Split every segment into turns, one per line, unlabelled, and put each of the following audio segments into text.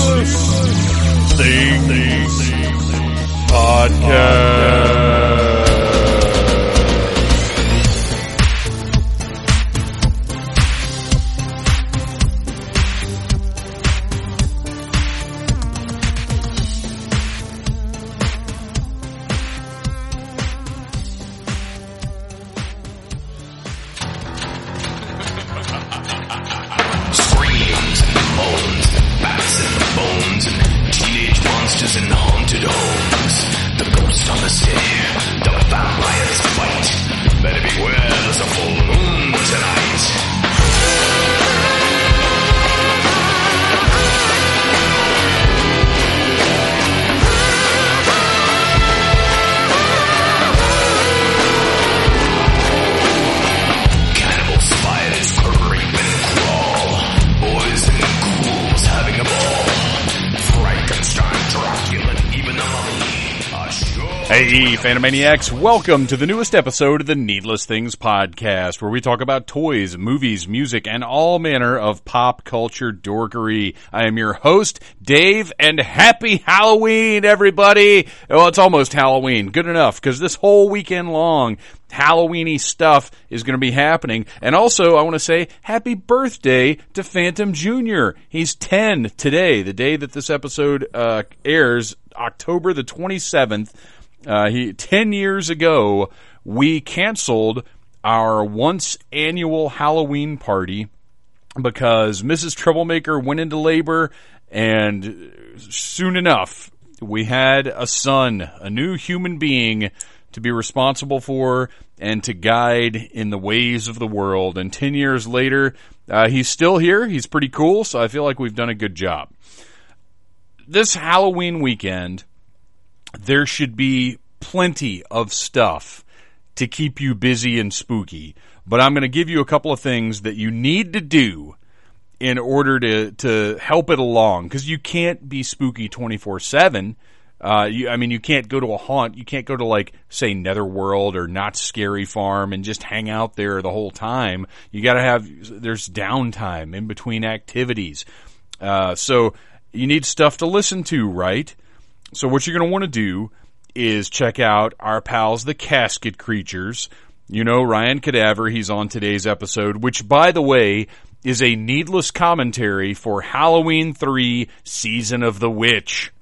Needless Things Podcast.
Screams and moans, bats and bones, and teenage monsters and haunted homes. The ghost on the stair, the vampires fight. Better beware, there's a full moon tonight. Cannibal spiders creep and crawl. Boys and ghouls having a ball. Frankenstein, Dracula, and even the mummy are sure.
Hey, Phantomaniacs, welcome to the newest episode of the Needless Things Podcast, where we talk about toys, movies, music, and all manner of pop culture dorkery. I am your host, Dave, and happy Halloween, everybody! Well, it's almost Halloween. Good enough, because this whole weekend long, Halloweeny stuff is going to be happening. And also, I want to say happy birthday to Phantom Jr. He's 10 today, the day that this episode uh, airs, October the 27th. Uh, he 10 years ago, we canceled our once annual Halloween party because Mrs. Troublemaker went into labor, and soon enough, we had a son, a new human being to be responsible for and to guide in the ways of the world. And 10 years later, uh, he's still here. He's pretty cool, so I feel like we've done a good job. This Halloween weekend, there should be plenty of stuff to keep you busy and spooky. But I'm going to give you a couple of things that you need to do in order to to help it along because you can't be spooky 24 7 uh, you, I mean, you can't go to a haunt. You can't go to like, say, Netherworld or Not Scary Farm and just hang out there the whole time. You got to have there's downtime in between activities, uh, so you need stuff to listen to, right? So what you're going to want to do is check out our pals, the Casket Creatures. You know, Ryan Cadaver, he's on today's episode, which by the way, is a needless commentary for Halloween 3 Season of the Witch.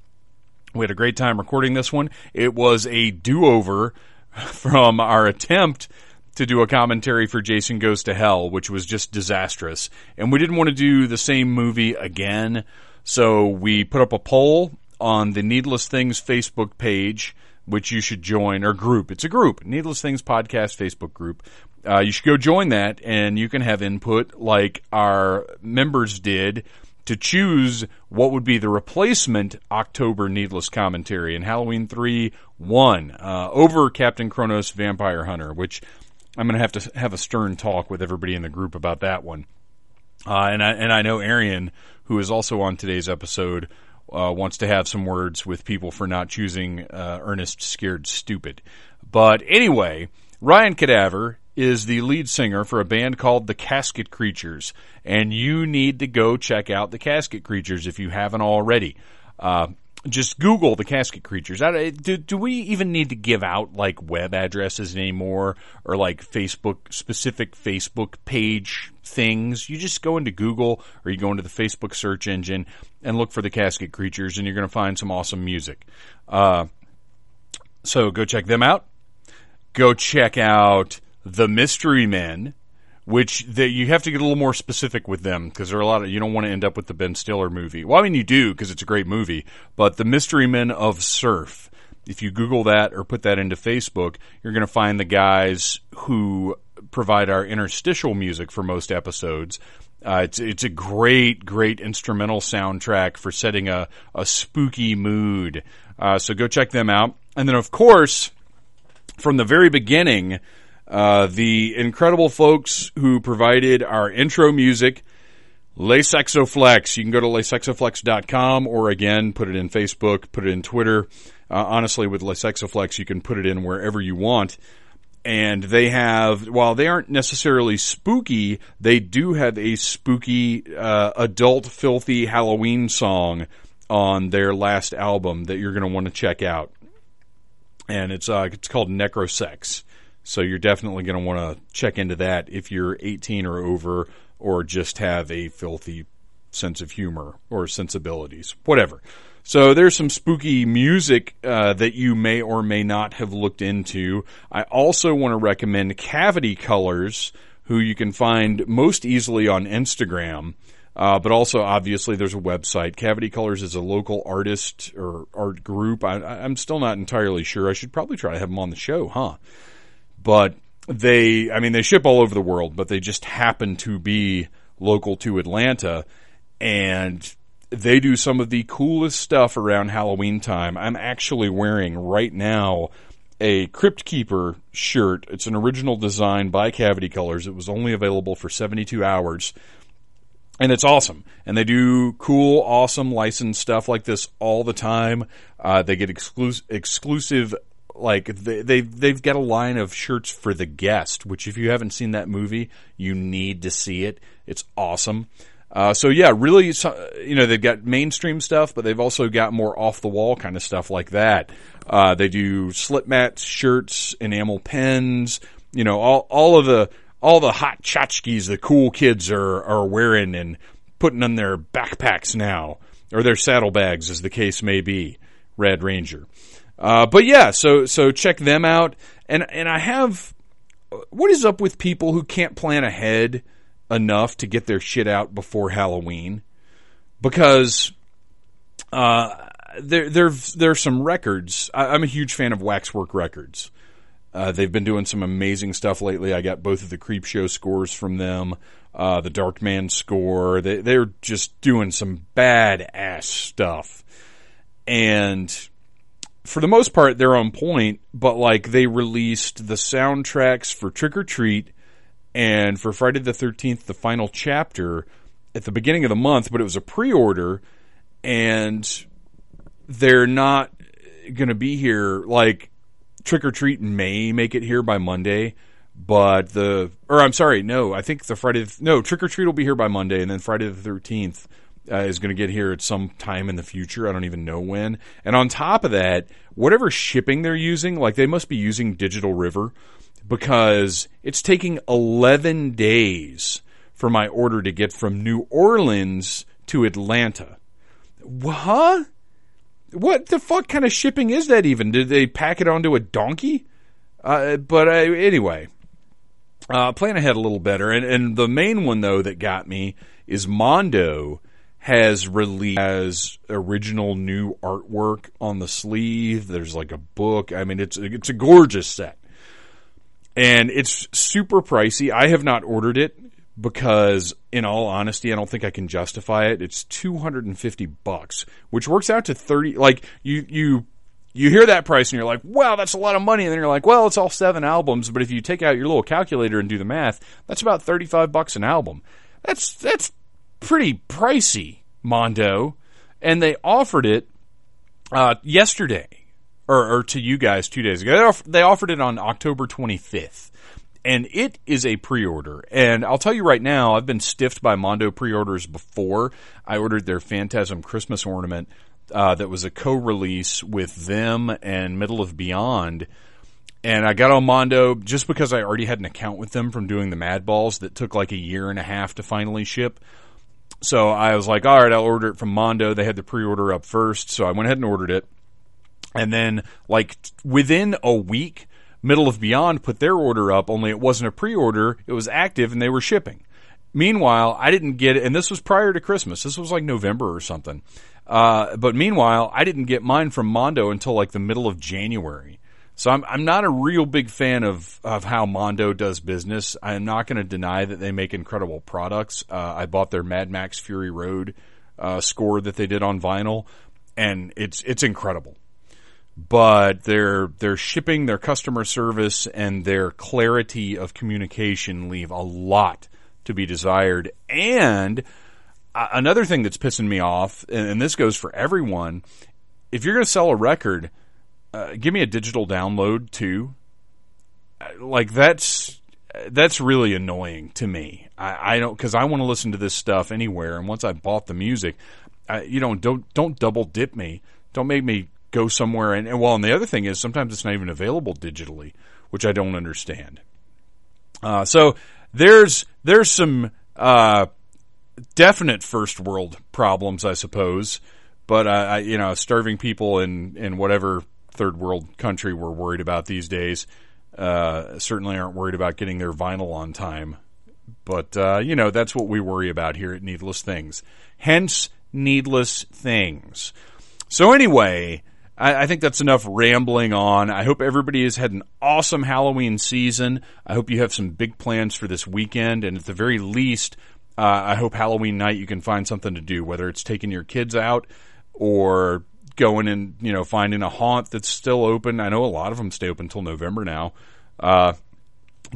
We had a great time recording this one. It was a do over from our attempt to do a commentary for Jason Goes to Hell, which was just disastrous. And we didn't want to do the same movie again. So we put up a poll on the Needless Things Facebook page, which you should join, or group. It's a group, Needless Things Podcast Facebook group. Uh, you should go join that, and you can have input like our members did to choose what would be the replacement October Needless commentary. And Halloween 3 won uh, over Captain Kronos Vampire Hunter, which I'm going to have to have a stern talk with everybody in the group about that one. Uh, and I and I know Arian, who is also on today's episode, uh, wants to have some words with people for not choosing uh, Ernest Scared Stupid. But anyway, Ryan Cadaver is the lead singer for a band called the Casket Creatures, and you need to go check out the Casket Creatures if you haven't already. Uh, just Google the Casket Creatures. I don't- Do, do we even need to give out like web addresses anymore or like Facebook specific Facebook page things? You just go into Google or you go into the Facebook search engine and look for the Casket Creatures, and you're going to find some awesome music. Uh, so go check them out. Go check out the Mystery Men which they, you have to get a little more specific with them because there are a lot of you don't want to end up with the Ben Stiller movie. Well, I mean you do because it's a great movie, but the Mystery Men of Surf. If you Google that or put that into Facebook, you're going to find the guys who provide our interstitial music for most episodes. Uh, it's it's a great great instrumental soundtrack for setting a a spooky mood. Uh, so go check them out, and then of course from the very beginning, uh, the incredible folks who provided our intro music, Lesexoflex. You can go to lesexoflex.com or again, put it in Facebook, put it in Twitter. Uh, honestly, with Lesexoflex, you can put it in wherever you want and they have while they aren't necessarily spooky, they do have a spooky uh, adult filthy Halloween song on their last album that you're going to want to check out, and it's uh, it's called Necrosex. So you're definitely going to want to check into that if you're 18 or over, or just have a filthy sense of humor or sensibilities, whatever. So there's some spooky music uh, that you may or may not have looked into. I also want to recommend Cavity Colors, who you can find most easily on Instagram. Uh, but also, obviously, there's a website. Cavity Colors is a local artist or art group. I, I- I'm still not entirely sure. I should probably try to have them on the show, huh? but they I mean they ship all over the world, but they just happen to be local to Atlanta and they do some of the coolest stuff around Halloween time. I'm actually wearing right now a Crypt Keeper shirt. It's an original design by Cavity Colors. It was only available for 72 hours and it's awesome. And they do cool, awesome licensed stuff like this all the time. Uh, they get exclusive, exclusive. Like they, they they've got a line of shirts for the guest, which if you haven't seen that movie, you need to see it. It's awesome. Uh, so yeah, really, so- you know, they've got mainstream stuff, but they've also got more off the wall kind of stuff like that. Uh, they do slip mats, shirts, enamel pens, you know, all, all of the, all the hot tchotchkes the cool kids are, are wearing and putting on their backpacks now, or their saddlebags as the case may be, Red Ranger. Uh, but yeah, so, so check them out. And, and I have, what is up with people who can't plan ahead enough to get their shit out before Halloween? Because uh, there there there's some records. I, I'm a huge fan of Waxwork Records. Uh, they've been doing some amazing stuff lately. I got both of the Creep Show scores from them, uh, the Dark Man score. They, they're just doing some badass stuff, and for the most part, they're on point, but like they released the soundtracks for Trick or Treat and for Friday the 13th, the final chapter at the beginning of the month, but it was a pre order and they're not going to be here. Like Trick or Treat may make it here by Monday, but the, or I'm sorry, no, I think the Friday, no, Trick or Treat will be here by Monday and then Friday the 13th uh, is going to get here at some time in the future. I don't even know when. And on top of that, whatever shipping they're using, like they must be using Digital River because it's taking 11 days for my order to get from New Orleans to Atlanta. Huh? What the fuck kind of shipping is that even? Did they pack it onto a donkey? Uh, but uh, anyway, uh, plan ahead a little better. And, and the main one though that got me is Mondo has released has original new artwork on the sleeve. There's like a book. I mean, it's it's a gorgeous set, and it's super pricey. I have not ordered it because, in all honesty, I don't think I can justify it. It's two hundred and fifty bucks, which works out to thirty. Like you you you hear that price and you're like, wow, that's a lot of money. And then you're like, well, it's all seven albums. But if you take out your little calculator and do the math, that's about 35 bucks an album. That's, that's pretty pricey, Mondo. And they offered it, uh, yesterday or, or to you guys two days ago. They, off- they offered it on October 25th. And it is a pre-order. And I'll tell you right now, I've been stiffed by Mondo pre-orders before. I ordered their Phantasm Christmas ornament uh, that was a co-release with them and Middle of Beyond. And I got on Mondo just because I already had an account with them from doing the Mad Balls that took like a year and a half to finally ship. So I was like, all right, I'll order it from Mondo. They had the pre-order up first, so I went ahead and ordered it. And then, like, t- within a week, Middle of Beyond put their order up, only it wasn't a pre order, it was active and they were shipping. Meanwhile, I didn't get it, and this was prior to Christmas. This was like November or something. Uh, but meanwhile, I didn't get mine from Mondo until like the middle of January. So I'm I'm not a real big fan of of how Mondo does business. I am not going to deny that they make incredible products. Uh, I bought their Mad Max Fury Road uh, score that they did on vinyl, and it's it's incredible but their their shipping, their customer service, and their clarity of communication leave a lot to be desired. And uh, another thing that's pissing me off, and, and this goes for everyone, if you're going to sell a record, uh, give me a digital download too. like that's that's really annoying to me. I, I don't because I want to listen to this stuff anywhere, and once I bought the music, I, you know, don't don't double dip me. Don't make me go somewhere. And, and well, and the other thing is sometimes it's not even available digitally, which I don't understand. Uh, so there's there's some uh, definite first world problems, I suppose. But uh, I, you know, starving people in in whatever third world country we're worried about these days uh, certainly aren't worried about getting their vinyl on time. But uh, you know, that's what we worry about here at Needless Things. Hence, needless things. So anyway, I, I think that's enough rambling on. I hope everybody has had an awesome Halloween season. I hope you have some big plans for this weekend, and at the very least, uh, I hope Halloween night you can find something to do, whether it's taking your kids out or going and you know finding a haunt that's still open. I know a lot of them stay open until November now. Uh,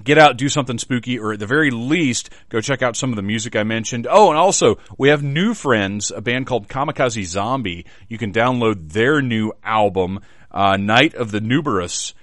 get out, do something spooky, or at the very least, go check out some of the music I mentioned. Oh, and also, we have new friends, a band called Kamikaze Zombie. You can download their new album, uh, Night of the Nuberous.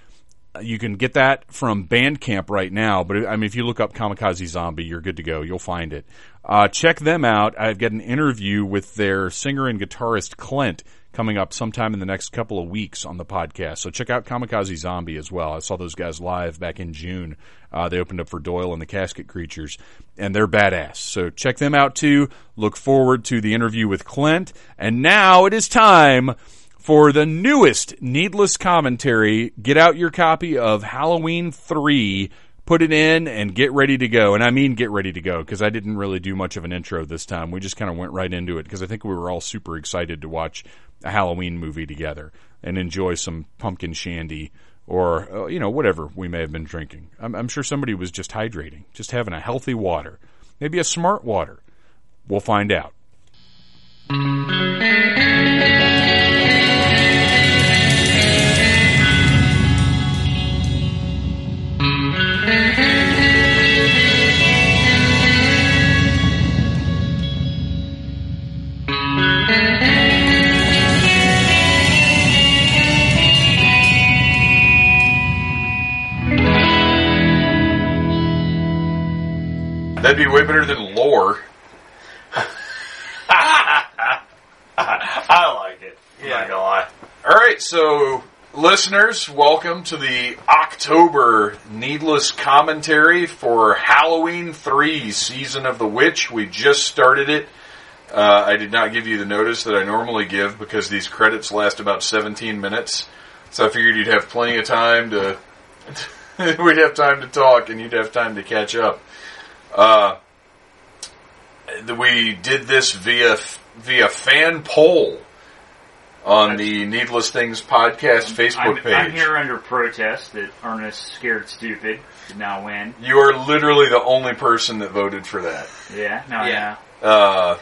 You can get that from Bandcamp right now, but I mean, if you look up Kamikaze Zombie, you're good to go. You'll find it. Uh, check them out. I've got an interview with their singer and guitarist Clint coming up sometime in the next couple of weeks on the podcast. So check out Kamikaze Zombie as well. I saw those guys live back in June. Uh, they opened up for Doyle and the Casket Creatures, and they're badass. So check them out too. Look forward to the interview with Clint. And now it is time for the newest Needless commentary. Get out your copy of Halloween 3. Put it in and get ready to go. And I mean get ready to go because I didn't really do much of an intro this time. We just kind of went right into it because I think we were all super excited to watch a Halloween movie together and enjoy some pumpkin shandy or uh, you know whatever we may have been drinking. I'm, I'm, sure somebody was just hydrating, just having a healthy water, maybe a smart water. We'll find out. That'd be way better than lore.
I like it. Yeah. I'm not gonna lie.
All right, so listeners, welcome to the October Needless Commentary for Halloween 3 Season of the Witch. We just started it. Uh, I did not give you the notice that I normally give because these credits last about 17 minutes. So I figured you'd have plenty of time to. we'd have time to talk and you'd have time to catch up. Uh, we did this via via fan poll on the Needless Things podcast
I'm,
Facebook page.
I'm here under protest that Ernest Scared Stupid did not win.
You are literally the only person that voted for that.
Yeah, no,
Yeah.
Uh,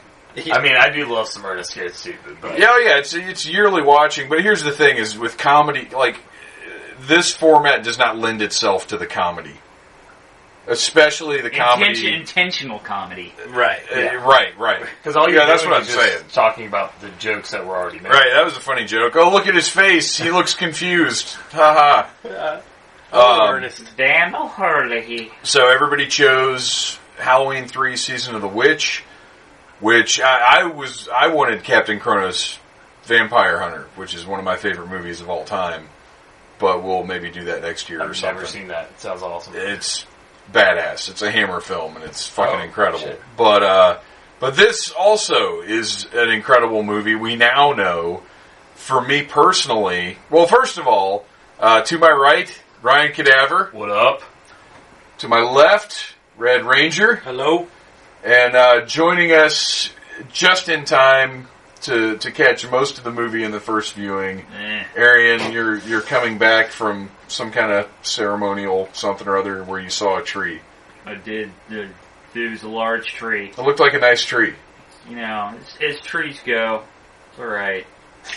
I mean, I do love some Ernest Scared Stupid, but
yeah, oh yeah, it's it's yearly watching. But here's the thing: is with comedy, like this format does not lend itself to the comedy, especially the
no.
comedy.
Intention, intentional comedy.
right,
Uh, Right, right.
Because all you're
yeah, that's
doing
what I'm
is just
saying.
Talking about the jokes that were already made.
Right, that was a funny joke. Oh, look at his face. He looks confused. Ha
Oh,
ha. Um,
Ernest.
Dan O'Hurley.
so everybody chose Halloween 3 Season of the Witch, which I, I was I wanted Captain Kronos Vampire Hunter, which is one of my favorite movies of all time. But we'll maybe do that next year or
I've
something.
never seen that. It sounds awesome.
it's badass. It's a Hammer film, and it's fucking
Oh,
incredible.
shit.
But uh, but this also is an incredible movie. We now know, for me personally, well, first of all, uh, to my right, Ryan Cadaver.
What up?
To my left, Red Ranger,
Hello.
and uh, joining us just in time to to catch most of the movie in the first viewing.
Eh.
Arian, you're you're coming back from some kind of ceremonial something or other where you saw a tree.
I did. The, it was a large tree.
It looked like a nice tree.
You know, as, as trees go, it's all right.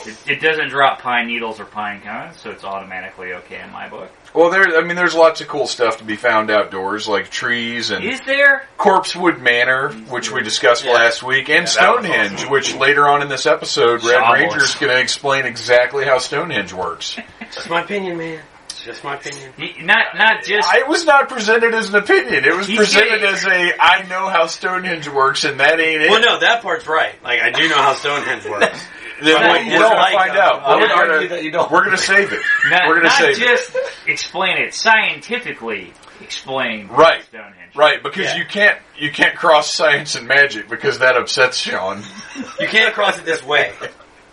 It, it doesn't drop pine needles or pine cones, so it's automatically okay in my book.
Well, there. I mean, there's lots of cool stuff to be found outdoors, like trees and
Is there?
Corpsewood Manor, which we discussed
Yeah.
last week, and
Yeah, that was
Stonehenge,
awesome.
which later on in this episode, Red
Sawmills.
Ranger's going to explain exactly how Stonehenge works.
That's my opinion, man.
That's just my opinion.
He- Not not just
I was not presented as an opinion. It was
He-
presented as a I know how Stonehenge works, and that ain't it.
Well, no, that part's right. Like, I do know how Stonehenge works.
Then
no,
we-
you
we're
don't
gonna
like
find
them.
out.
I
We're
would
gonna-
argue that you don't.
We're gonna save it.
not,
We're gonna
not
save it.
just explain it scientifically. Explain
Right.
Stonehenge.
Right, because
Yeah.
you can't you can't cross science and magic because that upsets Sean.
You can't cross it this way.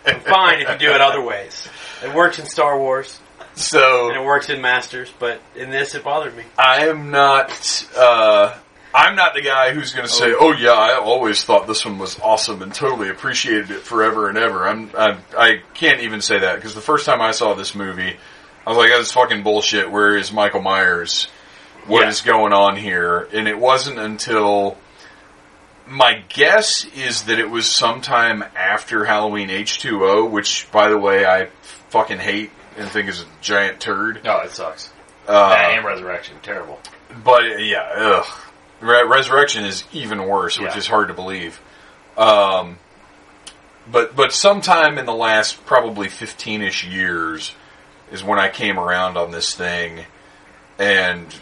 Fine if you do it other ways. It works in Star Wars, and it
So
works in Masters, but in this it bothered me.
I am not uh, I'm not the guy who's going to say, "Oh yeah, I always thought this one was awesome and totally appreciated it forever and ever." I'm, I'm I can't even say that because the first time I saw this movie, I was like, "That's fucking bullshit." Where is Michael Myers? What is
Yeah.
going on here? And it wasn't until my guess is that it was sometime after Halloween H2O, which, by the way, I fucking hate and think is a giant turd.
No, it sucks.
Uh,
that and Resurrection, terrible.
but uh, yeah, ugh. Re- Resurrection is even worse, which
Yeah.
is hard to believe. Um, but but sometime in the last probably fifteen ish years is when I came around on this thing and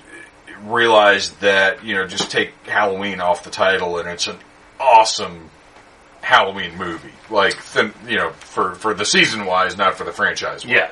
realized that you know just take Halloween off the title and it's an awesome Halloween movie. Like th- you know for for the season wise, not for the franchise. Wise.
Yeah.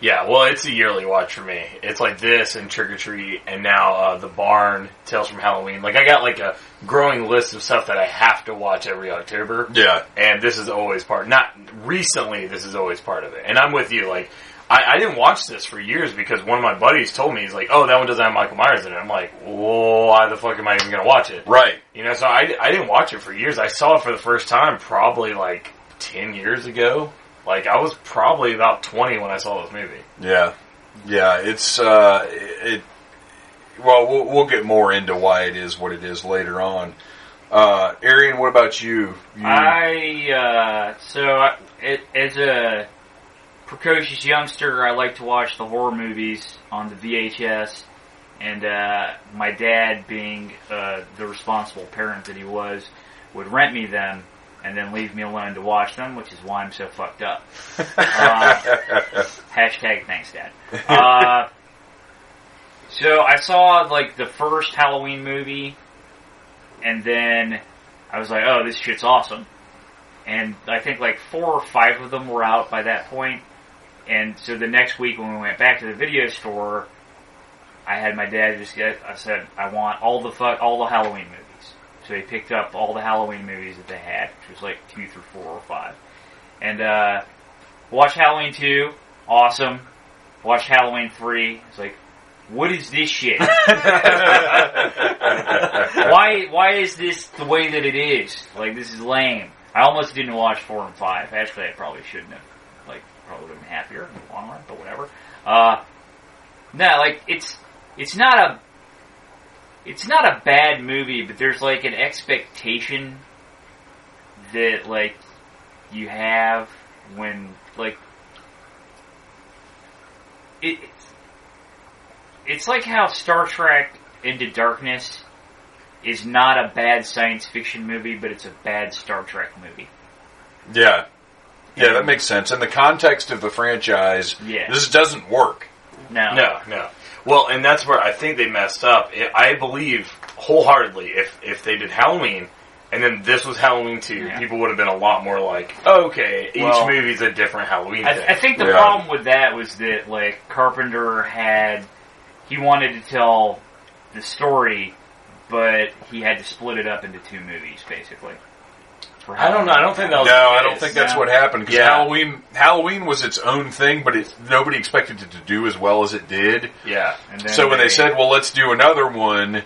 Yeah, well, it's a yearly watch for me. It's like this and Trick or Treat, and now uh, the Barn, Tales from Halloween. Like I got like a growing list of stuff that I have to watch every October.
yeah.
and this is always part. Not recently, this is always part of it. And I'm with you. Like, I, I didn't watch this for years because one of my buddies told me he's like, "Oh, that one doesn't have Michael Myers in it." I'm like, "Why the fuck am I even gonna watch it?"
Right.
You know. So I, I didn't watch it for years. I saw it for the first time probably like ten years ago. Like I was probably about twenty when I saw this movie.
Yeah, yeah. It's uh, it. Well, we'll we'll get more into why it is what it is later on. Uh, Arian, what about you? you
I uh, so I, it, as a precocious youngster, I like to watch the horror movies on the VHS, and uh, my dad, being uh, the responsible parent that he was, would rent me them and then leave me alone to watch them, which is why I'm so fucked up. Uh, hashtag thanks, Dad. Uh, so I saw like the first Halloween movie, and then I was like, "Oh, this shit's awesome." And I think like four or five of them were out by that point. And so the next week when we went back to the video store, I had my dad just get. I said, "I want all the fuck all the Halloween movies." So he picked up all the Halloween movies that they had, which was like two through four or five, and uh, watch Halloween two, awesome. Watch Halloween three. It's like, what is this shit? why why is this the way that it is? Like this is lame. I almost didn't watch four and five. Actually, I probably shouldn't have. Like probably would have been happier in the long run, but whatever. Uh, no, like it's it's not a it's not a bad movie, but there's like an expectation that like you have when like it. It's, it's like how Star Trek Into Darkness is not a bad science fiction movie, but it's a bad Star Trek movie.
yeah, yeah. That makes sense in the context of the franchise.
Yeah.
this doesn't work.
No.
No, no. Well, and that's where I think they messed up. I I believe wholeheartedly if if they did Halloween and then this was Halloween two,
Yeah.
people would have been a lot more like, okay, each
Well-
movie's a different Halloween
I,
thing.
I think the
Yeah.
problem with that was that like Carpenter had he wanted to tell the story, but he had to split it up into two movies basically. For
I don't know. I don't think that was.
No, I don't
Oh, Yes.
think that's
No.
what happened. Because
Yeah.
Halloween, Halloween was its own thing, but it, nobody expected it to do as well as it did.
Yeah,
And then
so when they said, "Well, let's do another one,"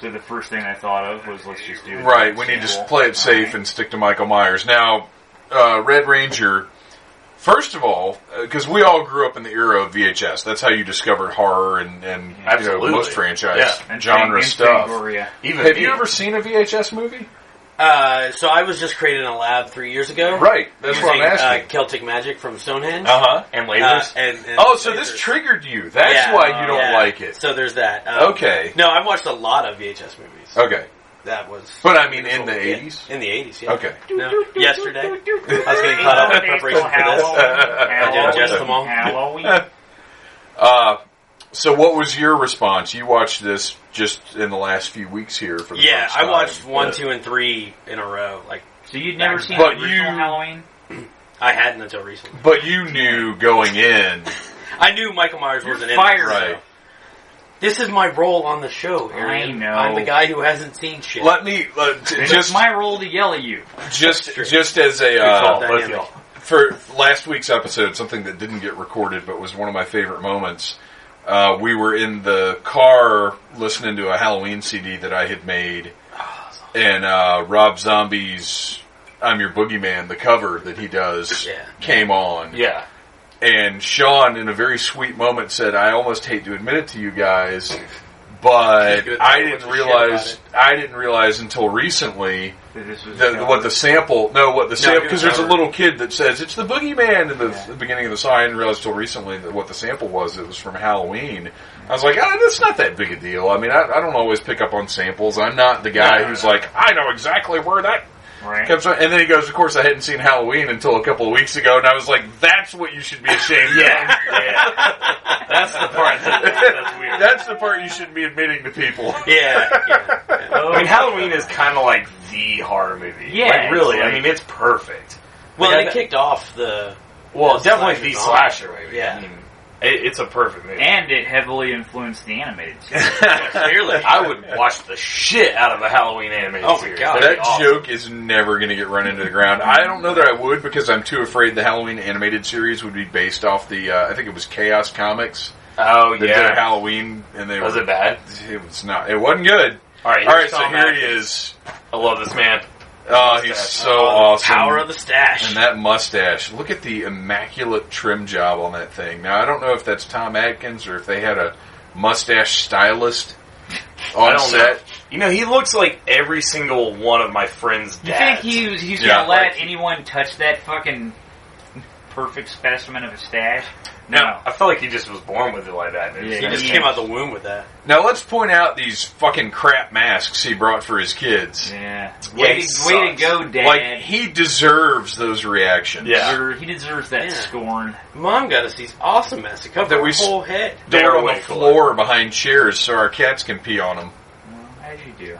so the first thing I thought of was let's just do it
Right,
as
we
a
need to
sequel.
play it safe
Alright.
and stick to Michael Myers. Now, uh, Red Ranger, first of all, because we all grew up in the era of VHS. That's how you discovered horror and, and you know,
Absolutely.
most franchise
Yeah,
And
genre
Fangoria.
stuff.
even
Have
me.
you ever seen a VHS movie?
Uh, so I was just created in a lab three years ago.
Right, that's what I'm
using, uh,
asking.
Celtic magic from Stonehenge.
Uh huh.
Uh-huh. and
Uh,
lasers?
and, and
Oh, so this
lasers.
triggered you. That's
Yeah.
why you don't
Yeah.
like it.
So there's that. Um,
Okay.
No, I've watched a lot of VHS movies.
Okay.
That was.
But I mean, in
Yeah.
the 80s?
In the 80s, yeah.
Okay.
No, yesterday. I was getting caught up in preparation for this.
I
digest them all.
Halloween.
Uh, So, what was your response? You watched this just in the last few weeks here for the
Yeah,
first
I
time.
watched one,
but-
two, and three in a row. Like
So you'd never
But
seen the
you-
original Halloween?
I hadn't until recently.
But you knew going in,
I knew Michael Myers
You're
wasn't in. it,
fired.
so-
right?
This is my role on the show. Harry.
I know.
I'm the guy who hasn't seen shit.
Let me
uh,
let, j-
It's
just
my role to yell at you.
just
true.
just as a
Good call,
uh,
dynamic.
both y'all.
for last week's episode, something that didn't get recorded but was one of my favorite moments. Uh, we were in the car listening to a Halloween CD that I had made, and uh, Rob Zombie's "I'm Your Boogeyman," the cover that he does,
Yeah.
came on.
Yeah.
And Sean, in a very sweet moment, said, "I almost hate to admit it to you guys, but
You're gonna
I
talk a bunch
didn't
of shit about
realize
it."
I didn't realize until recently."
That this was
the, what the sample? No, what the sample?
you
Because there's a
remember.
little kid that says it's the boogeyman in the, the beginning of the song. I didn't realize till recently that what the sample was. It was from Halloween. I was like, ah, that's not that big a deal. I mean, I, I don't always pick up on samples. I'm not the guy
No, no,
who's
no.
like, I know exactly where that
right?
comes from. And then he goes, of course, I hadn't seen Halloween until a couple of weeks ago, and I was like, that's what you should be ashamed
Yeah.
of.
yeah. That's the part that, that's weird.
that's the part you shouldn't be admitting to people.
yeah, yeah, yeah.
Oh,
I mean, Halloween is kind of like the horror movie.
Yeah,
Like, really.
it's like-
I mean, it's perfect.
Well,
Like,
it
I-
kicked off the.
Well,
the
definitely the
slasher
slasher
genre.
movie.
Yeah.
I mean, it, it's a perfect movie.
and it heavily influenced the animated series.
Clearly.
I would watch the shit out of a Halloween animated
Oh my
series.
God.
That'd
That
be awesome.
joke is never going to get run into the ground. I don't know that I would because I'm too afraid the Halloween animated series would be based off the. Uh, I think it was Chaos Comics
Oh,
that did a
yeah.
Halloween, and they
Was
were,
it bad?
it was not. It wasn't good.
All right.
All right,
here's
so
Tom
here he
Atkins.
is.
I love this man.
Oh, he's so
Uh,
Oh, the
awesome.
Power of the stash.
and that mustache. Look at the immaculate trim job on that thing. Now I don't know if that's Tom Atkins or if they had a mustache stylist
I
on
don't
set.
know. You know, he looks like every single one of my friends'
You
dads.
think he was, he's
Yeah,
gonna let
like-
anyone touch that fucking perfect specimen of a stash?
no, I feel like he just was born with it like that. dude.
He
Yeah.
just came out the womb with that.
Now let's point out these fucking crap masks he brought for his
Mm.
kids.
Yeah.
Yeah,
Way,
he
to, way to
sucks.
go, Dad.
Like he deserves those reactions.
Yeah.
Deser- he deserves that
Yeah.
scorn.
Mom got us these awesome masks. It covered
That
that
we
we
s-
whole head.
They were on the
They're way cool.
floor behind chairs so our cats can pee on them.
Well, as you do.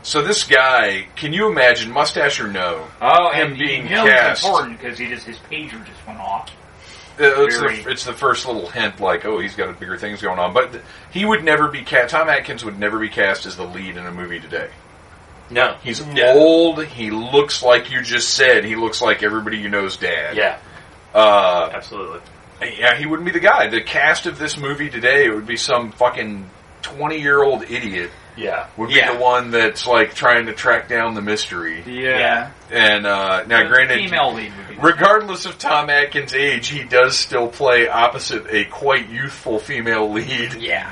So this guy, can you imagine, mustache or no?
Oh,
Him
and
being
you know
cast.
it's important because he just his pager just went off.
Uh, It's
Very.
the, it's the first little hint, like, oh, he's got bigger things going on. But th- he would never be cast. Tom Atkins would never be cast as the lead in a movie today.
No.
He's
Yeah.
old. He looks like you just said. He looks like everybody you know's dad.
Yeah,
Uh,
absolutely.
yeah, he wouldn't be the guy. The cast of this movie today would be some fucking twenty-year-old idiot
Yeah.
would be
Yeah.
the one that's like trying to track down the mystery.
Yeah.
And uh, now, granted,
female lead would be
regardless of Tom Atkins' age, he does still play opposite a quite youthful female lead.
Yeah.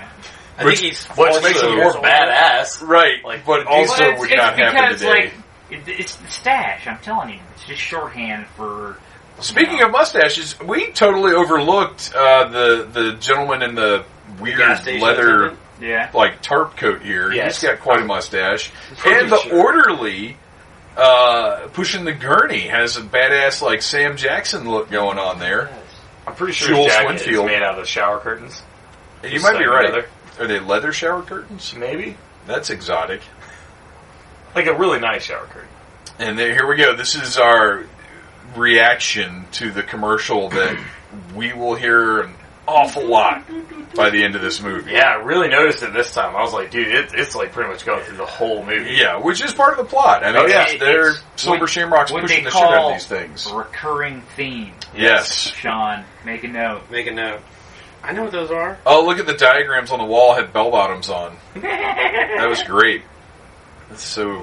I
Which-
think he's
which
also
makes him
years
more
older.
Badass.
Right,
Like,
but
well,
also
Well, it's,
would
it's
not happen
because
today.
like it, it's the stash. I'm telling you, it's just shorthand for.
Speaking of mustaches, we totally overlooked uh, the the gentleman in the weird
gas station
leather
attendant?
yeah,
like tarp coat here.
Yes.
He's got quite a mustache,
Pretty
and the
sure.
orderly. Uh, pushing the gurney has a badass like Sam Jackson look going on there.
I'm pretty sure
Jules
his jacket
Winfield.
is made out of shower curtains.
You
Just
might be
stuck
right.
together.
Are they leather shower curtains?
Maybe.
That's exotic.
Like a really nice shower curtain.
And there, here we go. This is our reaction to the commercial that we will hear an awful lot by the end of this movie.
Yeah, I really noticed it this time. I was like, dude, it, it's like pretty much going through the whole movie.
Yeah, which is part of the plot. I mean,
Oh, yeah.
it's- they're
It's
Silver
what-
Shamrocks
what
pushing
they
the shit out
call
of these things.
recurring theme.
Yes.
Sean, make a note.
Make a note. I know what those are.
Oh, look at the diagrams on the wall had bell bottoms on. That was great. That's so,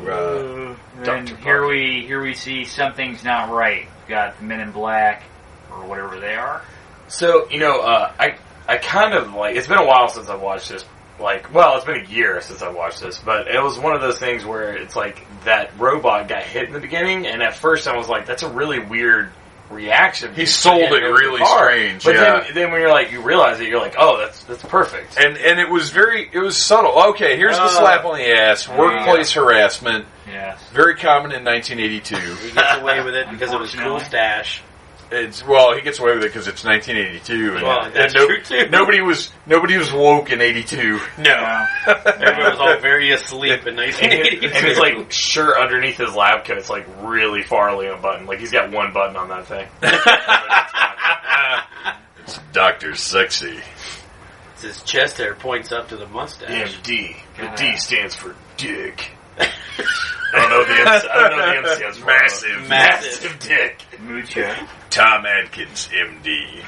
uh,
then
Dr.
here
Parker.
we here we see something's not right. We've got the Men in Black or whatever they are.
So you know, uh, I I kind of like it's been a while since I've watched this. Like, well, it's been a year since I've watched this, but it was one of those things where it's like that robot got hit in the beginning, and at first I was like, "That's a really weird reaction."
He sold it
was
really
the car.
strange,
But
yeah.
then, then when you're like, you realize it, you're like, "Oh, that's that's perfect."
uh, and and it was very, it was subtle. Okay, here's the
Uh,
slap on the ass, workplace harassment,
Yes.
very common in 1982.
He gets away with it because of his cool
Unfortunately.
stash.
It's well, he gets away with it because it's 1982, and,
Well,
and
that's
no-
true, too.
nobody was nobody was woke in '82.
No. Everybody was all very asleep in
And, it-
1982.
and his like shirt underneath his lab coat's like really farly unbuttoned. Like he's got one button on that thing.
Doctor Sexy.
his chest hair points up to the mustache.
MD. The
God.
D stands for dick. I don't know what the M, I don't know what the M stands for.
Massive.
massive dick.
Uh, Mucho.
Tom Atkins, MD.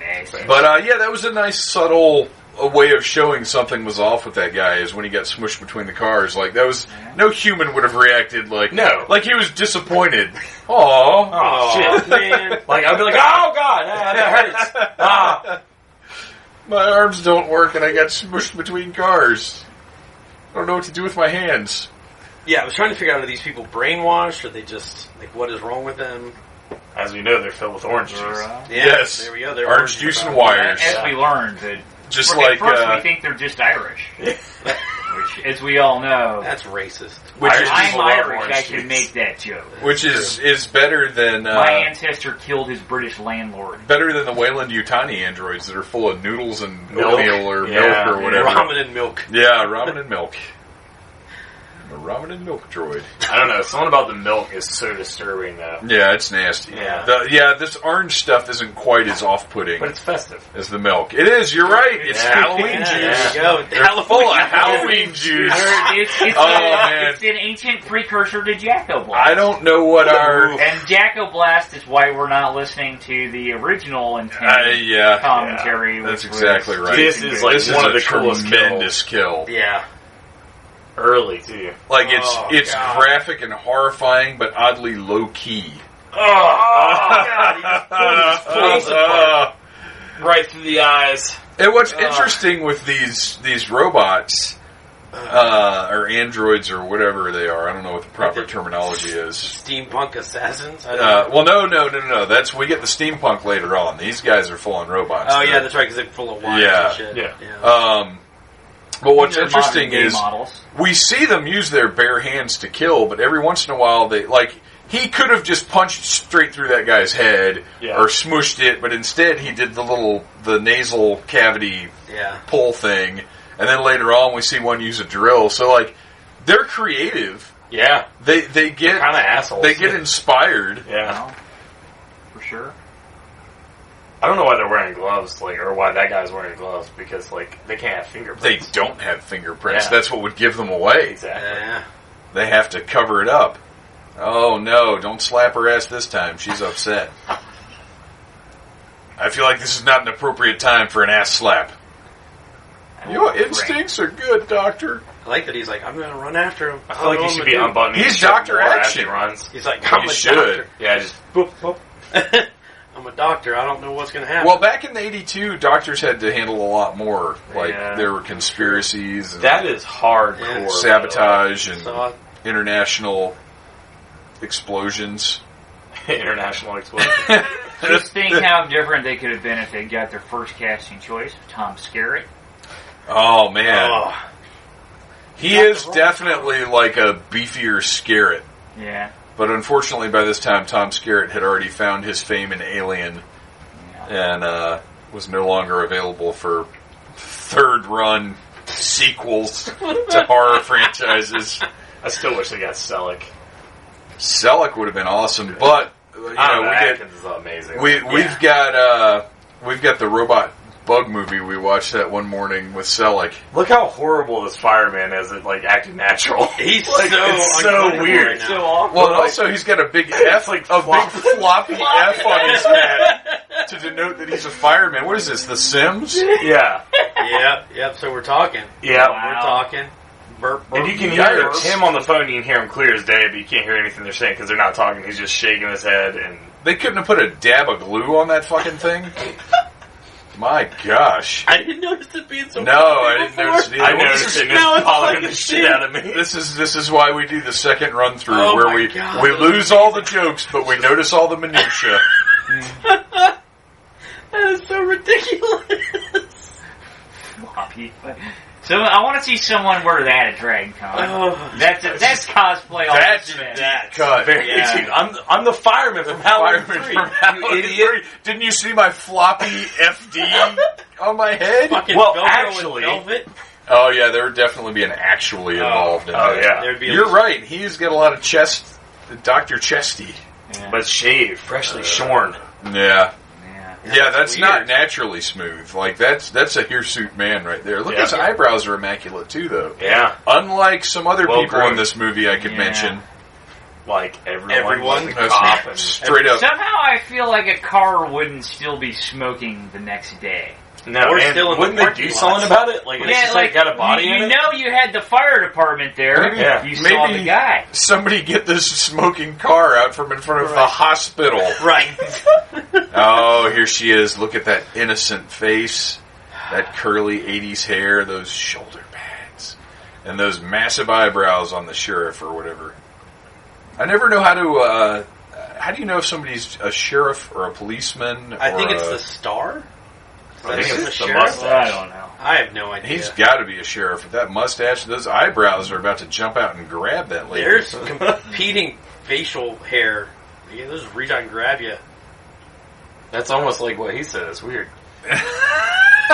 Massive.
But uh, yeah, that was a nice subtle uh, way of showing something was off with that guy is when he got smushed between the cars. Like that was no human would have reacted like
No.
like he was disappointed. Aww.
Oh, man.
Like I'd be like, oh god, ah, that hurts. Ah.
my arms don't work and I got smushed between cars. I don't know what to do with my hands.
Yeah, I was trying to figure out are these people brainwashed? Are they just like what is wrong with them?
As we know, they're filled with orange juice.
Yeah,
As
Yes.
there we go. They're
Orange
worried
juice
about
and
it.
wires.
we learned that
Just
at
like
first we
uh,
think they're just Irish, which, as we all know,
That's racist.
which
Irish
is
people
I'm
love
Irish.
orange
I can
juice.
make that joke.
which is is better than
My
uh,
ancestor killed his British landlord.
better than the Wayland Yutani androids that are full of noodles and
Milk.
oatmeal or
Yeah.
milk or whatever.
Ramen and milk.
Yeah, ramen and milk. A ramen and milk droid.
I don't know. Something about the milk is so disturbing though.
Yeah, it's nasty.
Yeah.
The- yeah, this orange stuff isn't quite as off-putting
But it's festive.
as the milk. It is. You're right. It's
Yeah.
Halloween
Yeah,
juice.
there you go.
They're full of Halloween
Or
juice.
It's, it's,
Oh,
a-
man.
it's an ancient precursor to Jacko Blast.
I don't know what our.
And Jacko Blast is why we're not listening to the original
I-
intended
yeah,
commentary.
that's
which
exactly
was
right.
This
Jason
is
Bateman.
like
this
one
is
of
a
the coolest
tremendous kill.
Yeah.
Early too.
Like it's
Oh,
it's
God.
graphic and horrifying, but oddly low key.
Oh, God, he just pulled his face apart.
Right through the eyes.
And what's
Uh,
interesting with these these robots uh, or androids or whatever they are, I don't know what the proper terminology is.
Steampunk assassins. I don't
Uh,
know.
well, no, no, no, no, no. That's we get the steampunk later on. These guys are full on robots.
Oh yeah,
They're-
that's right. Because they're full of wires
Yeah,
and shit.
yeah.
Um, but what's
They're
interesting
modern day
is
models.
we see them use their bare hands to kill, but every once in a while they like he could have just punched straight through that guy's head
Yeah.
or smushed it, but instead he did the little the nasal cavity
Yeah.
pull thing, and then later on we see one use a drill. So like they're creative.
Yeah.
They they get
Kind of assholes.
they get inspired.
Yeah.
Well, for sure.
I don't know why they're wearing gloves, like, or why that guy's wearing gloves because, like, they can't have
They
fingerprints.
don't have fingerprints.
Yeah.
That's what would give them away.
exactly.
Yeah.
They have to cover it up. Oh no, don't slap her ass this time. She's upset. I feel like this is not an appropriate time for an ass slap. Your instincts are good, Doctor.
I like that he's like, I'm gonna run after him.
I feel like he should be
unbuttoned.
unbuttoning.
He's
his shirt
Dr.
more as
Action.
he runs.
He's like, I'm
You
a
should.
doctor.
Yeah, just
Boop, boop. I'm a doctor. I don't know what's gonna happen.
Well, back in the 82, doctors had to handle a lot more. Like,
Yeah.
there were conspiracies and
that is hardcore.
Yeah.
by the way.
sabotage and
so I-
international explosions.
international explosion.
Just think how different they could have been if they got their first casting choice, Tom Skerritt.
Oh, man.
oh,
He is definitely like a beefier Scarrett.
Yeah.
But unfortunately, by this time, Tom Skerritt had already found his fame in Alien and uh, was no longer available for third run sequels to horror franchises.
I still wish they got Selleck.
Selleck would have been awesome, but uh, you
I
know,
don't know,
we get
Atkins is amazing.
we we've got uh, we've got the robot bug movie we watched that one morning with Selleck.
Look how horrible this fireman is at, like, acting natural.
he's
Like,
so
it's so
uncomfortable
weird.
right now.
so awful.
Well, and also he's got a big F, like a big floppy F on his hat to denote that he's a fireman. What is this? The Sims?
yeah.
yep, yep. So we're talking.
Yeah.
Wow.
We're talking. Burp, burp.
And you can hear
Yikes.
him on the phone. You can hear him clear as day, but you can't hear anything they're saying because they're not talking. He's just shaking his head and
They couldn't have put a dab of glue on that fucking thing. My gosh.
I didn't notice it being so.
No, I didn't
before.
notice it either.
I
Well,
noticed
this
it
is-
and it's
now it's
bothering
fucking
the shit out of me.
This is this is why we do the second run through
Oh
where
my
we
God.
we lose all the jokes but we notice all the minutia.
That is so ridiculous.
Floppy. So I want to see someone wear that at Dragon Con.
Oh.
that's that's cosplay. all
That's
the way.
deep cut.
Very
Yeah.
easy. I'm, I'm the fireman from Halloween
Fireman
3.
from Halloween three. Didn't you see my floppy FD on my head?
Fucking
Well,
Velcro
actually-
with velvet.
Oh yeah, there would definitely be an actually involved. in
oh,
that.
yeah.
There'd be a-
you're right. He's got a lot of chest, Doctor Chesty.
Yeah.
But shaved, freshly shorn.
Yeah,
yeah.
yeah. That's not
weird.
naturally smooth. Like that's that's a hirsute man right there. Look,
Yeah.
his eyebrows are immaculate too, though.
Yeah.
Unlike some other
Well
people
groomed.
in this movie, I could
Yeah.
mention
Like everyone.
Everyone.
was a
That's
cop and-
straight up.
Somehow I feel like a car wouldn't still be smoking the next day.
No,
Or still
and
in the
Oh, wouldn't they
parking
do
lot.
something about it? Like, it's
yeah,
just like, got a body
you,
in
you
it?
know you had the fire department there.
Maybe-
Yeah.
You saw
maybe-
the guy.
Somebody get this smoking car out from in front of the hospital.
Right.
Oh, here she is. Look at that innocent face, that curly 80s hair, those shoulder pads, and those massive eyebrows on the sheriff or whatever. I never know how to. Uh, how do you know if somebody's a sheriff or a policeman?
I
or
think it's
a-
the star. Is that
I think
it?
it's the
sheriff?
mustache.
I don't know.
I have no idea.
He's got to be a sheriff. With that mustache, those eyebrows are about to jump out and grab that lady.
There's competing facial hair. Yeah, those reach out and grab you.
That's almost like what he said. It's weird.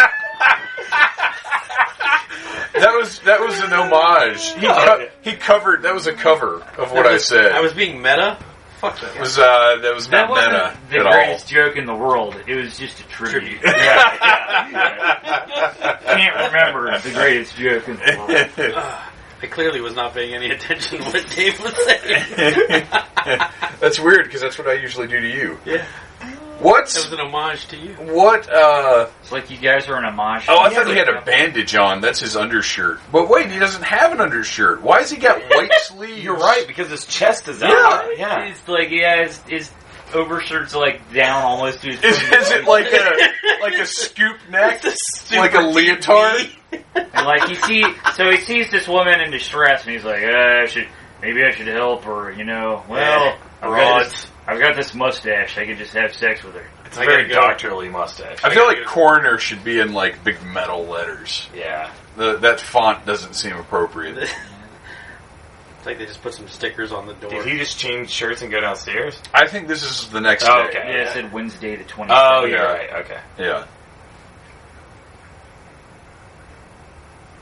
that was that was an homage. He, co- he covered. That was a cover of what
That
I
was-
said.
I was being meta. Fuck that.
It was uh, that was
That
not
wasn't
meta
the
at all.
greatest joke in the world. It was just a
Tribute.
tribute. I can't remember the greatest joke in the world.
I clearly was not paying any attention to what Dave was saying.
that's weird because that's what I usually do to you.
yeah, that was
What's
an homage to you.
what? Uh,
It's like you guys are in a mosh.
oh, I thought he had a bandage on. That's his undershirt. But wait, he doesn't have an undershirt. Why has he got white sleeves?
You're right, because his chest is
Yeah.
out. Yeah.
It's like yeah, his, his overshirt's like down almost to his.
Is, is it like a like a scoop neck, like a leotard?
And like he see, so he sees this woman in distress, and he's like, uh, I should, maybe I should help her. You know, well, I've got,
Broads.
this, I've got this mustache. I could just have sex with her.
It's
I
a very
gotta go.
doctorly mustache.
I feel like coroner should be in like big metal letters.
Yeah.
The, that font doesn't seem appropriate.
It's like they just put some stickers on the door.
Did he just change shirts and go downstairs?
I think this is the next
Oh,
day.
okay.
Yeah, it said Wednesday the twenty.
Oh, you're right. Okay.
Yeah.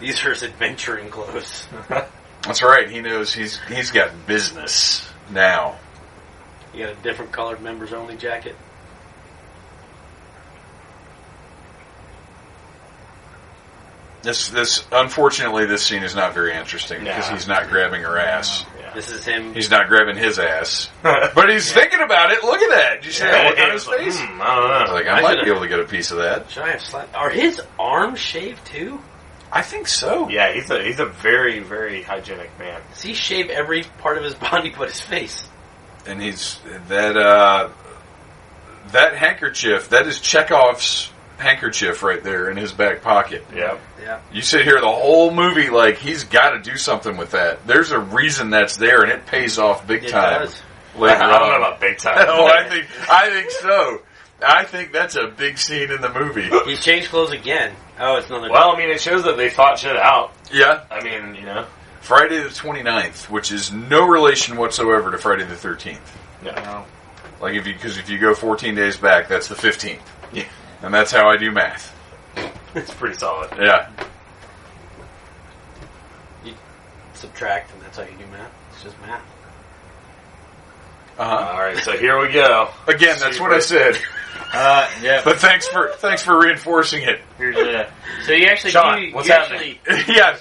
These are his adventuring clothes.
That's right. He knows he's he's got business now.
You got a different colored members only jacket.
This this unfortunately this scene is not very interesting
Nah.
because he's not grabbing her ass.
Yeah.
This is him.
He's not grabbing his ass, but he's thinking about it. Look at that! Did you see that look on his face?
Hmm, I
I
don't
was
know.
like, I
I
might
should've-
be able to get a piece of that.
Should I have slapped? Are his arms shaved too?
I think so.
Yeah, he's a he's a very very hygienic man.
Does he shave every part of his body but his face?
And he's that uh, that handkerchief. That is Chekhov's handkerchief right there in his back pocket.
Yeah.
Yeah.
You sit here the whole movie like he's got to do something with that. There's a reason that's there, and it pays off big
It
time.
does.
later
I don't know
on.
about big time.
oh, I think I think so. I think that's a big scene in the movie.
He's changed clothes again. Oh, it's another.
Well, I mean, it shows that they thought shit out.
Yeah,
I mean, you know.
Friday the 29th, which is no relation whatsoever to Friday the 13th.
Yeah.
Like if you because if you go 14 days back, that's the 15th.
Yeah.
and that's how I do math.
It's pretty solid.
Yeah,
subtract, and that's how you do math. It's just math.
uh-huh.
All right, so here we go.
again, that's what I said.
Uh, yeah.
But thanks for thanks for reinforcing it.
Here's a. So you actually
Sean,
do.
what's
you
happening?
actually,
yeah,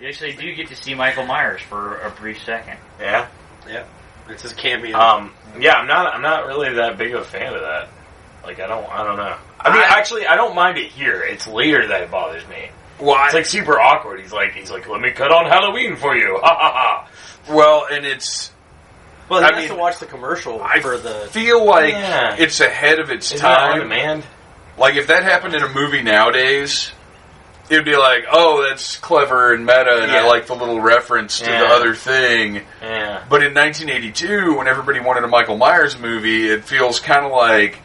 you actually do get to see Michael Myers for a brief second.
Yeah.
Yep. It's his cameo.
Uh,
Um. Yeah, I'm not. I'm not really that big of a fan of that. Like, I don't. I don't know. I mean, actually, I don't mind it here. It's later that it bothers me.
why?
It's like super awkward. He's like, he's like, let me cut on Halloween for you. Ha ha
well, and it's
well, he
I
has
mean,
to watch the commercial
I
for the.
feel like
Yeah.
it's ahead of its
ha. Isn't that on
time.
demand?
Like if that happened in a movie nowadays, it'd be like, "Oh, that's clever and meta," and I
Yeah.
like the little reference to the
Yeah.
other thing.
Yeah.
But in 1982, when everybody wanted a Michael Myers movie, it feels kind of like,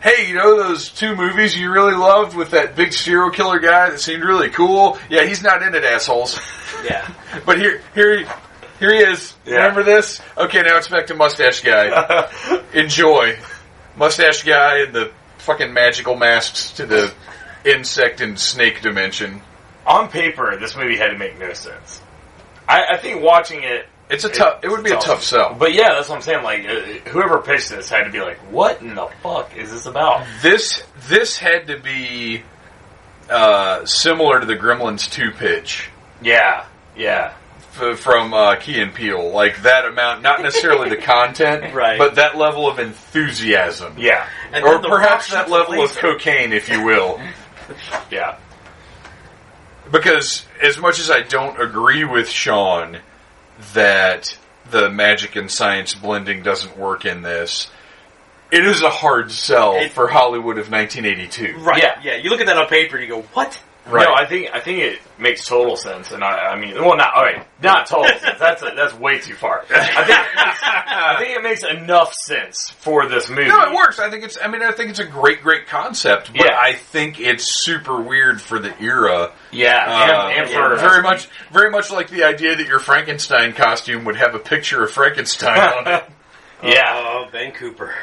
hey, you know those two movies you really loved with that big serial killer guy that seemed really cool? Yeah, he's not in it, assholes.
Yeah.
But here, here, he- here he is.
Yeah.
Remember this? Okay, now it's back to mustache guy. Enjoy, mustache guy and the fucking magical masks to the insect and snake dimension.
On paper, this movie had to make no sense. I, I think watching it,
It's a tough. It would be a tough sell.
But yeah, that's what I'm saying. Like, uh, whoever pitched this had to be like, "What in the fuck is this about?"
This this had to be uh, similar to the Gremlins two pitch.
Yeah, yeah,
f- from uh, Key and Peele, like that amount, not necessarily the content,
Right.
but that level of enthusiasm,
yeah,
And
or
then the
perhaps
Russians
that level of
released it.
cocaine, if you will.
yeah.
Because as much as I don't agree with Sean that the magic and science blending doesn't work in this, it is a hard sell
It-
for Hollywood of 1982.
Right.
Yeah.
Yeah. You look at that on paper and you go, what?
Right.
No, I think I think it makes total sense, and I, I mean, well, not all right, not total sense. That's a, that's way too far. I think, it makes, I think it makes enough sense for this movie.
No, it works. I think it's. I mean, I think it's a great, great concept. But
Yeah.
I think it's super weird for the era.
Yeah,
Uh,
and, and
yeah.
for
very much, very much like the idea that your Frankenstein costume would have a picture of Frankenstein on it.
yeah,
Oh, Ben Cooper.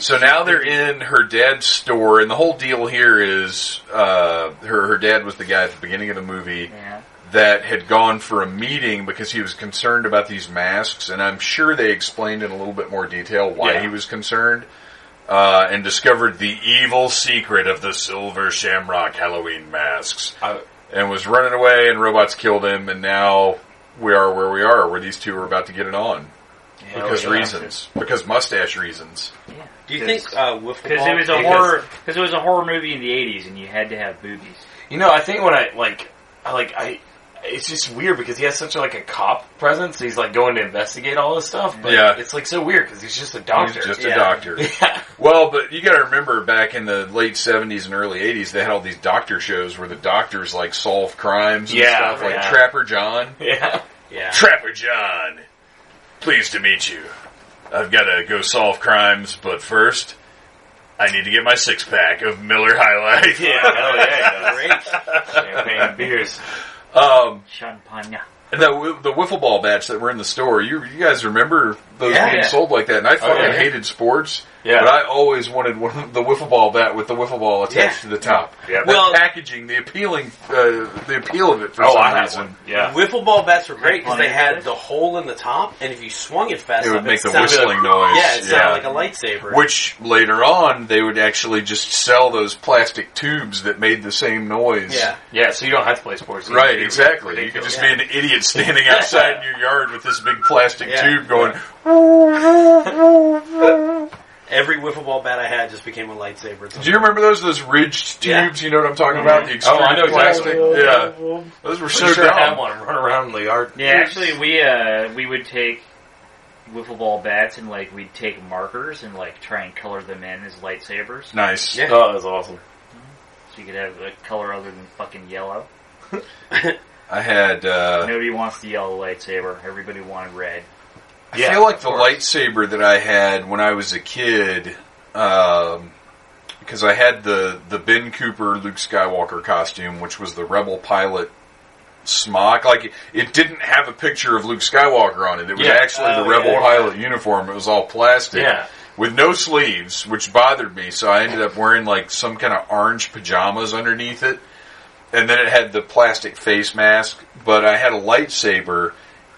So now they're in her dad's store, and the whole deal here is uh, her her dad was the guy at the beginning of the movie
Yeah.
that had gone for a meeting because he was concerned about these masks, and I'm sure they explained in a little bit more detail why
Yeah.
he was concerned. Uh, and discovered the evil secret of the silver shamrock Halloween masks.
I-
and was running away, and robots killed him, and now we are where we are, where these two are about to get it on
yeah,
because
Oh, yeah.
reasons, because mustache reasons.
Do you think uh, Wolf
Because it was a
Because-
horror, because it was a horror movie in the '80s, and you had to have boobies.
You know, I think when I like, I like I. It's just weird because he has such a, like a cop presence. He's like going to investigate all this stuff, but
Yeah.
it's like so weird because he's just a doctor.
He's just a
yeah.
doctor.
yeah,
Well, but you got to remember back in the late '70s and early '80s, they had all these doctor shows where the doctors like solve crimes and
Yeah,
stuff, like
yeah.
Trapper John.
yeah.
Yeah.
Trapper John, pleased to meet you. I've got to go solve crimes, but first, I need to get my six pack of Miller High Life.
Yeah, hell yeah, he
Great.
does. Champagne beers.
Um,
Champagne.
And that wi- the wiffle ball bats that were in the store, you you guys remember those
Yeah.
being sold like that? And I fucking
yeah.
hated sports,
Yeah.
but I always wanted one of the wiffle ball bat with the wiffle ball attached to the top.
Yeah.
That
Well-
packaging, the appealing, uh, the appeal of it for
Oh,
some
I had
reason.
one. Yeah,
Wiffle ball bats were great because they
Funny.
had the hole in the top, and if you swung it fast
It would
enough,
make the
sounded-
whistling noise.
Yeah, it
Yeah.
sounded like a lightsaber.
Which later on they would actually just sell those plastic tubes that made the same noise.
yeah.
yeah. So you don't have to play sports. You can
Right,
be
exactly. You could
ridiculous.
just be an idiot standing outside in your yard with this big plastic
Yeah.
tube going,
Every wiffle ball bat I had just became a lightsaber.
Do you remember those those ridged
Yeah.
tubes? You know what I'm talking about? The extreme
Oh, I know
plastic.
exactly.
Yeah, those were so
Pretty sure I had
dumb.
one run around the yard.
Yeah, actually, we uh, we would take wiffle ball bats and like we'd take markers and like try and color them in as lightsabers,
Nice.
Yeah.
Oh, that's awesome.
so you could have a color other than fucking yellow.
I had. Uh,
Nobody wants the yellow lightsaber. Everybody wanted red.
I
Yeah,
feel like
of
the
course.
lightsaber that I had when I was a kid, um, because I had the the Ben Cooper Luke Skywalker costume, which was the Rebel pilot smock. Like it didn't have a picture of Luke Skywalker on it. It was
Yeah.
actually
Oh,
the Rebel
yeah.
pilot uniform. It was all plastic.
Yeah.
With no sleeves, which bothered me, so I ended up wearing like some kind of orange pajamas underneath it. And then it had the plastic face mask, but I had a lightsaber,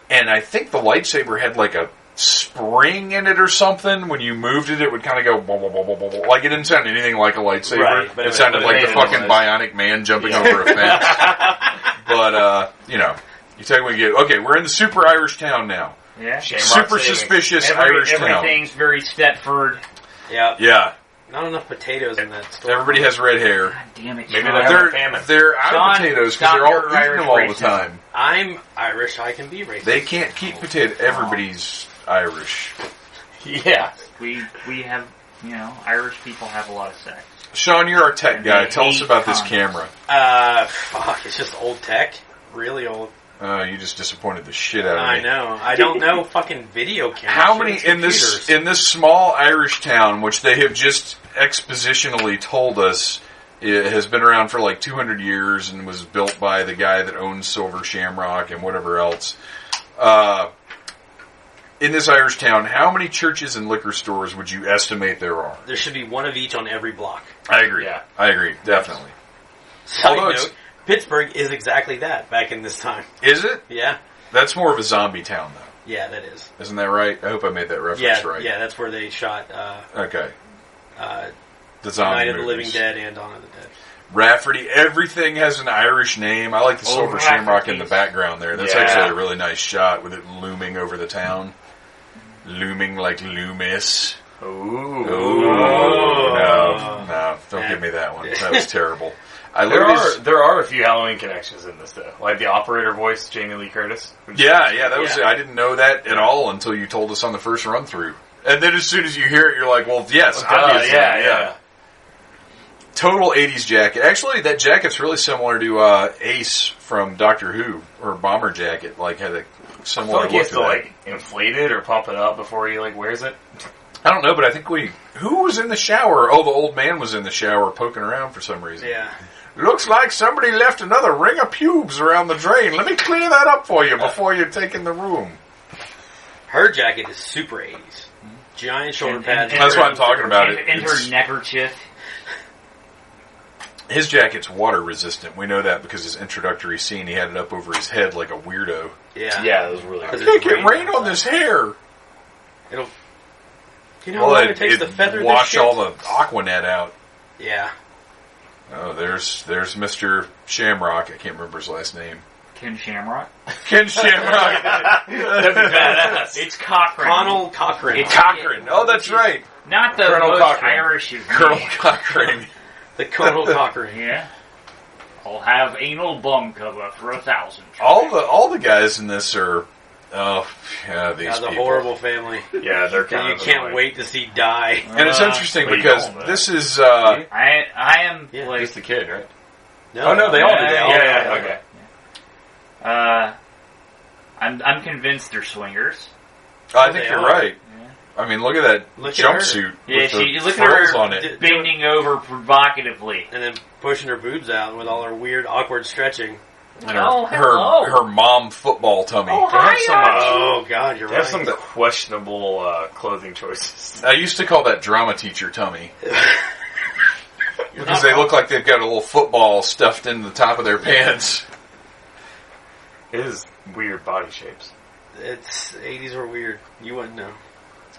and I think the lightsaber had like a spring in it or something. When you moved it, it would kind of go blah, blah, blah, blah, blah, blah. like it didn't sound anything like a lightsaber.
Right, but
it,
it-
sounded
but it
like the
made a
fucking
noise.
bionic man jumping over a fence. but uh, you know, you take what you get. Okay, we're in the super Irish town now.
Yeah,
Shamrock
super
saving.
suspicious
Every-
Irish town.
everything's very Stepford.
Yeah.
Yeah,
Not enough potatoes in that store.
everybody has red hair.
God damn it!
Maybe
Sean.
they're-
They're
famine.
they're out
John,
of potatoes because
stop
they're all
your
eating
Irish
them all the
racism.
time.
I'm Irish. I can be racist.
They can't keep potato. Everybody's Irish.
Yeah.
we we have you know Irish people have a lot of sex.
Sean, you're our tech
And
guy.
they
Tell us
hate
about this
condoms.
camera.
Uh, fuck. It's just old tech. Really old.
Oh, you just disappointed the shit out of me.
I know. I don't know fucking video cameras.
How
Shit,
many
it's
in this
computers.
in this small Irish town, which they have just expositionally told us it has been around for like 200 years and was built by the guy that owns Silver Shamrock and whatever else. Uh, in this Irish town, how many churches and liquor stores would you estimate there are?
There should be one of each on every block.
I agree.
Yeah.
I agree. Definitely.
Side
Although it's-
note, Pittsburgh is exactly that back in this time.
Is it?
Yeah.
That's more of a zombie town, though.
Yeah, that is.
Isn't that right? I hope I made that reference
Yeah,
right.
yeah, that's where they shot uh,
Okay.
uh,
The zombie
Night of the
movies.
Living Dead and Dawn of the Dead.
Rafferty. Everything has an Irish name. I like the
Oh,
silver shamrock in the
Rafferty's.
background there. That's
Yeah.
actually a really nice shot with it looming over the town. Looming like Loomis.
Ooh.
No, no, don't
Yeah.
give me that one. That was terrible. I
There are
literally.
there are a few Halloween connections in this though, like the operator voice, Jamie Lee Curtis.
Yeah, yeah, that was.
Yeah.
I didn't know that at all until you told us on the first run through. And then as soon as you hear it, you're like, well, yes,
Oh, Duh,
obviously,
yeah, yeah,
Total 80s jacket. Actually, that jacket's really similar to uh, Ace from Doctor Who, or Bomber Jacket. Like, had a
I feel
similar
like he
look
has
to
to
that.
like inflate it or pump it up before he like wears it.
I don't know, but I think we. Who was in the shower? Oh, the old man was in the shower poking around for some reason.
Yeah.
Looks like somebody left another ring of pubes around the drain. Let me clear that up for you before you take in the room.
Her jacket is super 80s. Giant shoulder
And-
pads.
and-
That's why I'm talking about
and,
it.
and
It's-
her neckerchief.
His jacket's water resistant. We know that because his introductory scene, he had it up over his head like a weirdo.
yeah.
that was really.
'Cause
Make
it's
it
raining
rain on this hair.
It'll. You know what? It takes the feather.
wash
this shit?
all the Aquanet out.
Yeah.
Oh, there's there's Mister Shamrock. I can't remember his last name.
Ken Shamrock.
Ken Shamrock.
badass.
It's Cochrane.
Ronald Cochran.
It's
Cochran. Oh, that's right.
Not the
Colonel
most
Cochrane.
Irish you
Colonel
can.
Cochrane.
the Colonel Cochran.
Yeah. I'll have anal bum cover for a thousand.
All the all the guys in this are oh yeah these
Yeah, the
people.
horrible family
Yeah, they're
that
kind
you
of
can't
annoying.
wait to see die.
And it's
Uh,
interesting
but you
because
don't, though.
this is uh,
I I am
Yeah,
like
Just the kid, right?
No,
oh no, they all do.
Yeah,
that.
yeah,
Yeah, yeah,
yeah.
okay.
uh I'm I'm convinced they're swingers.
I think
they
you're
are.
right. I mean, look at that
Look at her.
jumpsuit
Yeah,
with
she-
the
look at her-
frills on it.
D-
Bending over provocatively.
and then pushing her boobs out with all her weird, awkward stretching.
And her,
Oh, hello.
her her mom football tummy.
Oh,
They have some. Uh,
Oh God, you're
they have
right.
some questionable uh, clothing choices.
I used to call that drama teacher tummy. Because they look like they've got a little football stuffed in the top of their pants.
It is weird body shapes.
It's eighties were weird. You wouldn't know.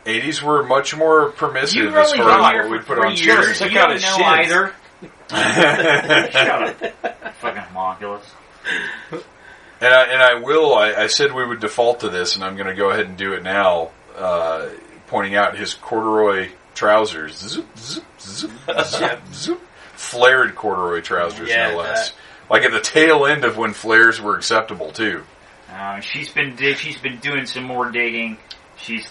80s were much more permissive
You
as
really
far
got
as what
here for
we put
three
on screen.
years.
Check
You
out
don't
his
know
shins.
either. Shut up. Fucking homunculus.
And I, and I will. I, I said we would default to this, and I'm going to go ahead and do it now. Uh, pointing out his corduroy trousers, zoop, zoop, zoop, zoop, zoop, flared corduroy trousers,
Yeah,
no less. Like at the tail end of when flares were acceptable too.
Uh, she's been dig- she's been doing some more digging. She's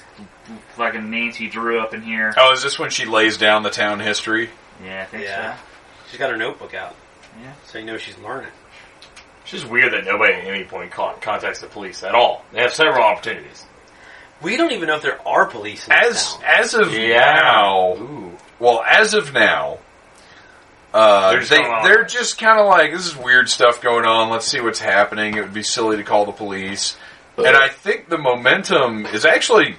fucking Nancy Drew up in here.
Oh, is this when she lays down the town history?
Yeah, I think
Yeah,
so.
she's got her notebook out,
Yeah.
so you know she's learning.
It's just weird that nobody at any point con- contacts the police at all. They have several opportunities.
We don't even know if there are police in
As
this town.
as of now,
Ooh.
Well, as of now, uh, they're
They're just
they,
going on.
they're just kind of like, this is weird stuff going on. Let's see what's happening. It would be silly to call the police. And I think the momentum is actually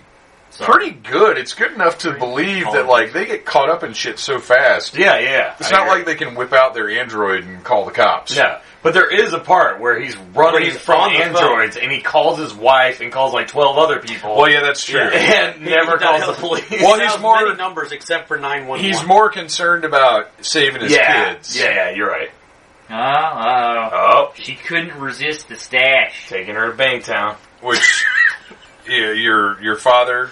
pretty good. It's good enough to believe that, like, they get caught up in shit so fast.
Yeah, yeah.
It's
I
not
agree.
like they can whip out their android and call the cops.
No, but there is a part where he's running
Where he's
from
on the
androids and he calls his wife and calls like twelve other people.
Well, yeah, that's true.
and never
He
calls the
dialed-
police.
Well, he's
Dialed
more-
many numbers except for nine one one.
He's more concerned about saving his
yeah,
kids.
yeah, yeah. You're right.
Oh, uh,
Oh,
she couldn't resist the stash.
taking her to Bangtown.
Which, yeah, your, your father,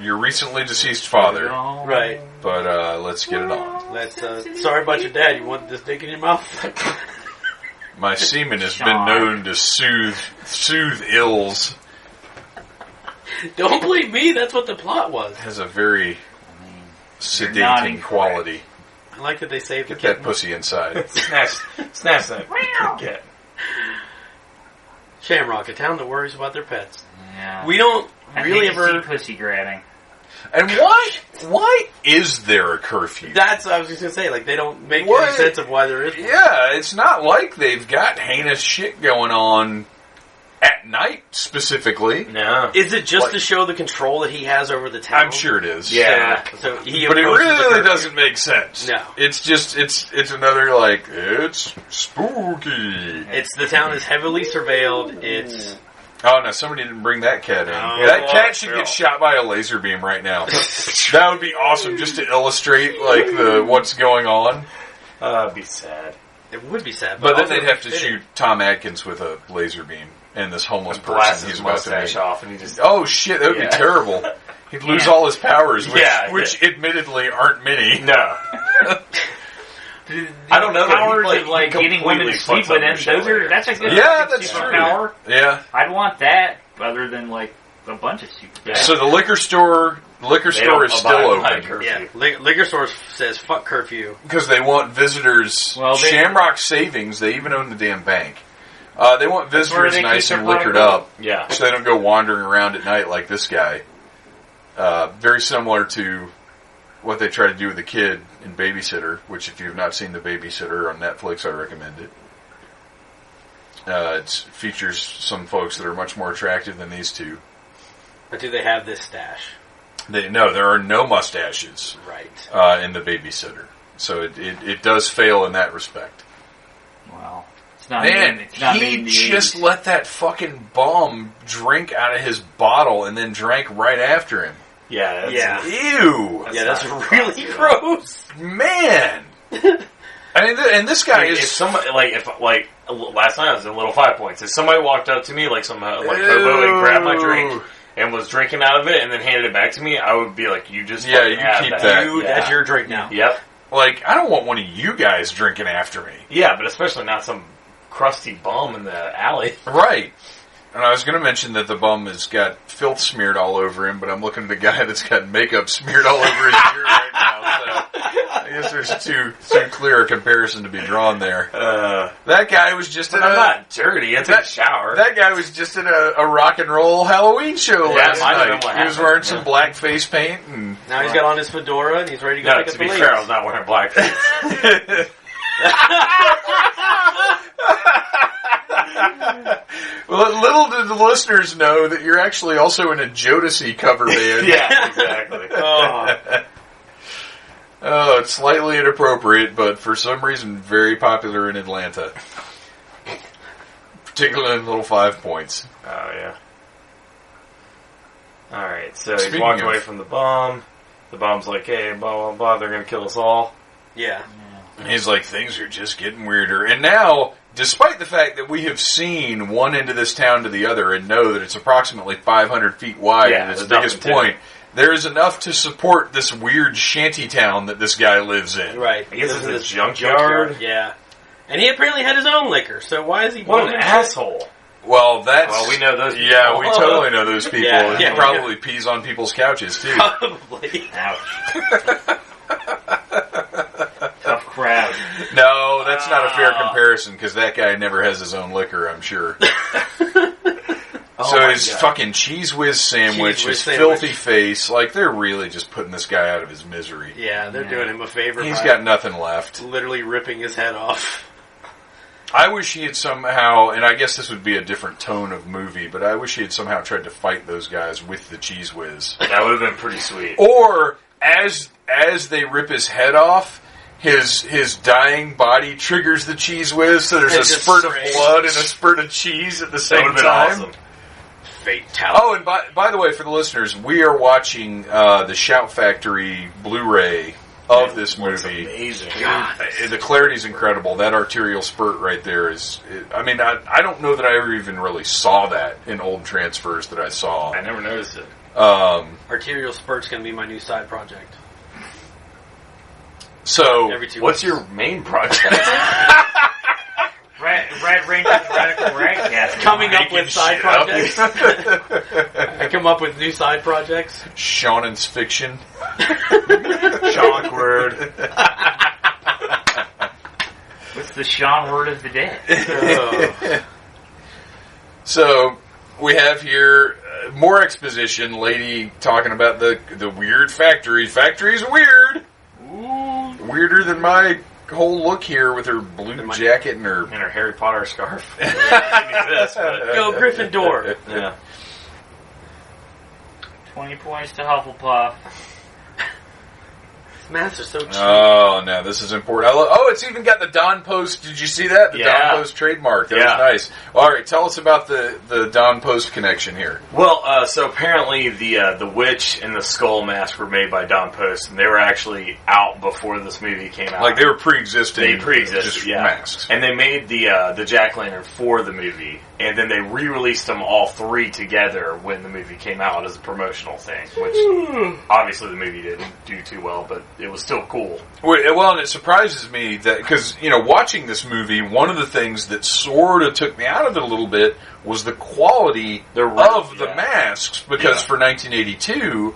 your recently deceased father,
Oh.
right.
But uh, let's get it on.
Let's. Uh, sorry about your dad. You want this dick in your mouth?
My semen has been
Sean.
known to soothe soothe ills.
don't believe me. That's what the plot was.
Has a very
not
sedating
incorrect.
quality.
I like that they saved the
Get that
kitten.
pussy inside.
Snatch, snatch that. Get.
Shamrock, a town that worries about their pets.
Yeah.
We don't
Uh, I
really
think it's
ever.
the pussy grabbing.
And why? Why is there a curfew?
That's I was just gonna say. Like they don't make
What?
any sense of why there is. one.
yeah, it's not like they've got heinous shit going on at night specifically.
No.
Is it just
What?
to show the control that he has over the town?
I'm sure it is.
So-
Yeah.
So, he
but it
opposes the
really
curfew.
doesn't make sense.
No.
it's just it's it's another like it's spooky.
It's the town is heavily surveiled. It's
Oh no, somebody didn't bring that cat in.
Oh,
that cat should
no.
get shot by a laser beam right now. that would be awesome just to illustrate like the what's going on.
Uh, it'd be sad.
it would be sad,
But
but,
then
also
they'd have to
fitting.
shoot Tom Atkins with a laser beam and this homeless
Blast
person
his
he's about to
mustache
meet.
off and he just.
Oh shit, that would
Yeah.
be terrible. He'd lose all his powers, which,
Yeah,
which admittedly aren't many.
No. I don't know. that he,
Powers of like
he
getting women to
completely
sleep
fucks up
with him.
Michelle
Those are
Yeoh.
that's a good
Yeah,
fucking
that's true.
superpower.
Yeah.
I'd want that other than like a bunch of superpowers.
So the liquor store, liquor
They don't
store is still
abide by
open
curfew.
Yeah, Lig- liquor source says fuck curfew.
because they want visitors.
Well, they-
Shamrock Savings, they even own the damn bank. Uh, they want
where
visitors
they
nice
keep
and
their
liquored
product.
up,
Yeah.
so they don't go wandering around at night like this guy. Uh, very similar to what they try to do with the kid in Babysitter, which if you've not seen the Babysitter on Netflix, I recommend it. Uh, it features some folks that are much more attractive than these two.
But do they have this stash?
They, no, there are no mustaches.
Right.
uh, in the babysitter. So it, it, it does fail in that respect.
Well, it's not
Man,
made- it's not made
he
in the
just
80s.
let that fucking bum drink out of his bottle and then drank right after him.
Yeah. That's,
Yeah.
Ew,
yeah, that's
not-
really gross.
man. I mean, th- and this guy
Like, if
is
somebody like if like last night I was in Little Five Points. If somebody walked up to me like some uh, like hobo and grabbed my drink
Ew.
and was drinking out of it and then handed it back to me, I would be like, "You just
Yeah,
fucking
you
have
keep that.
Dude,
Yeah.
that's your drink now.
Yep.
like, I don't want one of you guys drinking after me.
Yeah, but especially not some crusty bum in the alley.
Right. And I was going to mention that the bum has got filth smeared all over him, but I'm looking at the guy that's got makeup smeared all over his ear right now. So I guess there's too too clear a comparison to be drawn there.
Uh,
That guy was just in
I'm
a
not dirty. I took a
that-
shower.
that guy was just in a, a rock and roll Halloween show
Yeah,
last
it might have been
night.
what
He was
happened,
wearing
yeah.
some black face paint and
Now he's got on his fedora and he's ready to go
no,
pick
to
up
be
the
fair, I was
leaves.
not wearing blackface.
Well, little did the listeners know that you're actually also in a Jodeci cover band.
yeah, exactly.
Um,
Oh,
Oh, it's slightly inappropriate, but for some reason very popular in Atlanta. Particularly in Little Five Points.
Oh yeah. All right, so he's
Speaking
walked
of-
away from the bomb. The bomb's like, "Hey, blah blah blah, they're gonna kill us all."
yeah.
And he's like, things are just getting weirder. And now, despite the fact that we have seen one end of this town to the other and know that it's approximately 500 feet wide
Yeah,
at its
there's
biggest
nothing to
point, there is enough to support this weird shanty town that this guy lives in.
Right.
I guess
This
it's
is
a
his
junkyard.
Yeah. And he apparently had his own liquor, so why is he
What an
bombing-
asshole!
Well, that's
Well, we know those.
Yeah,
people.
we totally know those people.
Yeah,
and
yeah,
he
we
probably pees on people's couches too.
Probably.
Ouch. Tough crowd.
No, that's not a fair comparison because that guy never has his own liquor, I'm sure.
Oh
so
my
his
God.
fucking cheese whiz sandwich,
Cheese Whiz
his
sandwich.
filthy face, like they're really just putting this guy out of his misery.
Yeah, they're doing him a favor.
He's
by
got nothing left.
literally ripping his head off.
I wish he had somehow, and I guess this would be a different tone of movie, but I wish he had somehow tried to fight those guys with the cheese whiz.
That would have been pretty
Oh,
sweet.
Or as as they rip his head off, his his dying body triggers the cheese whiz, so there's
It
a
just
spurt
sprays.
of blood and a spurt of cheese at the
That would
same
have been
time.
awesome.
Fatality.
Oh, and by, by the way, for the listeners, we are watching uh, the Shout Factory Blu-ray of this movie.
Amazing.
God.
Uh, The clarity's incredible. That arterial spurt right there is. I mean, I, I don't know that I ever even really saw that in old transfers that I saw.
I never noticed it.
Um,
Arterial spurt's gonna be my new side project.
so
Every two
What's
weeks.
your main project?
Rat, Rat Ranger's Radical Ratcast.
coming up with side
shit up.
projects? I come up with new side projects.
Shonen's fiction.
Awkward.
What's the Sean word of the day?
Ugh.
So we have here uh, more exposition. Lady talking about the the weird factory. Factory's weird. Weirder than my whole look here with her blue
my-
jacket and her.
And her Harry Potter scarf. Didn't exist, but-
Go Gryffindor.
yeah.
20 points to Hufflepuff.
These maps are so cheap.
Oh no, this is important. I lo- oh, it's even got the Don Post. Did you see that? The
Yeah.
Don Post trademark. That was
Yeah.
nice. All right, tell us about the the Don Post connection here.
Well, uh, so apparently the uh, the witch and the skull mask were made by Don Post, and they were actually out before this movie came out.
Like they were pre-existing.
They pre-existed,
just
yeah.
masks.
And they made the uh, the jack lantern for the movie, and then they re-released them all three together when the movie came out as a promotional thing. Which obviously the movie didn't do too well, but it was still cool.
Wait, Well, and it surprises me that because you know, watching this movie, one of the things that sort of took me out of it a little bit was the quality
The re-
of the
yeah.
masks because
Yeah.
for 1982,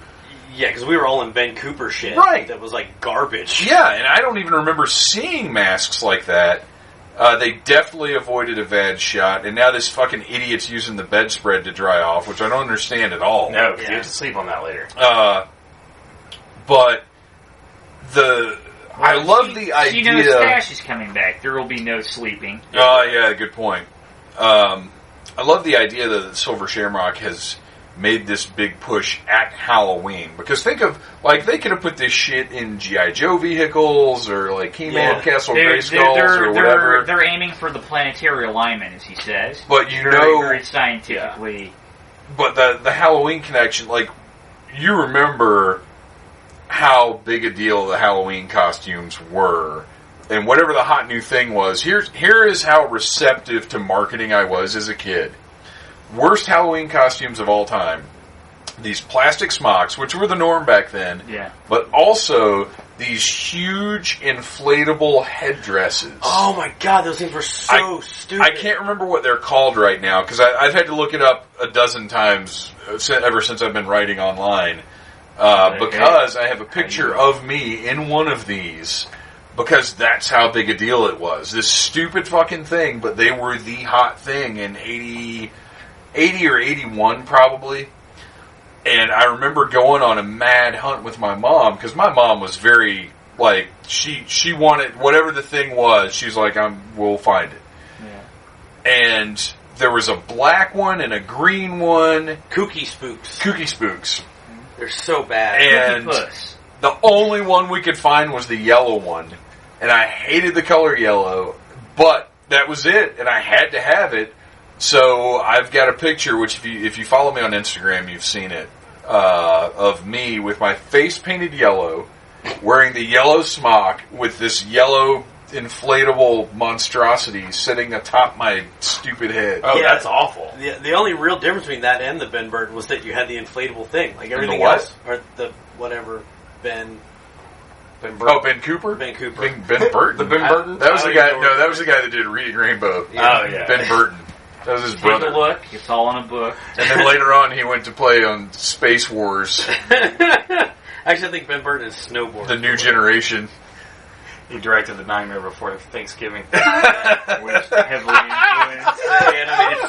Yeah, because we were all in Vancouver shit.
Right.
That was like garbage.
yeah, and I don't even remember seeing masks like that. Uh, they definitely avoided a bad shot, and now this fucking idiot's using the bedspread to dry off, which I don't understand at all.
No, 'cause
Yeah.
you have to sleep on that later.
Uh, but the I love the idea.
She knows Stash is coming back. There will be no sleeping.
Oh, yeah, good point. Um, I love the idea though, that Silver Shamrock has made this big push at Halloween because think of like they could have put this shit in GI Joe vehicles or like He Man
Yeah.
Castle
They're,
Grayskulls or
they're,
whatever.
they're, they're aiming for the planetary alignment, as he says.
But you
very,
know-
very scientifically.
but the the Halloween connection, like you remember how big a deal the Halloween costumes were. And whatever the hot new thing was, here's here is how receptive to marketing I was as a kid. Worst Halloween costumes of all time. These plastic smocks, which were the norm back then,
Yeah.
but also these huge inflatable headdresses.
Oh my god, those things were so stupid.
I can't remember what they're called right now because I've had to look it up a dozen times uh, si- ever since I've been writing online. Uh,
Okay.
because I have a picture of me in one of these because that's how big a deal it was. This stupid fucking thing, but they were the hot thing in 80, 80 or 81 probably. And I remember going on a mad hunt with my mom because my mom was very like she she wanted whatever the thing was. She's like, "I'm we'll find it."
Yeah.
and there was a black one and a green one.
Kooky spooks.
Kooky Spooks.
They're so bad.
And
Cookie Puss.
the only one we could find was the yellow one. And I hated the color yellow, but that was it, and I had to have it. So I've got a picture, which if you if you follow me on Instagram, you've seen it, uh, of me with my face painted yellow, wearing the yellow smock with this yellow inflatable monstrosity sitting atop my stupid head.
Oh,
Yeah.
that's awful.
The, the only real difference between that and the Ben Bird was that you had the inflatable thing. Like everything
what?
else, or the whatever Ben Ben Bird.
Oh, Ben Cooper.
Ben Cooper.
Ben, ben Burton. the Ben
Burton?
That was
I
the
don't
guy.
even know
No, that was the guy that did Reading Rainbow.
Oh yeah.
Ben Burton. That was his
Take a
brother.
look. It's all in a book.
And then later on, he went to play on Space Wars:
Actually, I think Ben Bird is snowboard.
The New Generation.
He directed the Nightmare Before Thanksgiving.
Oh,
Which heavily influenced the animated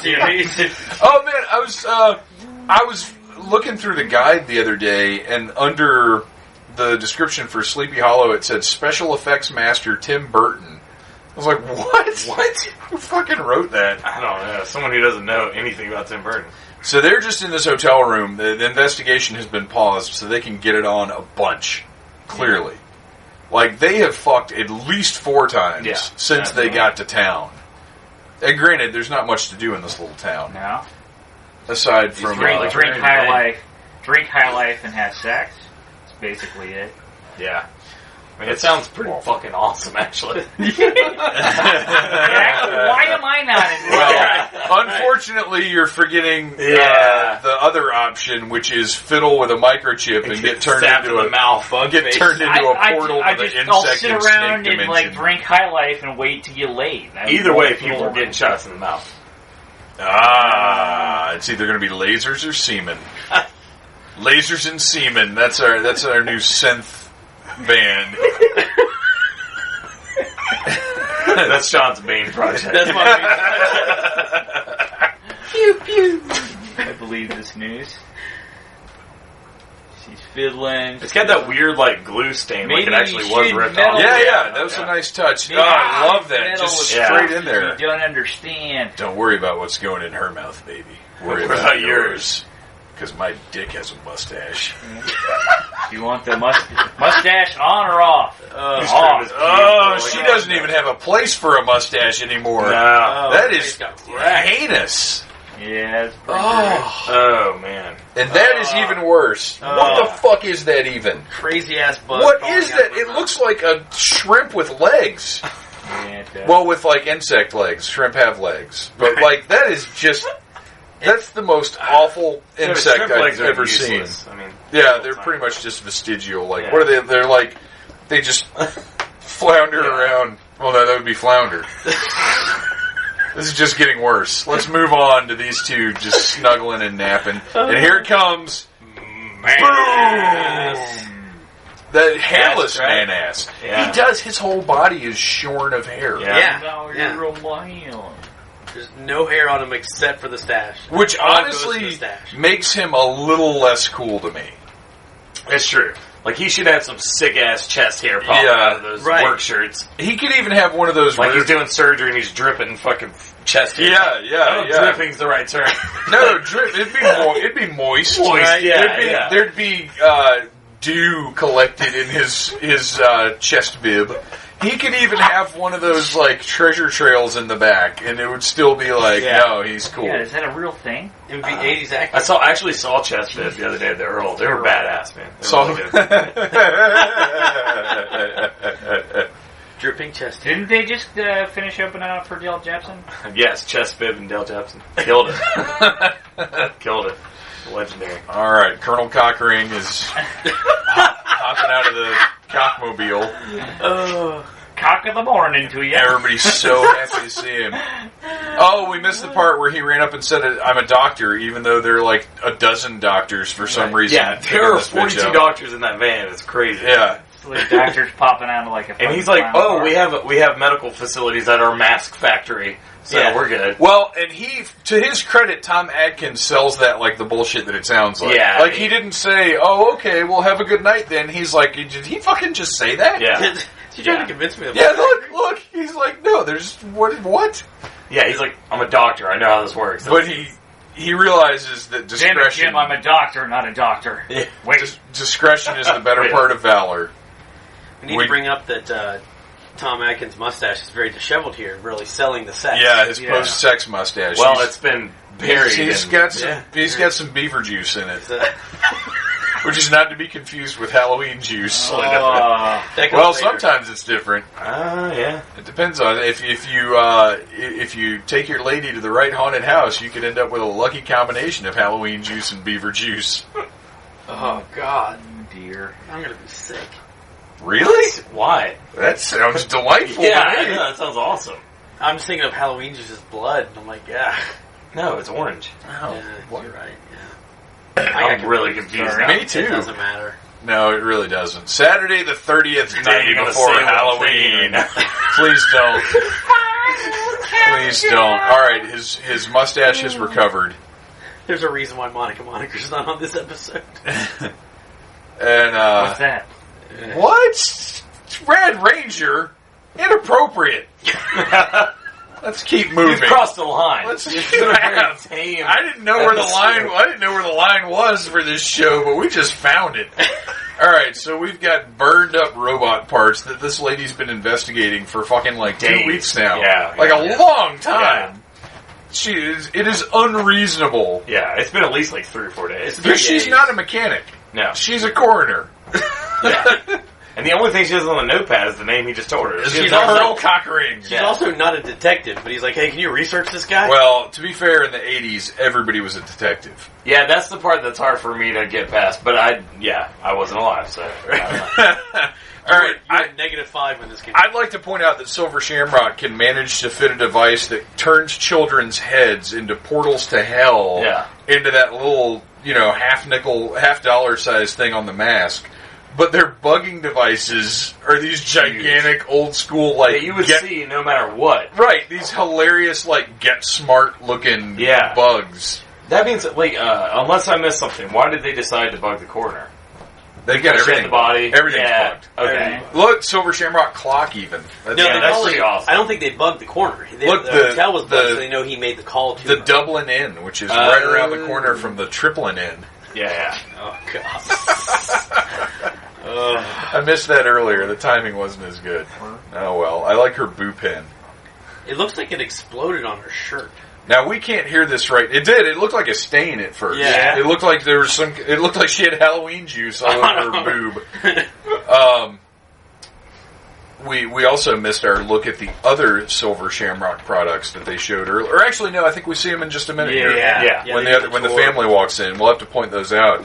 series.
Oh man, I was uh, I was looking through the guide the other day, and under the description for Sleepy Hollow, it said special effects master Tim Burton. I was like, what? What? Who fucking wrote that?
I don't know. Someone who doesn't know anything about Tim Burton.
So they're just in this hotel room. The, the investigation has been paused, so they can get it on a bunch. Clearly, like they have fucked at least four times
Yeah.
since they got to town. And granted, there's not much to do in this little town
No.
aside from
Drink,
uh,
drink high
Right.
life. Drink high life and have sex. That's basically it.
Yeah. I mean, it sounds pretty fucking awesome, actually.
Actually, why am I not in
Well, unfortunately, you're forgetting
Yeah.
uh, the other option, which is fiddle with a microchip and get turned
Stabbed
into a
in the mouth. Fuck
get
face.
turned into a portal
I, I
to the
just,
insect
I'll sit
and
around
snake
and like
dimension.
drink high life and wait to get laid. That would
Either
be
way,
cool.
people are getting shots in the mouth.
Ah, it's either going to be lasers or semen. lasers and semen. That's our that's our new synth band.
That's Sean's main project.
That's my Pew pew.
I believe this news. She's fiddling.
It's got that weird like glue stain, like
Maybe
it actually
you
was
should
ripped
metal-
off.
Yeah, yeah, that was a nice touch. Oh, I love that.
Metal
Just
was-
straight in there.
You don't understand.
Don't worry about what's going in her mouth, baby. Worry
What
about,
about
yours. Because my dick has a mustache.
You want the must- mustache on or off?
Uh,
He's
off.
turned his
Oh,
pubes
she
like-
doesn't even have a place for a mustache anymore.
uh,
No.
That is
got
heinous.
Yeah, it's pretty
Oh,
Oh man.
and that is even worse. what the fuck is that even?
Crazy ass bug.
What
falling
is
out of
that?
my
It
mouth.
looks like a shrimp with legs.
bad. Yeah, it does.
Well, with like insect legs. Shrimp have legs, but like that is just. That's the most awful insect
Shrimp legs
I've
are
ever seen.
useless. I mean,
Yeah, they're pretty much just vestigial. Like,
Yeah.
what are they? They're like, they just flounder around. Well, no, that would be flounder. this is just getting worse. Let's move on to these two just snuggling and napping. And here it comes. The hairless
right.
man ass.
Yeah.
He does. His whole body is shorn of hair.
Yeah.
Yeah,
Now you're
yeah.
real wild.
There's no hair on him except for the stash.
Which
All goes to the
honestly
stash.
makes him a little less cool to me.
it's true. Like he should have some sick ass chest hair popping
Yeah,
out of those
right.
work shirts.
He could even have one of those.
Like he's
weird-
doing surgery and he's dripping fucking chest hair.
yeah,
I
yeah,
don't know if
yeah.
dripping's the right term.
No, drip. It'd be mo- it'd be moist.
Moist,
Right?
yeah,
there'd be,
yeah.
There'd be uh, dew collected in his his uh, chest bib. He could even have one of those like treasure trails in the back, and it would still be like,
Yeah.
no, he's cool.
Yeah, is that a real thing?
It would be 80s
I
acting.
saw I actually saw chest bibs the other day at the Earl. They were badass, man. They were
So,
really good.
Dripping chest hair.
Didn't they just uh, finish opening up for Dale Jepson?
yes, chest bib and Dale Jepson killed it. killed it. Legendary.
all right, Colonel Cockring is hopping out of the cockmobile.
Uh,
Cock of the morning to you.
Everybody's so happy to see him. Oh, we missed the part where he ran up and said, "I'm a doctor," even though there are like a dozen doctors for some reason.
Yeah,
picking
there are
this bitch
42
up.
doctors in that van. It's crazy.
Yeah.
It's like doctors popping out of like a.
And he's
fucking
like,
clown
"Oh,
car.
we have we have medical facilities at our mask factory, so
Yeah.
we're good."
Well, and he, to his credit, Tom Adkins sells that like the bullshit that it sounds like.
Yeah.
Like he didn't say, "Oh, okay, well, have a good night." Then he's like, "Did he fucking just say that?"
Yeah,
Did you trying
Yeah.
to convince me of
Yeah. Look, look. He's like, "No, there's what? What?"
yeah. He's like, "I'm a doctor. I know how this works."
But he he realizes that
Damn it,
discretion
Jim! I'm a doctor, not a doctor.
Yeah.
Wait,
dis- discretion is the better
Wait.
part of valor.
We need
We-
to bring up that uh, Tom Atkins' mustache is very disheveled here, really selling the set.
Yeah, his
Yeah.
post-sex mustache.
well,
He's-
it's been buried.
he's
in-
got some.
yeah.
He's got some beaver juice in it,
That
which is not to be confused with Halloween juice.
Oh.
uh,
goes
well,
later.
sometimes it's different.
uh,
Ah, yeah.
It depends on if if you uh, i- if you take your lady to the right haunted house, you could end up with a lucky combination of Halloween juice and beaver juice.
Oh, God.
dear.
I'm going to be sick.
Really?
Why?
That sounds delightful.
Yeah,
to
I
me.
know, that sounds awesome.
I'm just thinking of Halloween juice as blood. and I'm like, yeah.
No, it's orange.
Oh,
yeah
what?
You're right. Yeah. I
I'm
got
really confused.
Sorry.
now.
Me
It
too.
doesn't matter.
No, it really doesn't. Saturday the thirtieth,
not
day
even gonna
before
say what I'm
Halloween.
thinking.
Please don't. Please don't. All right, his his mustache is recovered,
There's a reason why Monica Moniker's not on this episode.
and uh,
What's that?
what? Red Ranger, inappropriate. Let's keep
You've
moving.
crossed the line.
Let's-
You have. Damn.
I didn't know where the line. I didn't know where the line was for this show, but we just found it. All right, so we've got burned up robot parts that this lady's been investigating for fucking like two
Days.
weeks now,
Yeah,
like
yeah,
a
yeah.
long time. She is. It is unreasonable.
Yeah, it's been at least like three or four days.
Because she's
days.
not a mechanic.
No.
She's a coroner.
Yeah. and the only thing she has on the notepad is the name he just told her.
She's
a
also-
Earl Cockring.
She's also not a detective, but he's like, hey, can you research this guy?
Well, to be fair, in the '80s, everybody was a detective.
Yeah, that's the part that's hard for me to get past. But I, yeah, I wasn't alive, so. I don't know.
All
You
right,
were- you
I,
were negative five when this came out.
I'd like to point out that Silver Shamrock can manage to fit a device that turns children's heads into portals to hell.
Yeah.
Into that little, you know, half nickel, half dollar size thing on the mask. but their bugging devices are these gigantic old school like
that you would
get-
see no matter what.
right these hilarious like get smart looking
Yeah.
bugs.
That means, like, uh, unless I missed something, why did they decide to bug the coroner?
They've got
Shit,
everything.
the body.
Everything's
yeah.
bugged.
Okay.
Everything.
Look, Silver Shamrock clock even. That's
Yeah,
they
that's
probably-
pretty awesome.
I don't think they bugged the corner. They,
Look,
the,
the-
hotel was bugged,
the-
so they know he made the call to
the
them.
Dublin Inn, which is right
Uh,
around the corner from the Triplin Inn.
Yeah, yeah.
Oh god. Ugh.
I missed that earlier. The timing wasn't as good. Oh well. I like her boo pin.
it looks like it exploded on her shirt.
Now we can't hear this right. It did. It looked like a stain at first.
Yeah.
It looked like there was some. It looked like she had Halloween juice all over her boob. Um, we we also missed our look at the other Silver Shamrock products that they showed earlier. Or actually, no. I think we see them in just a minute. here.
Yeah.
Yeah,
when
they
the
did
other, when the
tour.
family walks in, we'll have to point those out.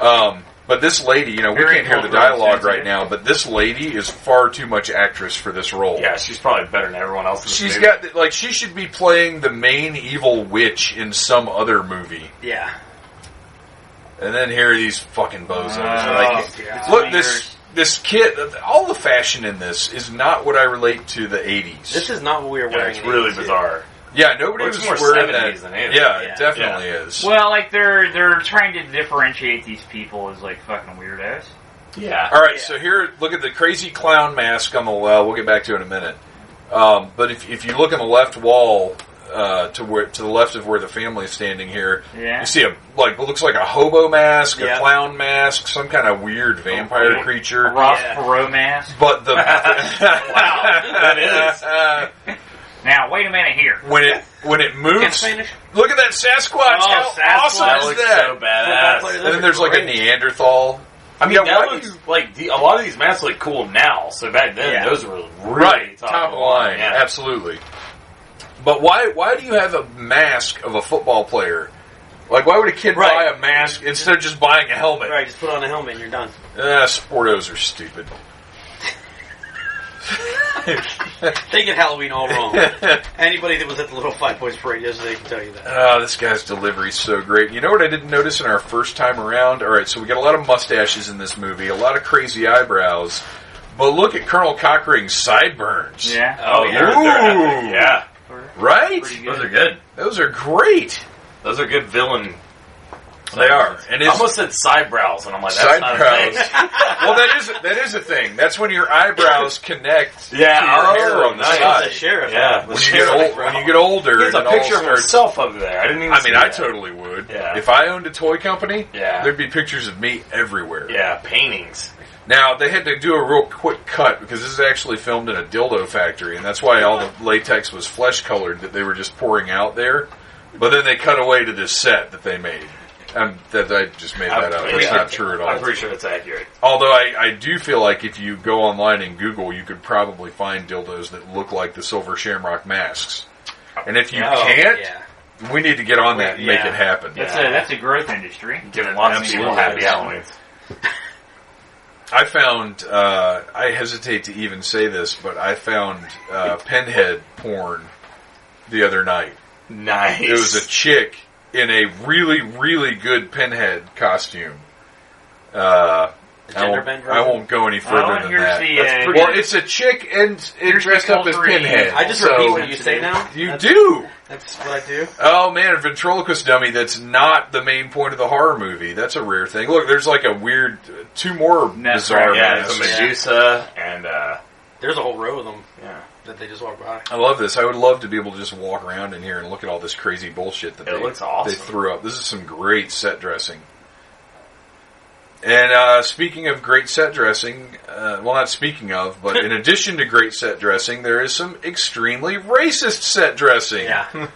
Um, but this lady, you know, we
Very
can't hear the
vulnerable
dialogue right
sensitive.
now. But this lady is far too much actress for this role.
Yeah, she's probably better than everyone else. In this
She's
movie.
got like she should be playing the main evil witch in some other movie,
Yeah.
and then here are these fucking bozos.
Oh,
Like,
God.
look this this kid. All the fashion in this is not what I relate to the eighties.
This is not what we were
Yeah,
wearing.
it's
in
really
82.
bizarre.
yeah, nobody
Looks
was
more
wearing
70s
that.
than 80s.
yeah, it
Yeah.
definitely is.
Well, like they're they're trying to differentiate these people as like fucking weirdos.
Yeah.
All right,
Yeah.
so here, look at the crazy clown mask on the well. We'll get back to it in a minute. Um, but if, if you look on the left wall uh, to where to the left of where the family is standing here,
Yeah.
you see a like what looks like a hobo mask, a
Yeah.
clown mask, some kind of weird vampire
Oh,
creature.
Ross
Yeah.
Perot mask.
But the
that is.
Uh,
Now wait a minute here.
when it when it
Can't
moves.
Spanish.
Look at that Sasquatch! How
Sasquatch.
awesome
Oh, That
is
looks
that?
so badass.
Football
And then there's like a
Great.
Neanderthal.
I mean,
Yeah,
that
why do
looks
you-
like the, a lot of these masks look cool now. So back then,
Yeah.
those were really
right
top,
top
of the
line,
Yeah.
absolutely. But why why do you have a mask of a football player? Like, why would a kid
Right.
buy a mask instead of just buying a helmet?
Right, just put on a helmet and you're done.
Ah, sportos are stupid.
They get Halloween all wrong.
Ah,
Anybody that was at the Little Five Boys Parade yesterday can tell you that.
this guy's delivery's so great. You know what I didn't notice in our first time around? All right, so we got a lot of mustaches in this movie, a lot of crazy eyebrows, but look at Colonel Cochrane's sideburns.
Yeah.
Oh, they're, they're epic.
Ooh.
yeah.
Right?
Pretty
Those are good.
Those are great.
Those are good villain.
They are. And
I
it's
almost said sidebrows, and I'm like, that's not a
Sidebrows.
thing.
well, that is that is a thing. That's when your eyebrows connect.
Yeah,
to your
oh,
hair on the
nice.
That's
side.
the sheriff.
Yeah.
When you, get old, when you get older,
He has a
it all
picture of
starts-
herself over there. I didn't even.
I mean,
see
I
that.
totally would.
Yeah.
If I owned a toy company,
Yeah.
there'd be pictures of me everywhere.
Yeah, paintings.
Now they had to do a real quick cut because this is actually filmed in a dildo factory, and that's why all the latex was flesh colored that they were just pouring out there. But then they cut away to this set that they made. Um, that I just made that up. That's not true at all.
I'm pretty sure it's accurate.
Although I, I do feel like if you go online and Google, you could probably find dildos that look like the silver shamrock masks. And if you
Oh,
can't,
Yeah.
we need to get on that and make
Yeah.
it happen.
That's a that's a growth industry.
Giving lots
Absolutely.
of people happy Halloween.
I found, uh, I hesitate to even say this, but I found uh, pinhead porn the other night.
Nice.
It was a chick in a really, really good pinhead costume. Uh,
The
I
gender
won't,
bend
I won't go any further
Oh,
than
here's
that.
the,
That's
uh,
pretty- well, it's a chick and, and
Here's
dressed
the
up as
culture in.
pinhead.
I just
so-
repeat what you say now.
You
that's,
do.
That's what I do.
Oh man, a ventriloquist dummy that's not the main point of the horror movie. That's a rare thing. Look, there's like a weird two more
That's
bizarre
right,
yeah,
masks.
it's a Medusa and uh,
There's a whole row of them
yeah,
that they just walk by.
I love this. I would love to be able to just walk around in here and look at all this crazy bullshit that
It
they,
looks awesome.
they threw up. This is some great set dressing. And uh, speaking of great set dressing, uh, well, not speaking of, but in addition to great set dressing, there is some extremely racist set dressing.
Yeah.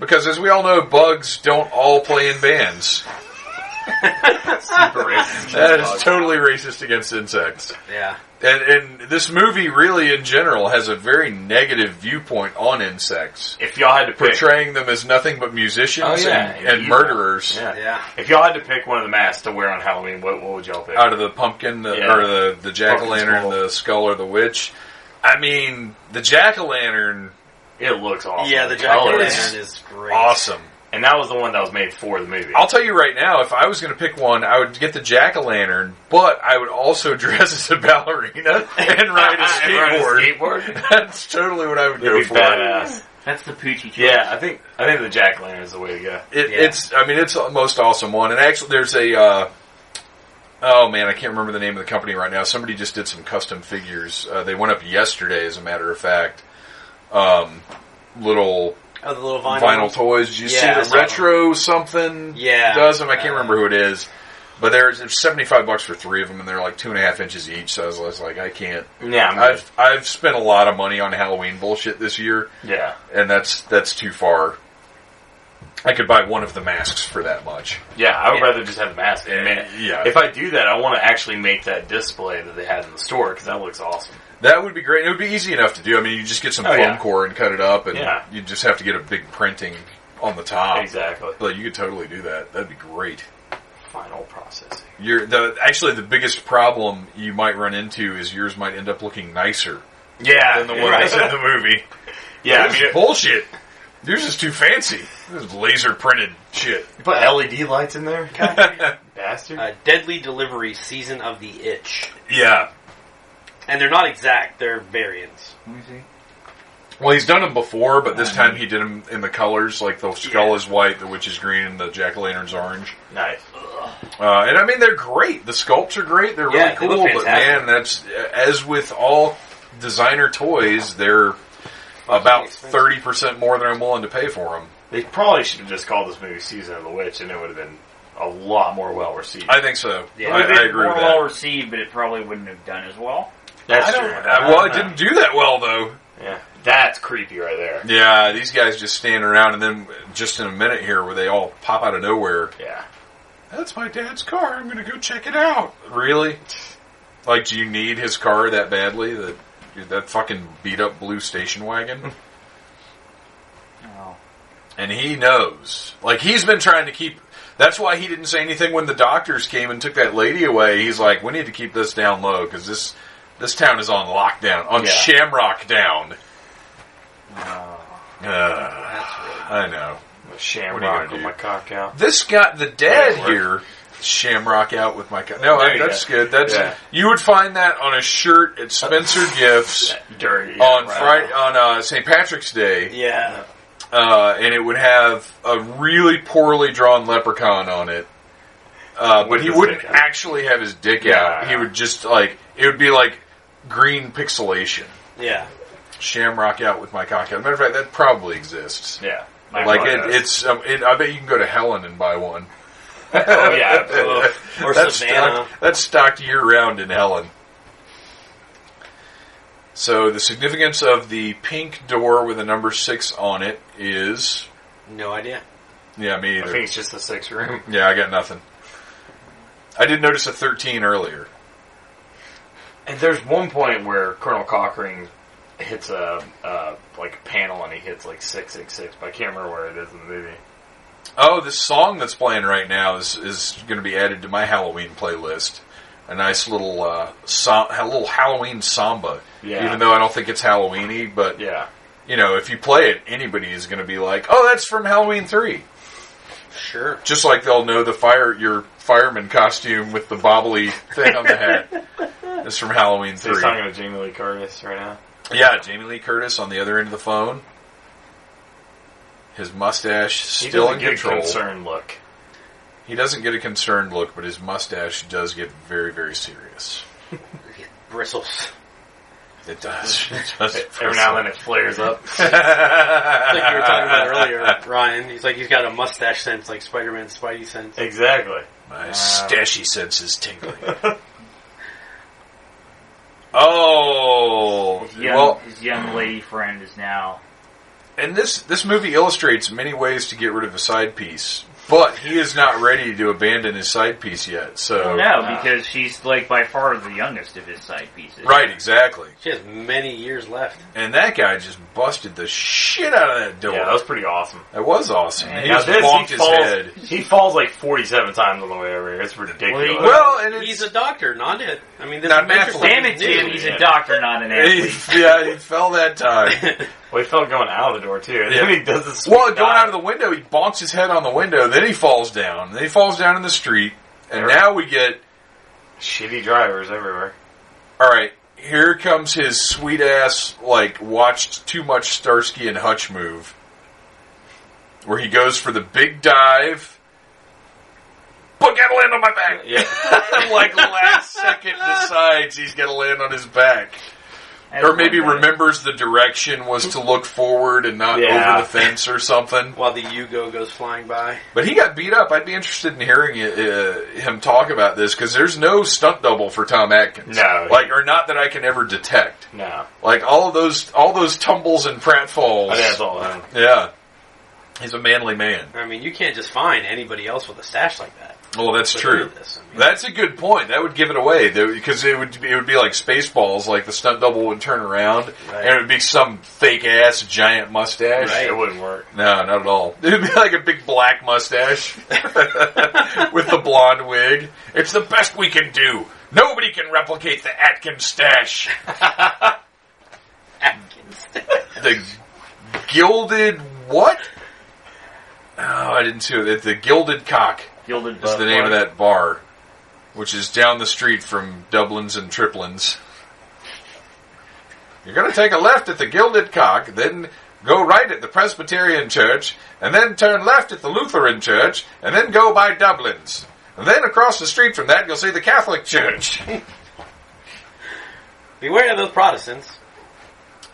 Because as we all know, bugs don't all play in bands.
super racist.
That is totally racist against insects.
yeah.
And, and this movie, really in general, has a very negative viewpoint on insects,
If y'all had to pick,
portraying them as nothing but musicians
Oh, yeah.
and, and
Evil.
murderers
Yeah.
Yeah.
if y'all had to pick one of the masks to wear on Halloween, what, what would y'all pick?
out of the pumpkin the,
Yeah.
or the, the jack o' lantern,
Pumpkin skull.
the skull, or the witch. I mean, the jack o' lantern,
it looks awesome.
Yeah, the
colors.
jacket is great.
awesome.
and that was the one that was made for the movie.
I'll tell you right now, if I was going to pick one, I would get the jack o' lantern, but I would also dress as a ballerina and ride a Uh, skateboard.
And ride a skateboard.
That's totally what I would
That'd
go
be
for.
badass.
That's the Poochie. choice.
Yeah, I think I think the jack lantern is the way to go.
It,
Yeah.
It's, I mean, it's the most awesome one. And actually, there's a, uh, oh man, I can't remember the name of the company right now. Somebody just did some custom figures. Uh, they went up yesterday, as a matter of fact. Um, little
Oh, the little vinyl.
vinyl, toys. Did you
Yeah, I
see
saw
the
them.
retro something?
Yeah.
does them? I can't
Uh,
remember who it is. But there's it's seventy five bucks for three of them, and they're like two and a half inches each. So I was- I was like, I can't.
Yeah, I'm
I've I've spent a lot of money on Halloween bullshit this year,
good. yeah.
and that's that's too far. I could buy one of the masks for that much.
Yeah, I would
Yeah.
rather just have the mask. I mean,
yeah.
If I do that, I want to actually make that display that they had in the store because that looks awesome.
That would be great. It would be easy enough to do. I mean, you just get some
Oh,
foam
yeah.
core and cut it up, and
Yeah.
you just have to get a big printing on the top.
Exactly.
But you could totally do that. That'd be great.
Final processing.
Your the actually the biggest problem you might run into is yours might end up looking nicer
Yeah,
than the one that's in the movie.
yeah. I
This
mean,
is
it-
bullshit. Yours is too fancy. This is laser printed shit.
you put
E
LED lights in there, bastard.
Uh, Deadly Delivery Season of the Itch.
Yeah.
And they're not exact, they're variants.
Let me see.
Well, he's done them before, but
Um,
this time he did them in the colors. Like the skull is white, the witch is green, and the jack o' lantern's orange.
nice.
Uh, and I mean, they're great. The sculpts are great. They're
Yeah, they
really
look
cool. But man,
fantastic.
that's as with all designer toys, they're about
expensive.
thirty percent more than I'm willing to pay for them.
They probably should have just called this movie "Season of the Witch," and it would have been a lot more well received.
I think so.
Yeah.
I,
It would have
I
been
agree
more
with that.
well received, but it probably wouldn't have done as well.
That's
I don't-
true.
uh, well, it didn't do that well though.
Yeah, that's creepy right there.
Yeah, these guys just standing around, and then just in a minute here, where they all pop out of nowhere.
Yeah.
That's my dad's car. I'm gonna go check it out. Really? Like, do you need his car that badly? That that fucking beat up blue station wagon?
Oh.
and he knows. Like he's been trying to keep. That's why he didn't say anything when the doctors came and took that lady away. He's like, we need to keep this down low because this this town is on lockdown, on
Yeah.
Shamrock down. Uh,
That's really
I know. What are you
Shamrock
gonna
with
do?
my cock out.
This got the
That'll
dad
work.
here. Shamrock out with my co- no,
There
I-
you
that's
go.
good. That's
Yeah.
you would find that on a shirt at Spencer Gifts
Dirty. yeah,
on
right.
Friday on uh, St. Patrick's Day.
Yeah.
uh, and it would have a really poorly drawn leprechaun on it. Uh, but
With
he
his
wouldn't
dick out.
actually have his dick
Yeah.
out. He would just like it would be like green pixelation.
Yeah.
Shamrock out with my cock out. Matter of fact, that probably exists.
Yeah.
like
God,
it,
that's-
it's, um, it, I bet you can go to Helen and buy one.
Oh yeah. absolutely.
Or
that's
Savannah.
Stocked, that's stocked year round in Helen. So the significance of the pink door with a number six on it is,
No idea.
yeah, me
I
either.
think it's just a six room.
Yeah, I got nothing. I did notice a 13 earlier.
And there's one point where Colonel Cockring hits a uh, like a panel and he hits like six six six, but I can't remember where it is in the movie.
Oh, this song that's playing right now is, is going to be added to my Halloween playlist. A nice little uh, som- a little Halloween samba.
Yeah.
Even though I don't think it's Halloweeny, but
Yeah.
you know, if you play it, anybody is going to be like, "Oh, that's from Halloween 3."
Sure.
Just like they'll know the fire your fireman costume with the bobbly thing on the hat is from Halloween 3.
So he's talking to Jamie Lee Curtis right now.
Yeah, Jamie Lee Curtis on the other end of the phone. His mustache
He
still in
doesn't get a
control.
concerned look.
He doesn't get a concerned look, but his mustache does get very, very serious.
Bristles.
It does. It does
Every now and then it flares up.
Like you were talking about earlier, Ryan. He's like he's got a mustache sense, like Spider Man's Spidey sense.
exactly.
My stashy senses tingling. oh,
His young,
well,
his young lady friend is now.
and this this movie illustrates many ways to get rid of a side piece, but he is not ready to abandon his side piece yet. So,
No, because she's like by far the youngest of his side pieces.
right, exactly.
She has many years left.
And that guy just busted the shit out of that door.
Yeah, that was pretty awesome.
that was awesome.
Man,
He
Now
just
this,
bonked
he
his
falls,
head.
he falls like 47 times on the way over here. It's ridiculous.
Well,
Well, and
He's
it's
a doctor, not it. I mean, this
Not
adventure
baffling.
something
Damn it,
new.
Tim! He's a doctor, not an athlete.
yeah, he fell that time.
Well, he fell going out of the door too, and then he does this.
Well, going out of the window, he bonks his head on the window, then he falls down, then he falls down in the street, and
There.
now we get
shitty drivers everywhere.
all right. Here comes his sweet ass like watched too much Starsky and Hutch move, where he goes for the big dive. But gotta land on my back.
Yeah.
And, like last second decides he's gonna land on his back, or maybe remembers the direction was to look forward and not
Yeah.
over the fence or something.
While the Yugo goes flying by.
But he got beat up. I'd be interested in hearing uh, him talk about this because there's no stunt double for Tom Atkins.
No.
like or not that I can ever detect.
No,
Like all of those, all those tumbles and pratfalls.
I think that's all. Him.
Yeah, he's a manly man.
I mean, you can't just find anybody else with a stash like that.
Well, that's
Look
true.
at this, I mean.
That's a good point. That would give it away because it would it would be like Spaceballs. Like the stunt double would turn around
Right.
and it would be some fake ass giant mustache.
Right.
It wouldn't work.
No, not at all. It would be like a big black mustache with the blonde wig. It's the best we can do. Nobody can replicate the Atkins stash.
Atkins.
The gilded what? Oh, I didn't see it. The gilded cock
Gilded
is
Butt
the name of
Plug.
that bar, which is down the street from Dublin's and Triplin's. You're going to take a left at the Gilded Cock, then go right at the Presbyterian Church, and then turn left at the Lutheran Church, and then go by Dublin's. And then across the street from that, you'll see the Catholic Church.
Beware of those Protestants.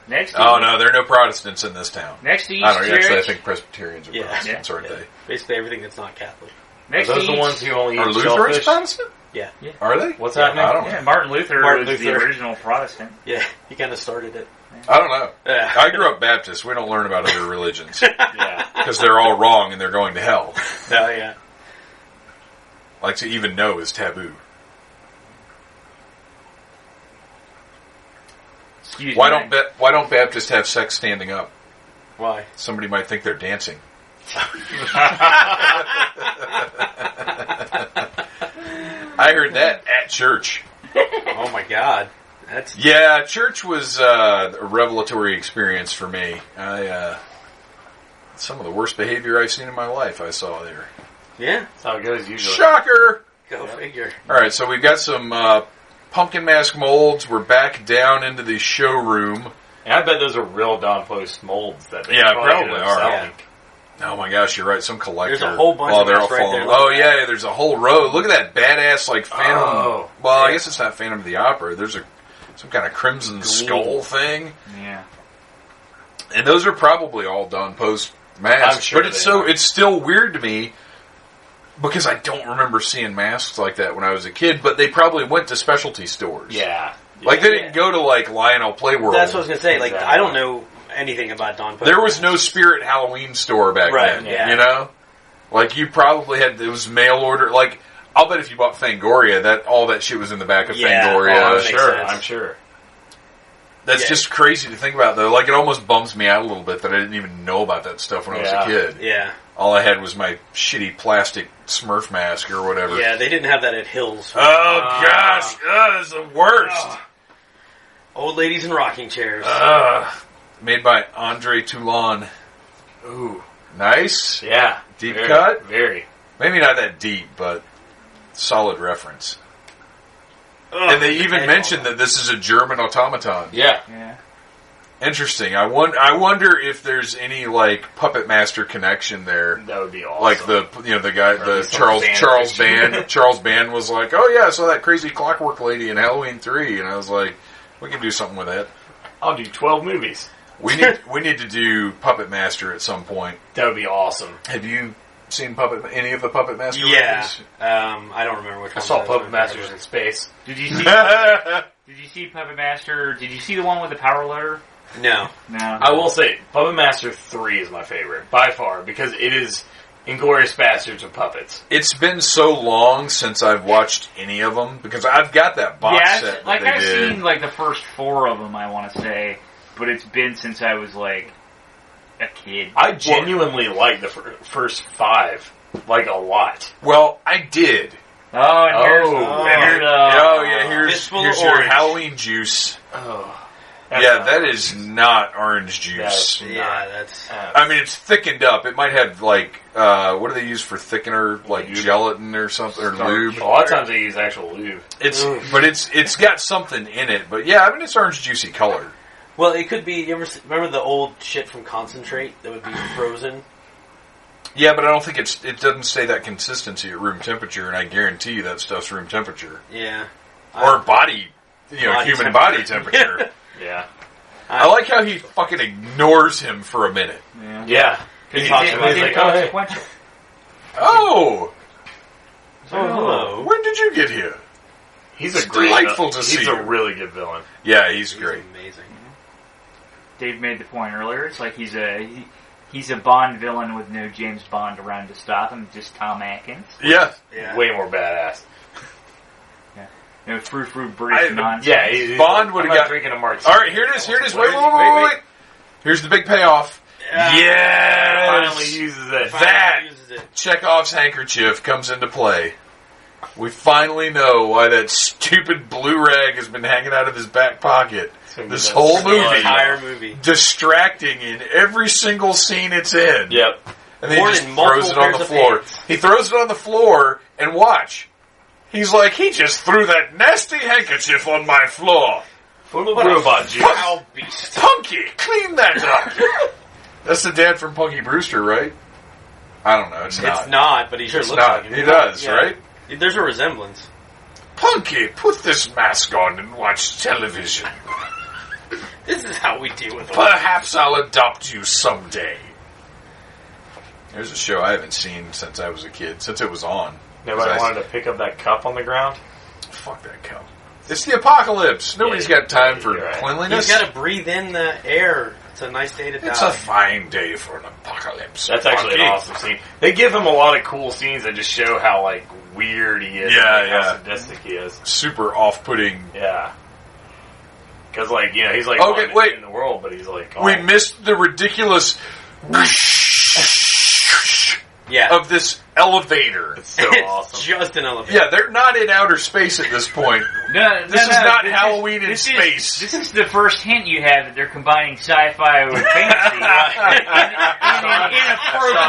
Next to
oh no, there are no Protestants in this town.
Next to each
I don't know.
church.
Actually, I think Presbyterians are
Yeah.
Protestants, aren't
Yeah.
they?
Basically everything that's not Catholic.
Are
next to
those the
each-
ones who only
Are
eat
Lutherans
shellfish?
Protestant?
Yeah.
Are they?
What's
Yeah,
happening?
I don't know.
Yeah, Martin Luther
Martin
was
Luther.
the original Protestant.
Yeah. He kind of started it.
I don't know.
Yeah.
I grew up Baptist. We don't learn about other religions.
Yeah.
because they're all wrong and they're going to hell.
Oh, yeah.
Like to even know is taboo.
Excuse
Why
me.
don't ba- why don't Baptists have sex standing up?
Why?
Somebody might think they're dancing. I heard that at church.
Oh my god. That's
Yeah, church was uh, a revelatory experience for me. I uh, some of the worst behavior I've seen in my life. I saw there.
yeah.
That's how it goes usually.
Shocker!
Go figure.
All right, so we've got some uh, pumpkin mask molds. We're back down into the showroom.
And I bet those are real Don Post molds that they
Yeah,
probably,
probably
end
are.
up selling.
Oh my gosh, you're right. Some collector.
There's a whole bunch
oh,
of
they're
those
all
right
falling.
there.
Oh yeah, yeah, there's a whole row. Look at that badass like Phantom.
Oh.
well, I
Yeah.
guess it's not Phantom of the Opera. There's a some kind of crimson skull thing,
Yeah.
and those are probably all Don Post masks.
I'm sure
but it's
they
so
are.
it's still weird to me because I don't remember seeing masks like that when I was a kid. But they probably went to specialty stores.
Yeah.
like they didn't go to like Lionel Play World.
That's what I was gonna say. Like
Exactly.
I don't know anything about Don Post.
There was no Spirit Halloween store back
Right,
then.
yeah.
You know, like you probably had it was mail order. Like I'll bet if you bought Fangoria, that all that shit was in the back of
Yeah,
Fangoria.
oh,
I'm
Makes
sure.
sense.
I'm sure.
That's
yeah.
just crazy to think about, though. Like it almost bums me out a little bit that I didn't even know about that stuff when I
Yeah.
was a kid.
Yeah.
All I had was my shitty plastic Smurf mask or whatever.
Yeah, Ah. they didn't have that at Hills.
Oh gosh, Ugh, that's the worst.
Old ladies in rocking chairs.
Ah. Ugh. Made by Andre Toulon.
Ooh.
Nice.
Yeah.
Deep
Very,
cut?
Very.
Maybe not that deep, but solid reference.
Ugh,
and they even
hell.
mentioned that this is a German automaton.
Yeah.
Yeah.
Interesting. I won- I wonder if there's any like puppet master connection there.
That would be awesome.
Like the you know the guy
Or
the
at least some
Charles
fan
Charles
fiction.
Band Charles Band was like oh yeah I saw that crazy clockwork lady in Halloween three and I was like we can do something with that
I'll do 12 movies.
we need we need to do puppet master at some point
That would be awesome.
have you seen puppet any of the puppet master
Yeah.
movies?
Um, I don't remember which
I
one.
saw
that was.
Puppet Masters in Space.
Did you see? did you see Puppet Master? Did you see the one with the power letter?
No.
No.
I will say, Puppet Master 3 is my favorite, by far, because it is Inglorious Bastards with puppets.
It's been so long since I've watched any of them because I've got that box
yeah,
set. that
like
they
I've
did.
seen like the first four of them. I want to say, but it's been since I was like a kid.
I genuinely like the fir- first five, like a lot.
Well, I did.
Oh, and here's,
Oh.
and here's, uh,
oh yeah, here's
Fistful
here's
of
your
orange.
Halloween juice.
Oh.
uh,
yeah, that is not orange juice.
That's-
Yeah, that's.
I mean, it's thickened up. It might have like uh, what do they use for thickener? Like
Lube.
gelatin or something or lube.
A lot of times they use actual lube.
It's
Mm.
but it's it's got something in it. But yeah, I mean, it's orange juicy color.
Well, it could be. You ever s- remember the old shit from concentrate that would be frozen?
Yeah, but I don't think it's it doesn't stay that consistency at room temperature, and I guarantee you that stuff's room temperature
Yeah.
or Oh, body, you know,
Body
human
temperature.
body temperature.
Yeah.
I like how he fucking ignores him for a minute.
Yeah.
Yeah.
He
He talks
did-
about it,
he
he's
did
like, oh, hey.
consequential.
Oh,
Oh, hello.
when did you get here?
He's
It's
a great
delightful to
he's
see
a
you.
really good villain.
Yeah, he's
He's
great.
Amazing.
Dave made the point earlier. It's like he's a he, he's a Bond villain with no James Bond around to stop him. Just Tom Atkins.
Yeah,
Yeah.
Way more badass.
No frou frou
I-
brief nonsense.
Yeah, he's, he's
Bond
like,
would've
I'm not
got-
drinking a martini.
All right, here it is. Here it is. Wait, wait, wait, wait, wait. Here's the big payoff.
Yeah.
Finally
Yes,
uses it.
Finally
that-
uses it.
Chekhov's handkerchief comes into play. We finally know why that stupid blue rag has been hanging out of his back pocket
gonna be
this
that
whole
smell.
movie,
Entire movie.
distracting in every single scene it's in.
Yep.
and then
More
he just
than multiple
throws it on
pairs
the
of
floor.
pants.
He throws it on the floor, and watch. He's like, he just threw that nasty handkerchief on my floor.
Full of robot juice.
Foul beast.
Punky, clean that up. That's the dad from Punky Brewster, right? I don't know. It's not.
It's not, but he sure
It's
looks
not.
like him.
He does,
Yeah.
right?
There's a resemblance.
Punky, put this mask on and watch television.
This is how we deal with it.
Perhaps I'll adopt you someday. There's a show I haven't seen since I was a kid, since it was on.
Nobody
Because I-
wanted to pick up that cup on the ground.
Fuck that cow. It's the apocalypse. Nobody's
Yeah,
got time for
you're right.
cleanliness.
You've got to breathe in the air. It's a nice day to die.
it's a fine day for an apocalypse.
That's actually an
Punky.
awesome scene. They give him a lot of cool scenes that just show how like weird he is.
Yeah,
and,
yeah.
like, How sadistic he is.
Super off-putting
Yeah. Because like you know he's like
Okay,
one
wait.
in the world, but he's like
We
oh,
missed the ridiculous
yeah.
of this elevator.
it's so
it's
awesome.
just an elevator.
Yeah, they're not in outer space at this point.
No,
This
no,
is
no,
not Halloween in
this
space.
Is, this is the first hint you have that they're combining sci-fi with fantasy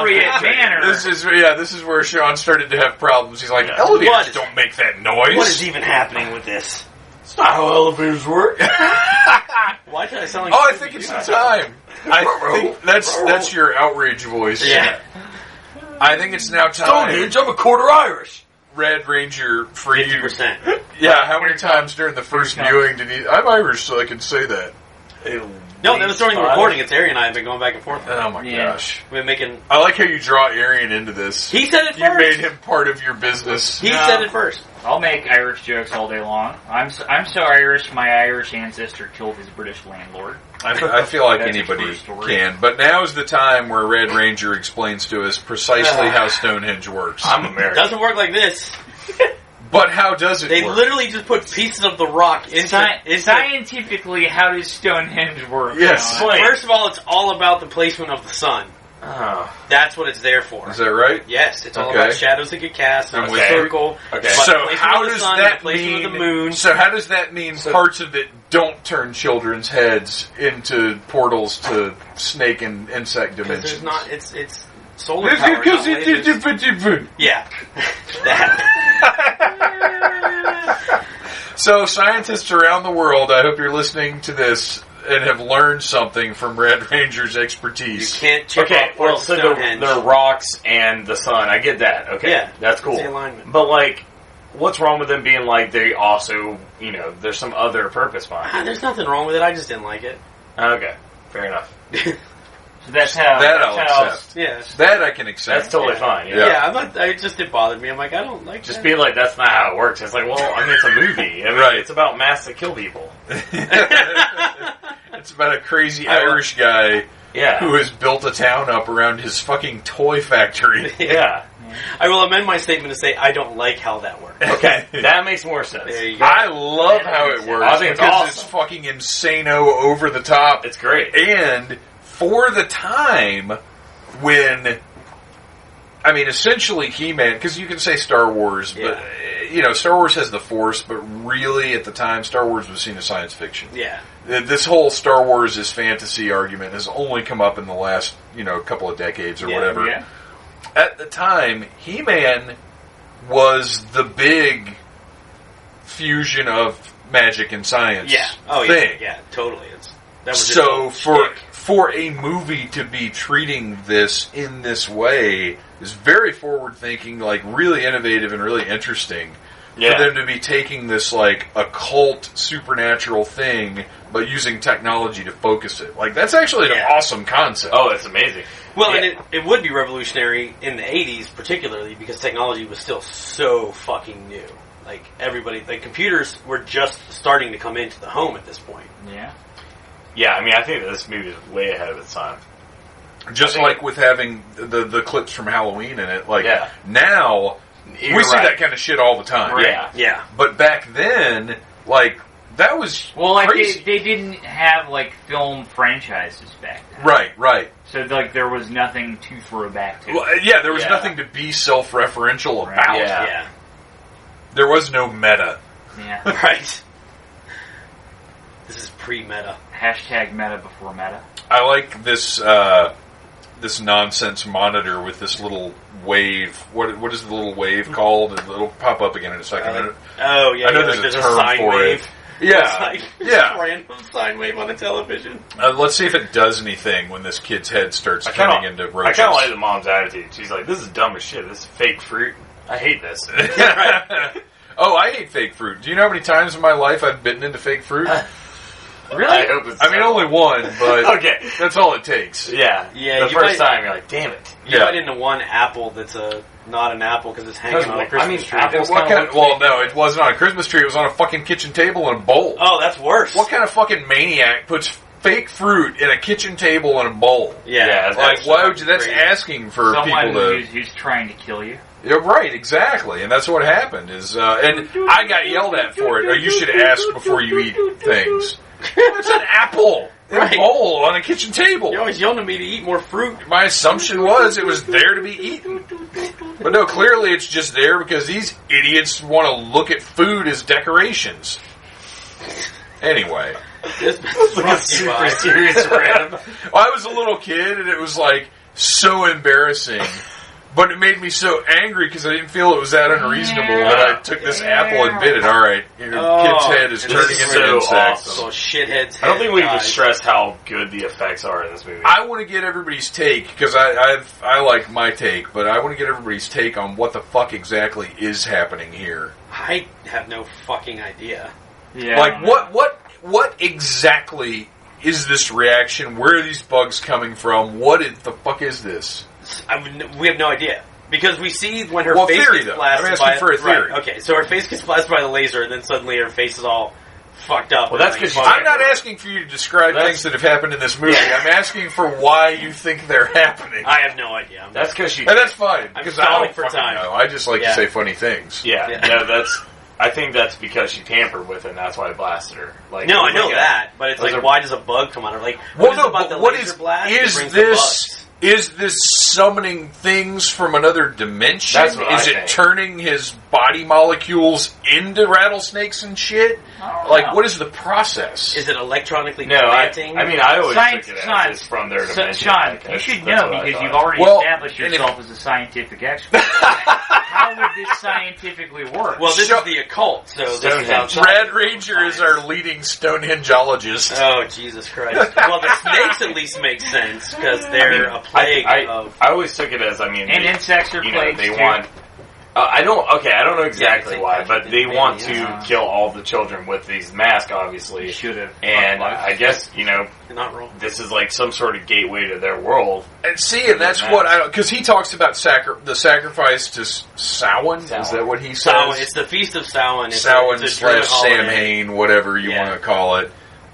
in, in an inappropriate manner.
This is yeah, this is where Sean started to have problems. He's like,
Yeah.
elevators
What is-
don't make that noise.
What is even happening with this? It's not how elevators work. Why did I sound like?
Oh, I think it's the time. I think that's that's your outrage voice.
Yeah.
I think it's now time.
I'm a quarter Irish.
Red Ranger for
Fifty
you.
percent.
Yeah, how many times during the first
Here it comes.
viewing did he? I'm Irish, so I can say that.
No, that was during the recording. It's Ari and I have been going back and forth.
Oh my
Yeah.
gosh!
We've been making.
I like how you draw Arian into this.
He said it
you made
first.
him part of your business.
He said it first.
I'll make Irish jokes all day long. I'm so, I'm so Irish. My Irish ancestor killed his British landlord.
I, I feel like
That's a
anybody
true story.
can, but now is the time where Red Ranger explains to us precisely how Stonehenge works.
I'm American.
Doesn't work like this.
But how does it
They
work?
literally just put pieces of the rock into.
Sci-
into-
scientifically, how does Stonehenge work?
Yes.
Sean?
First of all, it's all about the placement of the sun.
Oh.
That's what it's there for.
is that right?
Yes, it's all
Okay.
about shadows that get cast and
I'm
a
with you.
circle.
Okay.
But
So
placement
how
of the
does
sun,
that
placement
mean?
of the moon?
So how does that mean parts of it don't turn children's heads into portals to snake and insect
Because there's
dimensions?
not, it's it's solar power.
Because
Not
it
lasers.
is different, different.
yeah, that.
So scientists around the world, I hope you're listening to this and have learned something from Red Ranger's
You
expertise.
can't chip
Okay,
off
well,
well,
so they're,
Stonehenge.
they're rocks and the sun. I get that. Okay,
Yeah.
that's cool.
the alignment.
But like, what's wrong with them being like they also, you know, there's some other purpose
Ah,
behind it?
there's nothing wrong with it. I just didn't like it.
Okay, fair enough.
So that's how.
That I'll
that's how
accept.
Yeah,
That I can accept.
That's totally
Yeah.
fine. Yeah.
yeah. I'm not. I it just it bothered me. I'm like, I don't like.
Just
that.
being like, that's not how it works. It's like, well, I mean, it's a movie. I mean,
Right.
It's about masks that kill people.
it's about a crazy Irish guy
Yeah.
who has built a town up around his fucking toy factory.
Yeah.
I will amend my statement to say I don't like how that works.
Okay, that makes more sense.
There you go.
I love how it works
I think it's
because
awesome.
it's fucking insano over the top.
It's great.
and for the time when I mean, essentially, He-Man, because you can say Star Wars, but
Yeah.
uh, you know, Star Wars has the Force, but really, at the time, Star Wars was seen as science fiction.
yeah,
th- this whole Star Wars is fantasy argument has only come up in the last you know couple of decades or
Yeah,
whatever.
yeah.
At the time, He Man was the big fusion of magic and science.
Yeah. Oh yeah.
thing.
Yeah. Totally. It's that was his
So
whole
for
shtick.
for a movie to be treating this in this way is very forward thinking, like really innovative and really interesting.
Yeah.
For them to be taking this like occult supernatural thing, but using technology to focus it, like that's actually an
Yeah.
awesome concept.
Oh, it's amazing.
Well,
Yeah.
and it, it would be revolutionary in the 80s, particularly because technology was still so fucking new. Like, everybody, the computers were just starting to come into the home at this point.
Yeah.
yeah, I mean, I think that this movie is way ahead of its time.
Just like with having the the clips from Halloween in it, like
Yeah.
now
You're
we see
right.
that kind of shit all the time.
Right.
Yeah.
Yeah.
But back then, like that was
Well, like they,
crazy.
they didn't have like film franchises back then,
right, right.
so like there was nothing to throw back to.
Well, uh, yeah, there was
Yeah.
nothing to be self-referential about.
Right.
Yeah.
Yeah.
There was no meta.
Yeah.
Right. This is pre-meta.
Hashtag meta before meta.
I like this uh, this nonsense monitor with this little wave. What what is the little wave called? It'll pop up again in a second.
Uh, oh, yeah.
I know
yeah,
there's
like
a
there's a,
term
sine
for
wave.
it.
It's
yeah,
like
yeah.
random sine wave on the television.
Uh, let's see if it does anything when this kid's head starts
I
turning
kind
into
of
roaches.
like the mom's attitude. She's like, "This is dumb as shit. This is fake fruit. I hate this."
oh, I hate fake fruit. Do you know how many times in my life I've bitten into fake fruit?
I hope it's.
I mean, only one, but
okay.
that's all it takes.
Yeah,
Yeah,
The
you
first
might-
time, you're like, "Damn it."
You
Yeah.
bite into one apple that's a not an apple because it's hanging on a Christmas
I mean,
tree.
apples
What
kinda
kind of, well, no, it wasn't on a Christmas tree. It was on a fucking kitchen table and a bowl.
Oh, that's worse.
What kind of fucking maniac puts fake fruit in a kitchen table and a bowl?
Yeah.
Yeah,
that's
Like, why would you? That's
crazy.
asking for
Someone
people to.
who's, who's trying to kill you.
Yeah, right, exactly, and that's what happened. Is uh, and I got yelled at for it. Or you should ask before you eat things. It's an apple in a
Right.
bowl on a kitchen table.
You're always yelling at me to eat more fruit.
My assumption was it was there to be eaten. But no, clearly it's just there because these idiots want to look at food as decorations. Anyway,
This is
Like a super serious rib.
I was a little kid and it was like so embarrassing. But it made me so angry because I didn't feel it was that unreasonable that I took this apple and bit it. All right, your
Oh,
kid's head is
this
turning
is
into
so
insects.
awesome.
So shitheads.
I don't think we've
died.
stressed how good the effects are in this movie.
I want to get everybody's take because I I've, I like my take, but I want to get everybody's take on what the fuck exactly is happening here.
I have no fucking idea.
Yeah.
like what what what exactly is this reaction? Where are these bugs coming from? What is, the fuck is this?
I would, n- we have no idea because we see when her
Well,
face
theory,
gets
though.
blasted
I'm asking
by
for a theory.
Right, okay, so her face gets blasted by the laser, and then suddenly her face is all fucked up.
Well, that's
And
'cause
like,
you-
fuck.
I'm not asking for you to describe
That's-
things that have happened in this movie.
Yeah.
I'm asking for why you think they're happening,
I have no idea. I'm
That's because she.
and that's fine
I'm
because I
stalling
don't
for
fucking
time.
know. I just like
Yeah.
to say funny things.
Yeah,
Yeah.
no, that's. I think that's because she tampered with it, and that's why it blasted her. Like,
no, I
look
know
at-
that, but it's
Those
like,
are-
why does a bug come out of like?
Well,
what is
no,
it about
but
the
what
laser
is
blast? that
is
brings the
this?
bugs?
Is this summoning things from another dimension?
That's what
is
I
it
think.
turning his body molecules into rattlesnakes and shit?
I don't
Like,
know.
what is the process?
Is it electronically
No, I,
planting?
I mean, I always
Science,
think it
Sean,
as it's from their
So,
dimension.
Sean,
Like,
you
that's-
should
that's
know
what I
because
thought.
you've already
Well,
established
and if-
yourself as a scientific expert. How would this scientifically work?
well, this
Sho-
is the occult, so this
Stonehenge.
is outside.
Brad Ranger is our leading Stonehengeologist.
Oh Jesus Christ! well, the snakes at least make sense because they're a plague
I, I,
of.
I always took it as I mean,
and
they-
insects are
you know,
plagues
they
too.
want. Uh, I don't. Okay, I don't know exactly
they
why,
touch
but
it,
they
maybe,
want to
yeah.
kill all the children with these masks, obviously.
You should have.
And
Fuck life.
I guess you know
Not wrong.
this is like some sort of gateway to their world.
And see, and that's
Yeah.
what I don't because he talks about sacri- the sacrifice to S- Samhain. Is that what he says?
Samhain. It's the feast of Samhain. It's
Samhain
a, it's a German
slash
holiday.
Samhain, whatever you
Yeah.
want to call it.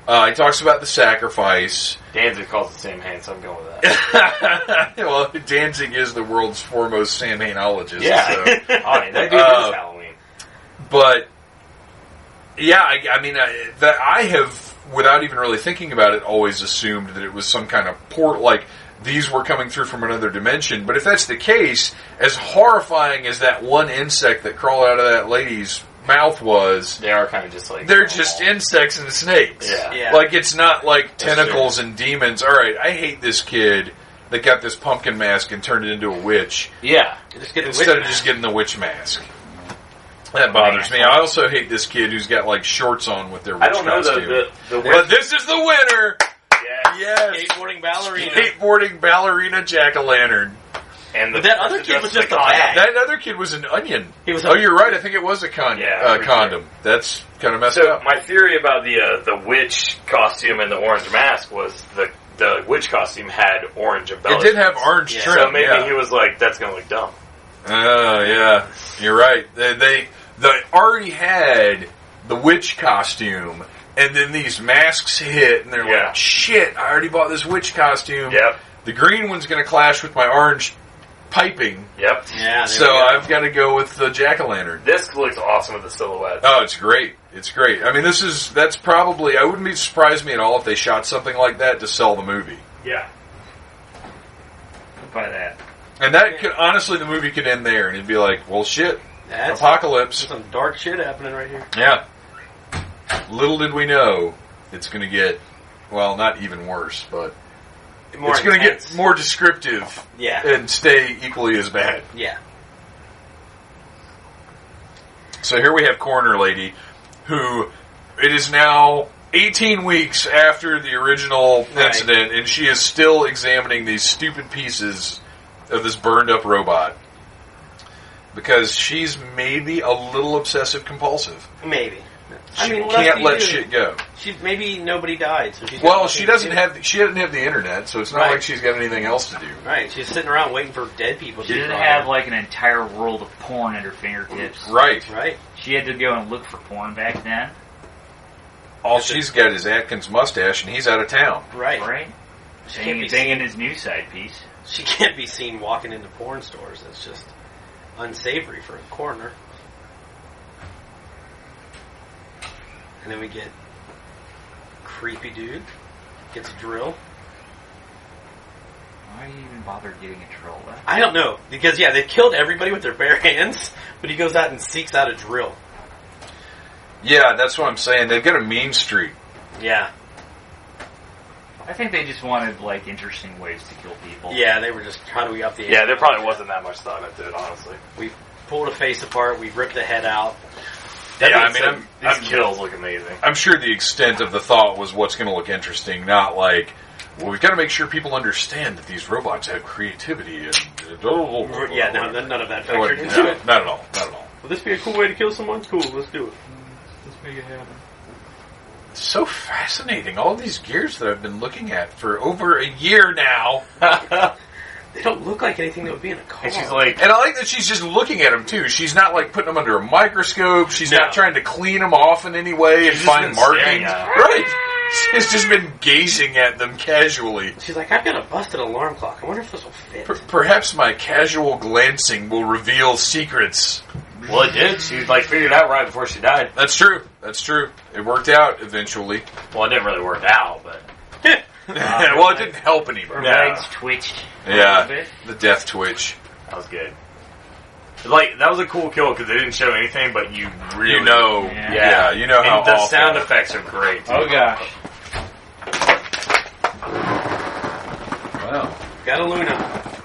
Uh, he talks about the sacrifice.
Danzig calls it Sam Hand, so I'm going with that.
well, Danzig is the world's foremost Samhainologist.
Oh, Yeah.
so-
Honey, that dude
Uh,
is Halloween.
but yeah, I, I mean I, that I have, without even really thinking about it, always assumed that it was some kind of port. Like these were coming through from another dimension. But if that's the case, as horrifying as that one insect that crawled out of that lady's mouth was,
They are kind of just like
they're just insects and snakes.
Yeah.
Yeah.
Like it's not like
That's
tentacles and demons. All right, I hate this kid that got this pumpkin mask and turned it into a witch
yeah.
Just get the
instead
witch
of just
mask.
getting the witch mask. That bothers me. I also hate this kid who's got like shorts on with their witch
I don't know
costume.
the the, the
but this is the winner.
yeah.
Yes.
skateboarding ballerina.
Skateboarding ballerina jack o' lantern.
and the,
But that other kid
just
was
the
just a
condom.
bag.
That other kid was an onion.
He was a-
oh, you're right. I think it was a con-
Yeah,
uh,
pretty
condom. That's kind of messed
So
up.
my theory about the uh, the witch costume and the orange mask was the the witch costume had orange
It
embellishments.
did have orange
Yeah.
trim.
So maybe
yeah.
he was like, "That's gonna look dumb."
Oh yeah, you're right. They, they they already had the witch costume, and then these masks hit, and they're
Yeah.
like, "Shit! I already bought this witch costume.
Yep.
The green one's going to clash with my orange piping,
Yep.
Yeah. there
so uh,
we go.
I've got to go with the jack o' lantern."
This looks awesome with the silhouette.
Oh, it's great! It's great. I mean, this is that's probably I wouldn't be surprised me at all if they shot something like that to sell the movie.
Yeah.
by that.
And that could honestly, the movie could end there, and it'd be like, "Well, shit,
That's
apocalypse."
some dark shit happening right here.
Yeah. Little did we know it's going to get, well, not even worse, but
More
it's going to
intense.
get more descriptive
Yeah.
and stay equally as bad.
Yeah.
So here we have Coroner Lady, who it is now 18 weeks after the original
Right.
incident, and she is still examining these stupid pieces of this burned up robot. Because she's maybe a little obsessive compulsive.
Maybe.
She
I mean, what else
can't
do you
let
do?
shit go.
She maybe nobody died, so she's
Well,
got
she
nothing to
doesn't
do.
have she doesn't have the internet, so it's not
Right.
like she's got anything else to do.
Right, she's sitting around waiting for dead people.
She
to be
didn't
brought
have
in.
like an entire world of porn at her fingertips.
Right.
right.
She had to go and look for porn back then,
All she's got is Atkins mustache, and he's out of town.
Right.
right?
She can't,
Singing,
be
singing
seen,
his new side piece.
she can't be seen walking into porn stores. That's just unsavory for a coroner. And then we get creepy dude gets a drill.
Why do you even bother getting a drill? That's
I don't know because yeah, they killed everybody with their bare hands, but he goes out and seeks out a drill.
Yeah, that's what I'm saying. They've got a mean streak.
Yeah,
I think they just wanted like interesting ways to kill people.
yeah, they were just how do we up the
Yeah,
ante?
there probably wasn't that much thought into it, honestly.
We've pulled a face apart. We've ripped the head out.
yeah,
being
I mean,
said,
I'm,
these
these kills look amazing.
I'm sure the extent of the thought was what's going to look interesting, not like, well, we've got to make sure people understand that these robots have creativity and.
Yeah, no, none none of that
No,
factored into it.
not at all. Not at all.
Will this be a cool way to kill someone? Cool, let's do it.
It's so fascinating. All these gears that I've been looking at for over a year now.
They don't look like anything that would be in a car.
And she's like,
And I like that she's just looking at them too. She's not like putting them under a microscope. She's
No.
not trying to clean them off in any way and
She's just
find
been
markings.
staring at 'em.
Right. She's just been gazing at them casually.
she's like, I've got a busted alarm clock. I wonder if this will fit.
Per- perhaps my casual glancing will reveal secrets.
well, it did. She like figured it out right before she died.
That's true. That's true. It worked out eventually.
Well, it didn't really work out, but
well, it didn't help
Her
anybody.
Yeah.
legs twitched. a little
Yeah.
bit.
The death twitch.
that was good. Like that was a cool kill because they didn't show anything, but you really
You know.
Yeah.
Yeah. you know how
And the
awful.
sound effects are great.
Oh gosh.
Wow.
Got a Luna.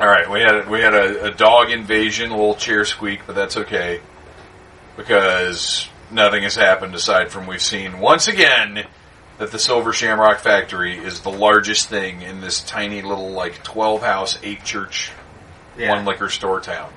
All right, we had we had a, a dog invasion, a little chair squeak, but that's okay because nothing has happened aside from we've seen once again that the Silver Shamrock Factory is the largest thing in this tiny little like twelve house, eight church,
Yeah.
one liquor store town.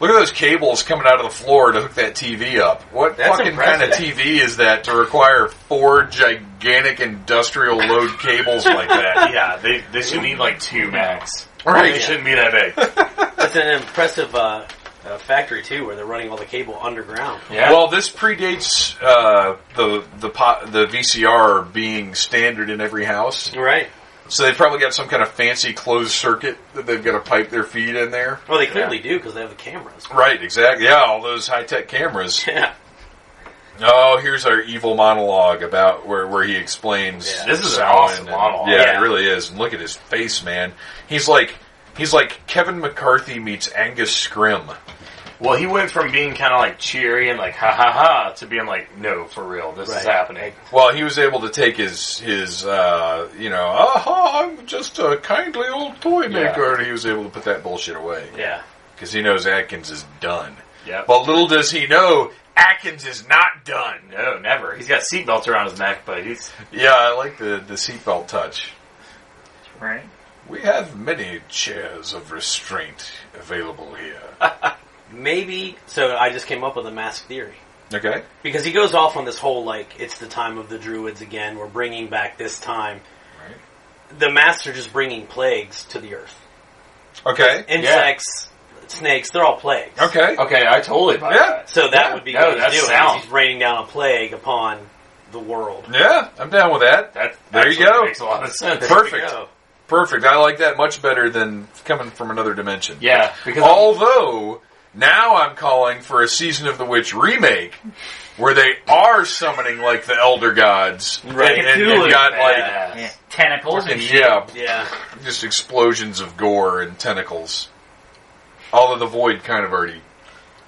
Look at those cables coming out of the floor to hook that TV up. What
That's
fucking kind of
impressive.
TV is that to require four gigantic industrial load cables like that?
Yeah, they they should need like two max.
Right.
They shouldn't be that big.
That's an impressive uh, uh, factory, too, where they're running all the cable underground.
Yeah.
Well, this predates uh, the the po- the VCR being standard in every house,
Right.
so they've probably got some kind of fancy closed circuit that they've got to pipe their feed in there.
Well, they clearly do 'cause do because they have the cameras.
Right, exactly. Yeah, all those high tech cameras.
Yeah.
Oh, here's our evil monologue about where where he explains.
Yeah.
This is an
Samhain
awesome
and-
monologue.
Yeah,
Yeah.
it really is. And look at his face, man. He's like He's like Kevin McCarthy meets Angus Scrim.
Well, he went from being kind of like cheery and like ha ha ha to being like, no, for real, this is
Right.
happening.
Well, he was able to take his his uh, you know, aha, I'm just a kindly old toy maker, and he was able to put that bullshit away
Yeah.
because he knows Atkins is done.
Yeah.
But little does he know, Atkins is not done.
no, never. He's got seatbelts around his neck, but he's
Yeah, I like the the seatbelt touch.
right?
We have many chairs of restraint available here.
Maybe, so I just came up with a mask theory.
Okay.
Because he goes off on this whole, like, it's the time of the druids again, we're bringing back this time. The masks are just bringing plagues to the earth.
Okay.
Insects, snakes, they're all plagues.
Okay.
okay. I totally buy
Yeah.
that.
So that
Yeah,
would be
no,
what
that's
he's doing.
sound.
He's raining down a plague upon the world.
Yeah, I'm down with that.
That
There you
actually
go.
Makes a lot of sense.
Perfect.
There we go.
Perfect. I like that much better than coming from another dimension.
Yeah, because
Although now I'm calling for a season of the witch remake where they are summoning like the elder gods
Right.
and, and you've got like
Yeah.
Yeah. Tentacles and
and
shit.
yeah,
Yeah.
just explosions of gore and tentacles. Although the void kind of already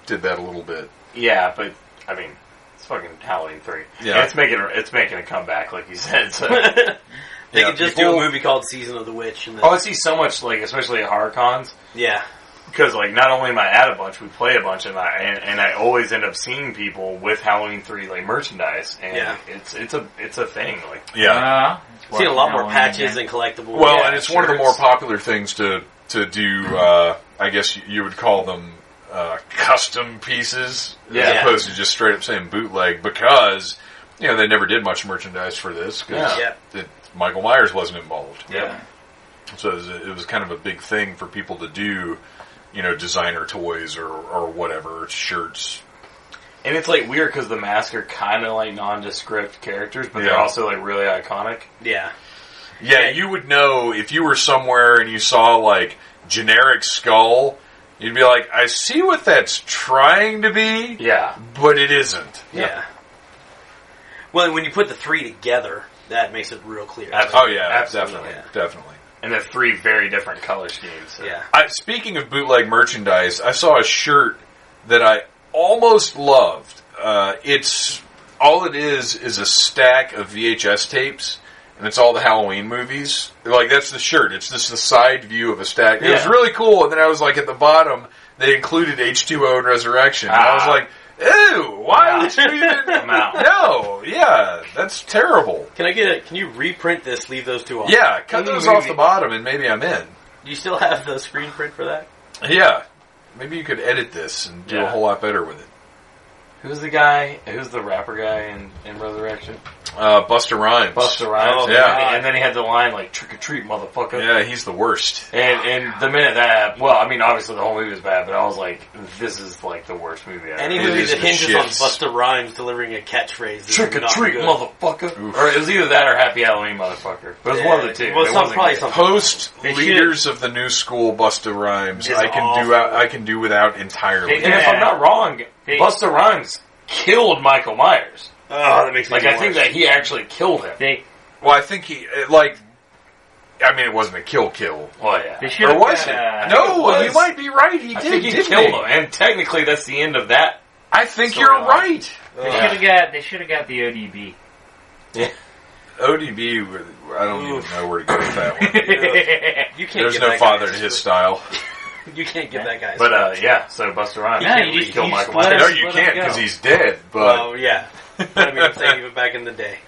did that a little bit.
Yeah, but I mean, it's fucking Halloween three.
Yeah.
Yeah, it's making a, it's making a comeback, like you said. So.
They
Yeah,
could just
people-
do a movie called Season of the Witch. And then,
oh, I see so much, like especially at horror cons,
yeah.
because like not only am I at a bunch, we play a bunch, and I and, and I always end up seeing people with Halloween three like merchandise, and
Yeah.
it's it's a it's a thing. Like
Yeah.
Uh,
I've seen a lot more patches and collectibles.
Well,
Yeah,
and it's one of the more
shirts.
popular things to to do. Uh, I guess you would call them uh, custom pieces as
Yeah.
opposed to just straight up saying bootleg because you know they never did much merchandise for this because
Yeah.
Michael Myers wasn't involved,
yeah,
so it was, it was kind of a big thing for people to do. You know, designer toys or or whatever shirts.
and it's like weird because the masks are kind of like nondescript characters, but they're
Yeah.
also like really iconic.
Yeah.
Yeah, you would know if you were somewhere and you saw like generic skull. You'd be like, I see what that's trying to be.
Yeah,
but it isn't.
Yeah. Well, and when you put the three together, that makes it real clear.
Absolutely.
Oh yeah,
Absolutely,
definitely,
yeah.
definitely.
and they're three very different color schemes. so-
Yeah.
I, speaking of bootleg merchandise, I saw a shirt that I almost loved. Uh, it's all it is is a stack of VHS tapes, and it's all the Halloween movies. Like that's the shirt. It's just the side view of a stack. It was
Yeah.
really cool. And then I was like, at the bottom, they included H two O and Resurrection. And I was
Ah.
like, ew, why would you even?
I'm out.
No, yeah, that's terrible.
Can I get it? Can you reprint this? Leave those two off.
Yeah, cut
In the
those off
movie.
the bottom, and maybe I'm in.
Do you still have the screen print for that?
Yeah. Maybe you could edit this and do a
Yeah.
whole lot better with it.
Who's the guy? Who's the rapper guy in, in Resurrection?
Uh, Buster Rhymes.
Buster Rhymes.
Oh,
yeah.
yeah. And then he had the line like "trick or treat, motherfucker."
Yeah, he's the worst.
And and the minute that, happened- well, I mean, obviously the whole movie was bad, but I was like, this is like the worst movie ever.
Any
It
movie
is
that
the
hinges on
shits.
Buster Rhymes delivering a catchphrase. is
trick or
not
treat,
good.
motherfucker.
Oof.
Or it was either that or Happy Halloween, motherfucker. But it was one of the two.
Well,
It
some-
wasn't
probably
good.
something.
Post
They should-
leaders of the new school, Buster Rhymes.
Just
I can do
awful.
out, I can do without entirely.
And if I'm not wrong,
Hey.
Buster Rhymes killed Michael Myers.
Oh, that makes me
Like I think
worse.
that he actually killed him.
They
Well, I think he uh, like. I mean, it wasn't a kill kill,
Well, yeah.
they should
or
have
was it?
got, uh,
No,
it was.
you might be right. He
I
did.
think he
didn't
killed
he?
him, and technically that's the end of that.
I think
Storyline.
you're right.
They should have got. They should have got the ODB.
ODB, were- I don't
Oof.
even know where to go with that one.
you can't.
There's
give
no
that guy
father to
a
his
script.
style.
You can't give that guy. a
But uh, yeah, so Buster Rhymes
Yeah,
he
you just-
killed
you
Michael
just let
No,
Myers.
us
you
let
can't
him
because
go.
he's dead. But
Oh yeah. I mean, I'm saying even back in the day.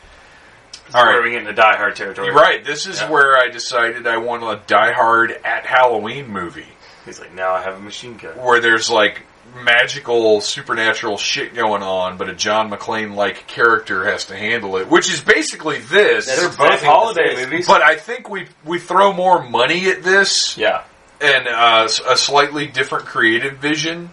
All right.
Where we get into Die Hard territory.
Right. This is
Yeah.
where I decided I want a Die Hard at Halloween movie
He's like, now I have a machine gun.
where there's like magical supernatural shit going on, but a John McClane like character has to handle it, which is basically this.
That's
They're
exactly
both
what
holiday
this is.
movies.
but I think we we throw more money at this
yeah,
and uh, s- a slightly different creative vision,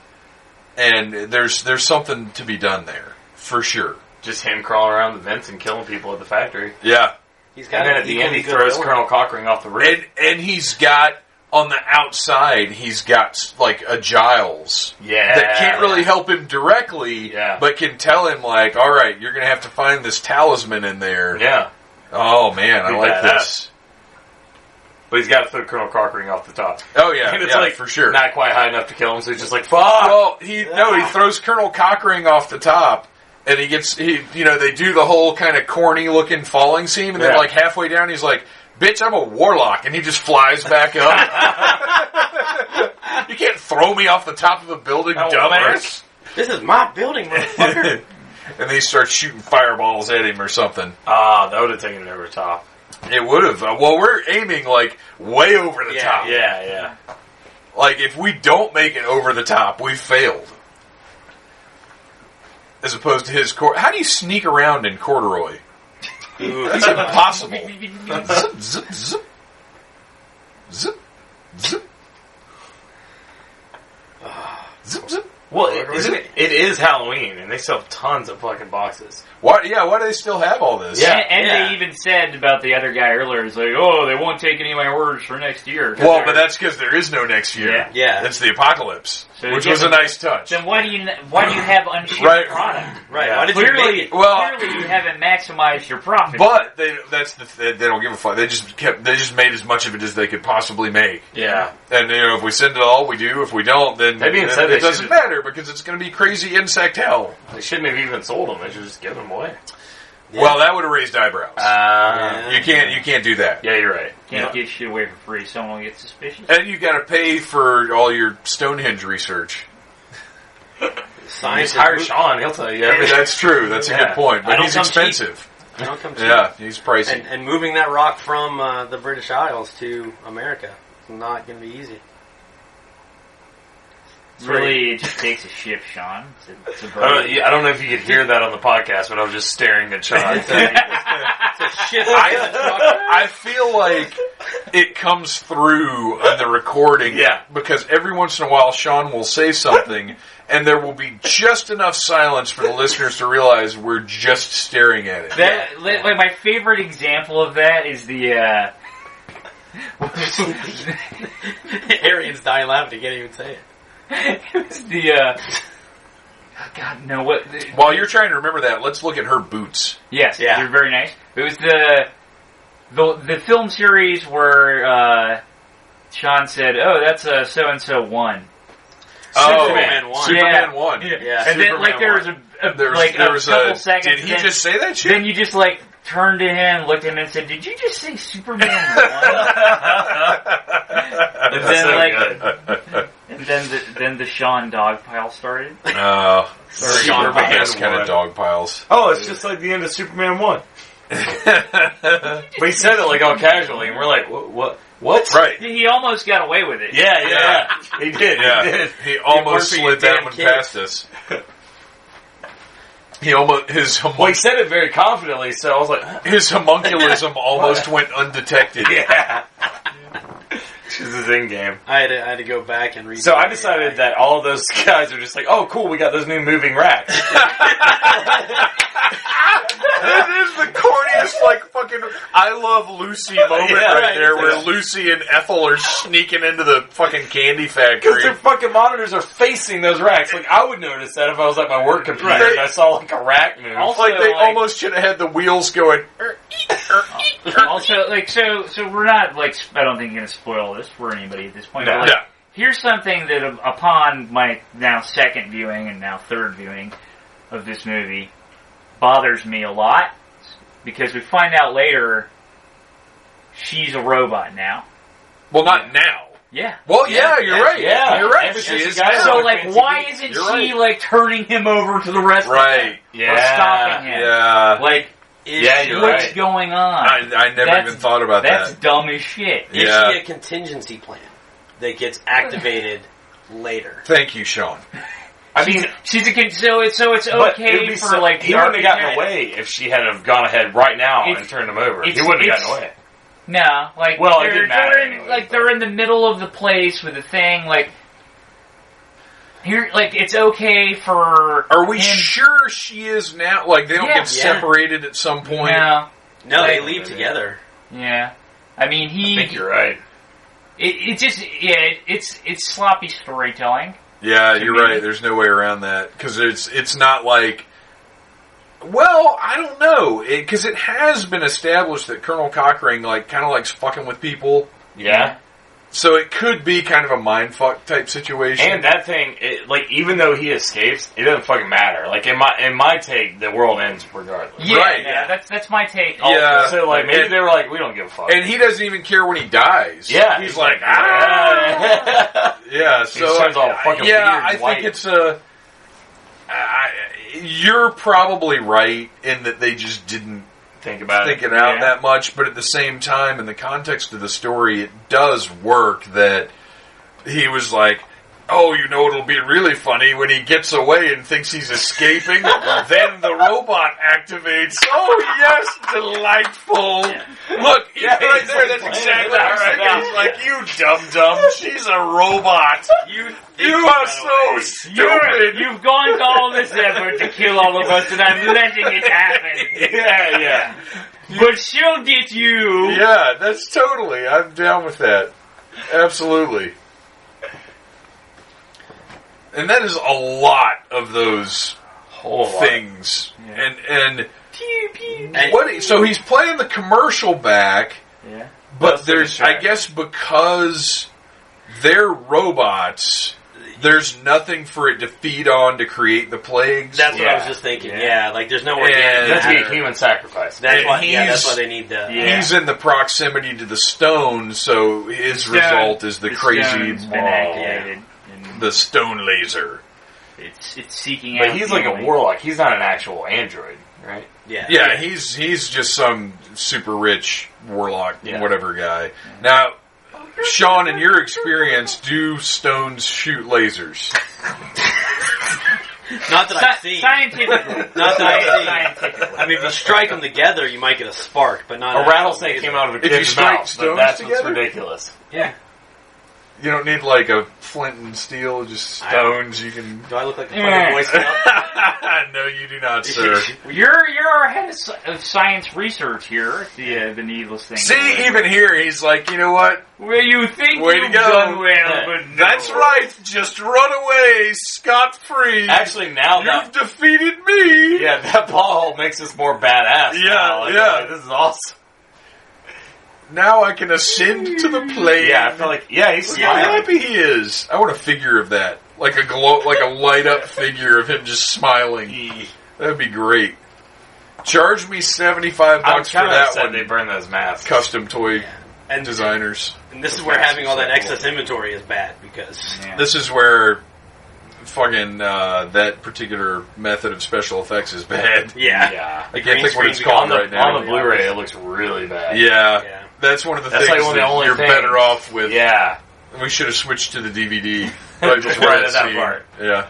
and there's there's something to be done there for sure.
just him crawling around the vents and killing people at the factory.
Yeah,
He's got
And then
an
at the
equally
end, he
good
throws
villain.
Colonel Cochran off the roof.
and and he's got on the outside he's got like a Giles.
yeah,
that can't really help him directly,
Yeah.
but can tell him like, all right, you're gonna have to find this talisman in there.
Yeah,
Oh man, I
Be
like
badass.
this.
but he's got to throw Colonel Cockring off the top.
Oh yeah,
and it's
yeah,
like
for sure.
not quite high enough to kill him, so he's just like fuck.
Well, he no, he throws Colonel Cockring off the top, and he gets he you know they do the whole kind of corny looking falling scene, and then
Yeah.
like halfway down, he's like, "Bitch, I'm a warlock," and he just flies back up. you can't throw me off the top of a building,
Oh,
dumbass.
This is my building, motherfucker.
And then he starts shooting fireballs at him or something.
Ah, that would have taken it over the top.
It would have. Uh, well, we're aiming like way over the
Yeah,
top.
Yeah, yeah.
Like if we don't make it over the top, we failed. As opposed to his cor- how do you sneak around in corduroy?
Ooh,
That's impossible. zip, zip, zip, zip, zip, zip, zip.
Well, it, isn't it? It is Halloween, and they sell tons of fucking boxes.
Why? Yeah. Why do they still have all this?
Yeah,
and, and
yeah.
they even said about the other guy earlier, it's like, oh, they won't take any of my orders for next year.
Well, but that's because there is no next year.
Yeah.
Yeah.
It's the apocalypse,
So
which
yeah,
was a
but-
nice touch.
Then why do you why do you have unshipped
Right.
product?
right.
Yeah.
Why did you
Clearly,
make it?
Well-
clearly you haven't maximized your profit.
But they, that's the th- they don't give a fuck. They just kept. They just made as much of it as they could possibly make.
Yeah,
And you know, if we send it all, we do. If we don't, then,
That being
then
said,
it
they
doesn't
should've-
matter because it's going to be crazy insect hell.
they shouldn't have even sold them. They should have just given them away.
Well, that would have raised eyebrows.
Uh,
you can't. You can't do that.
yeah, you're right.
Can't give shit away for free. Someone will get suspicious.
And you got to pay for all your Stonehenge research.
Science
Just hire
is-
Sean; he'll tell you
I mean,
everything.
that's true. That's a
Yeah.
good point.
I
But
don't
he's
come cheap.
expensive.
I don't come cheap.
Yeah, he's pricey.
And, and moving that rock from uh, the British Isles to America is not going to be easy.
really, it just takes a ship, Sean. It's a, it's a
Oh,
I
burden.
don't, yeah, I don't know if you could hear that on the podcast, but I was just staring at Sean.
Shit.
I feel like it comes through on the recording.
Yeah.
Because every once in a while, Sean will say something, and there will be just enough silence for the listeners to realize we're just staring at it.
That, li- like, my favorite example of that is the, uh,
Arian's dying laughing. He can't even say it.
it was the, uh, God, no, what, the,
While you're trying to remember that, let's look at her boots.
yes,
Yeah.
they're very nice. It was the, the, the film series where, uh, Sean said, oh, that's a so-and-so one.
Superman one.
Oh. Superman
Yeah.
one.
Yeah.
And then, like, there was a, a
There was,
like,
there
a
was
couple
a.
seconds.
Did he
then,
just say that shit?
then you just, like, turned to him, looked at him, and said, did you just say Superman 1?
That's
then,
so
like-
good.
And then the, then the Sean dogpile started.
Uh,
Sean
Superman
Ryan
kind of dog piles.
Oh, it's just like the end of Superman One.
right.
But he said it like all casually, and we're like, "What? What? What?"
He almost got away with it.
Yeah, yeah, yeah. He did. He
Yeah,
did.
he almost
It
slid
worked for
that
your damn
one
kids.
past us. He almost his
Well, he
homun-
said it very confidently, so I was like, huh,
his homunculism almost went undetected.
"Yeah." This is his in game.
I had to, I had to go back and read.
So I decided that all those guys are just like, "Oh, cool, we got those new moving racks."
That is the corniest, like fucking "I Love Lucy" moment
Yeah,
right,
right,
there, where
yeah.
Lucy and Ethel are sneaking into the fucking candy
Because
factory.
their fucking monitors are facing those racks. Like I would notice that if I was at my work computer
Right.
and I saw like a rack move.
Also,
Like they
like-
almost should have had the wheels going. "Er, eek, er, eek, er."
Also, like, so, so we're not, like, sp- I don't think going to spoil this for anybody at this point.
No.
but, like,
No.
Here's something that um, upon my now second viewing and now third viewing of this movie bothers me a lot because we find out later she's a robot now.
Well, not now.
Yeah.
Well, yeah, you're right.
yeah.
you're right.
And
She
she's
is
got-
now.
So,
Another
like,
fancy
why
beat.
isn't
You're
she,
right.
like, turning him over to the rest of them?
right.
Or stopping him?
Yeah.
Like,
Yeah, you're
what's
right.
going on?
I, I never
That's-
even thought about
That's
that.
dumb as shit.
It
Yeah.
should be a contingency plan that gets activated later.
Thank you, Sean.
I
She's,
mean,
she's a kid, so it's so it's
but it would
okay
be
for
so-
like
he
the
wouldn't have gotten
architect-
away if she had have gone ahead right now
It's-
and turned him over. He
it's-
wouldn't have
it's-
gotten away.
No, like
Well, it
they're,
didn't matter
they're in,
anyway,
like
but-
they're in the middle of the place with a thing. Like here, like it's okay for
Are we
him-
sure she is now? Like they don't
Yeah.
get
Yeah.
separated at some point.
No,
No, they
Right.
leave together.
yeah. I mean,
I
he.
think you're right.
It, it just yeah. It, it's it's sloppy storytelling.
Yeah, you're
me.
right. There's no way around that because it's it's not like. Well, I don't know because it, has been established that Colonel Cockring like kind of likes fucking with people.
Yeah.
So it could be kind of a mindfuck type situation.
And that thing, it, like, even though he escapes, it doesn't fucking matter. Like in my in my take, the world ends regardless.
Yeah,
Right,
yeah,
yeah.
that's that's my take.
Yeah.
So like maybe
And-
they were like, we don't give a fuck.
and he doesn't even care when he dies.
yeah,
he's, like, ah,
"Ah."
yeah. So
turns all fucking
yeah,
weird and
I
white.
think it's a. I, you're probably right in that they just didn't
think about
think
it.
it out
Yeah.
that much, but at the same time, in the context of the story, it does work that he was like, "Oh, you know, it'll be really funny when he gets away and thinks he's escaping. then the robot activates. Oh yes, delightful! Look, he's
Yeah,
right
he's
there. That's
like playing
exactly
it
how
out.
He's like, "You dumb dumb. She's a robot.
You,
You are so stupid."
You've gone to all this effort to kill all of us, and I'm letting it happen.
yeah, yeah.
But she'll get you.
Yeah, that's totally. I'm down with that. Absolutely. And that is a lot of those
Whole lot.
things. And and
And-
what? So he's playing the commercial back,
Yeah.
but
That's the
there's I
distraction.
guess because they're robots. There's nothing for it to feed on to create the plagues.
That's what I was
Yeah.
just thinking.
Yeah.
Yeah, like there's no organic
And-
That's
matter.
a human sacrifice.
That's
And
why. Yeah, that's
he's-
why they need the.
Yeah.
He's in the proximity to the stone, so his
Stone-
result is the, crazy
stone's been
wall,
activated, and
the stone laser.
it's it's seeking out.
But he's like a
healing.
warlock. He's not an actual android, right?
Yeah.
Yeah, he's he's just some super rich warlock,
Yeah.
whatever guy. Now, Sean, in your experience, do stones shoot lasers?
Not that I've
Sci-
seen.
scientifically.
Not that I've seen.
scientifically.
I mean, if you strike them together, you might get a spark, but not
A rattlesnake came out of a
If you
kid's
strike
mouth. But
stones
that's what's
together?
ridiculous.
Yeah.
You don't need like a flint and steel, just stones. You can.
Do I look like a
Yeah.
fucking Boy Scout?
no, you do not, sir.
You're you're our head of sci- of science research here. at The uh, the needless thing.
See, even here, he's like, you know what?
where you think
Way to
you've
go.
done well, but no.
That's right. Just run away, scot free.
Actually, now
You've
that
defeated me.
yeah, that ball makes us more badass.
Yeah,
now. Like,
yeah.
like, this is awesome.
Now I can ascend to the plane.
Yeah, I feel like yeah, he's
Look how
smiling.
happy he is. I want a figure of that. Like a glow, like a light up figure of him just smiling. That'd be great. Charge me seventy five
I'm
bucks for
kind of
that
upset
one.
they burn those masks.
Custom toy
And,
designers.
and this is where having all that excess inventory is bad because
Yeah.
This is where fucking uh, that particular method of special effects is bad.
yeah,
Yeah,
I can't think what it's
on
called
the
right now.
on the Blu-ray, it looks really bad.
yeah.
Yeah.
that's one of the
That's
things
like one of the
that
only
you're
things.
better off with.
yeah.
We should have switched to the DVD right
Just
before
right
that,
at that
scene.
part.
Yeah,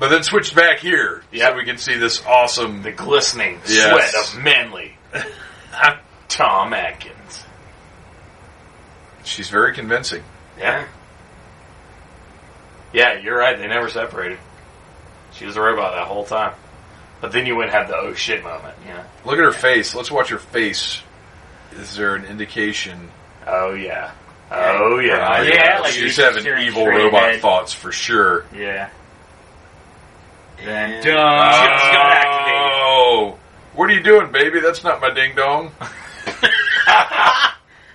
but then switched back here
Yep.
so we can see this awesome
The glistening
Yes.
sweat of manly Tom Atkins.
She's very convincing.
Yeah. Yeah, you're right. They never separated. She was a robot that whole time. But then you wouldn't have the oh shit moment, yeah.
Look at her face. Let's watch her face. Is there an indication?
Oh yeah. Oh yeah.
Yeah. like
she's
you
having
staring
evil
straight
robot
ahead.
thoughts for sure.
Yeah.
And-
Dun.
just got activated.
Oh, what are you doing, baby? That's not my ding dong.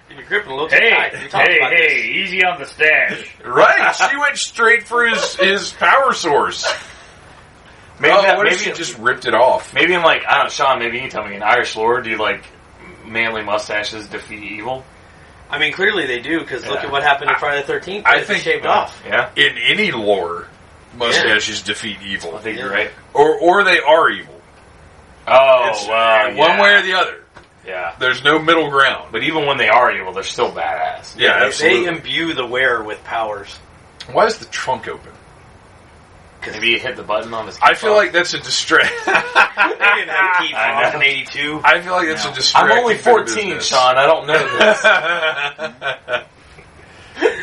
Your grip looks
Hey,
tight. We talked
hey,
about
hey!
this.
Easy on the stash.
Right? she went straight for his his power source.
Maybe
oh,
that,
what
maybe
if she just ripped it off?
maybe in like I don't know, Sean, maybe you can tell me in Irish lore, do you like manly mustaches defeat evil?
I mean, clearly they do because look
Yeah.
at what happened on Friday the Thirteenth.
I think-
shaved off.
Yeah.
In any lore, mustaches defeat
I
evil,
think you're
Yeah.
right.
or or they are evil.
Oh
It's
wow,
one way or
the
the other.
Yeah.
There's no middle ground.
But even when they are evil, they're still badass.
Yeah,
They-
absolutely.
They imbue the wearer with powers.
Why is the trunk open?
Maybe you hit the button on his
I feel like that's a distract.
They didn't have to keep
I know.
off in '82.
I feel like that's a distract.
I'm only fourteen, Sean, I don't know this.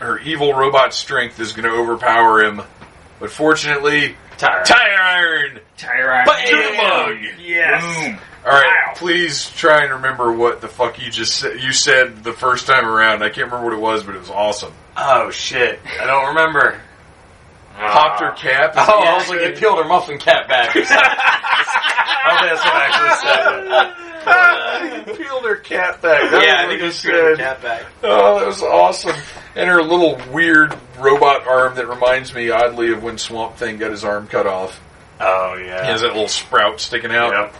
Her evil robot strength is going to overpower him, but fortunately,
Tyrant.
tire iron.
Tyrant.
But to the mug.
Yes.
Boom.
All right,
Wow.
please try and remember what the fuck you just said, you said the first time around. I can't remember what it was, but it was awesome.
Oh shit! I don't remember.
Popped her cap. is
Oh,
that
I
what
was
you said?
like, you
Mm.
peeled her muffin cap back. Or something. I don't think that's what I actually said.
he peeled her cat back. That
yeah, I
was
think
what
it
he
was good.
said.
Cat back.
Oh, that was awesome. And her little weird robot arm that reminds me oddly of when Swamp Thing got his arm cut off.
Oh
He has
yeah.
that little sprout sticking out.
Yep.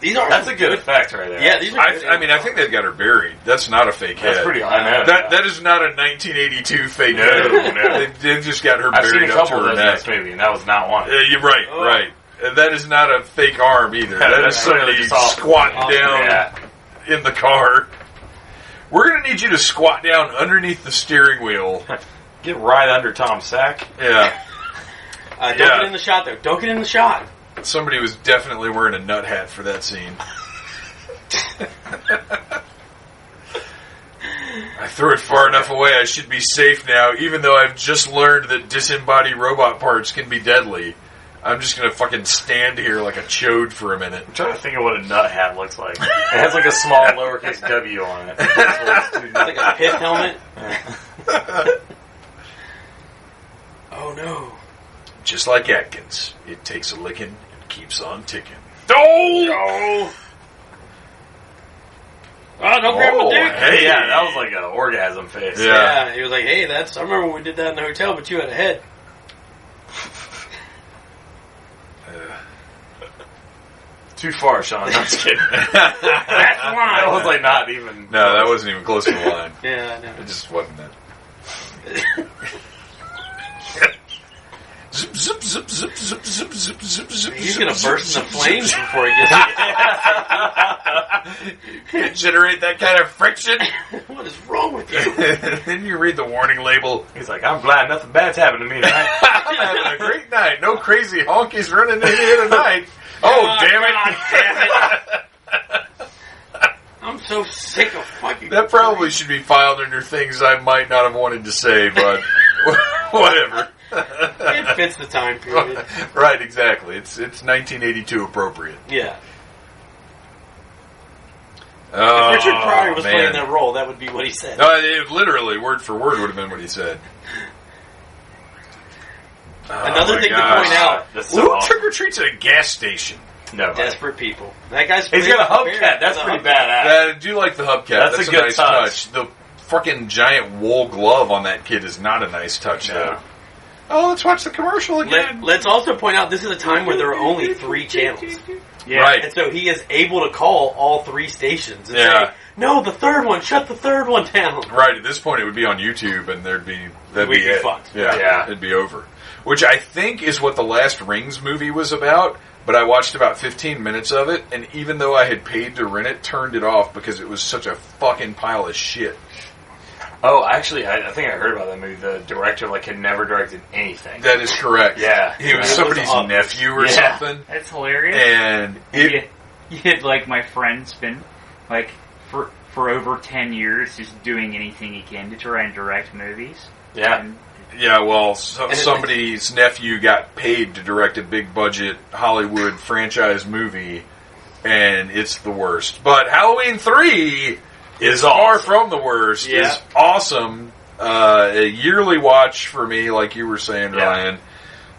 These are
That's a good effect right there.
Yeah, these are.
I, I mean, I think they've got her buried. That's not a fake
That's
head.
pretty high. I know.
That that is not a 1982 fake
No,
head.
no.
They, they've just got her
I've seen
buried
a
up to
couple of
her
those in
neck.
this movie, and that was not one.
Yeah, you're right,
Oh.
right. And that is not a fake arm either.
Yeah,
that
that's
is somebody
literally just all-
squatting
all-
down
Yeah.
in the car. We're gonna need you to squat down underneath the steering wheel.
Get right under Tom's sack.
Yeah,
Uh, don't
yeah.
get in the shot though. Don't get in the shot.
somebody was definitely wearing a nut hat for that scene. I threw it far enough away. I should be safe now, even though I've just learned that disembodied robot parts can be deadly. I'm just gonna fucking stand here like a chode for a minute.
I'm trying to think of what a nut hat looks like. It has like a small lowercase W on it. That's what it's
Like a pith helmet.
helmet.
Oh no.
Just like Atkins, it takes a licking and keeps on ticking.
Oh!
Oh, don't grab my
Oh,
dick.
Hey, yeah, that was like an orgasm face.
Yeah.
Yeah, he was like, "Hey, that's." I remember when we did that in the hotel, but you had a head.
Too far, Sean. I'm just kidding.
That's the line.
that was like not even.
No, that wasn't even close to the line.
Yeah, I know.
It just wasn't that. zip, zip, zip, zip, zip, zip, zip, zip, zip.
He's
zip,
gonna
zip,
burst into
zip,
flames
zip,
before he gets. Here.
zip. Can't generate that kind of friction.
what is wrong with you?
then you read the warning label.
He's like, I'm glad nothing bad's happened to me tonight.
I'm having a great night. No crazy honkies running in here tonight. Oh, damn it.
I'm so sick of fucking.
That probably should be filed under things I might not have wanted to say, but whatever.
It fits the time period.
right, exactly. It's it's 1982 appropriate.
Yeah.
Oh,
Richard Pryor was
man.
playing that role. That would be what he said.
No, it literally, word for word, would have been what he said. Oh,
Another
my
thing
gosh.
to point out:
That's so
Who
awesome.
trick or treats at a gas station?
No.
desperate people. That guy's.
He's got a hubcap.
prepared Uh,
That's
for the
pretty
hubcap.
badass.
I Uh, do like the hubcap.
That's
That's,
a
a,
good
nice touch.
touch.
The fucking giant wool glove on that kid is not a nice touch,
No.
though. Oh, let's watch the commercial again.
Let, let's also point out this is a time where there are only three channels,
Yeah.
Right.
and so he is able to call all three stations. And
Yeah.
Say, no, the third one. Shut the third one down.
Right at this point, it would be on YouTube, and there'd be that'd
We'd
be,
be
it.
fucked.
Yeah,
Yeah.
it'd be over. Which I think is what the last Rings movie was about. But I watched about 15 minutes of it, and even though I had paid to rent it, turned it off because it was such a fucking pile of shit.
Oh, actually, I, I think I heard about that movie. The director like had never directed anything.
That is correct.
Yeah.
he was
It was
somebody's
awful.
nephew or
Yeah.
something,
That's hilarious.
and
And
it.
you, you had like my friend's been like for for over ten years just doing anything he can to try and direct movies.
Yeah.
And
Yeah, well, so,
And it-
somebody's nephew got paid to direct a big budget Hollywood franchise movie, and it's the worst. But Halloween 3 is far from the worst.
Yeah.
Is awesome. Uh, a yearly watch for me, like you were saying,
Yeah.
Ryan.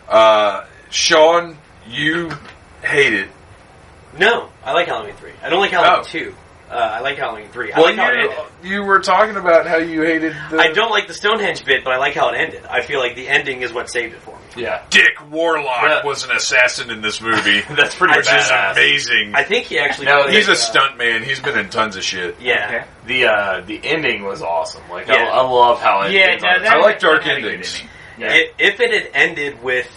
Uh, Sean, you hate it.
No, I like Halloween three. I don't like Halloween
Oh.
two. Uh, I like Halloween three. I
Well,
like how it
you,
ended.
you were talking about how you hated the
I don't like the Stonehenge bit, but I like how it ended. I feel like the ending is what saved it for me.
Yeah.
Dick Warlock
Yeah.
was an assassin in this movie,
That's pretty
which is
badass.
amazing.
I think he actually.
No,
played,
He's a
uh,
stunt man. He's been in tons of shit.
Yeah,
okay.
The uh, the ending was awesome. Like I,
Yeah.
I love how it.
Yeah,
ends
no,
on a-
that-
I like dark
That'd be
endings.
Yeah.
It, if it had ended with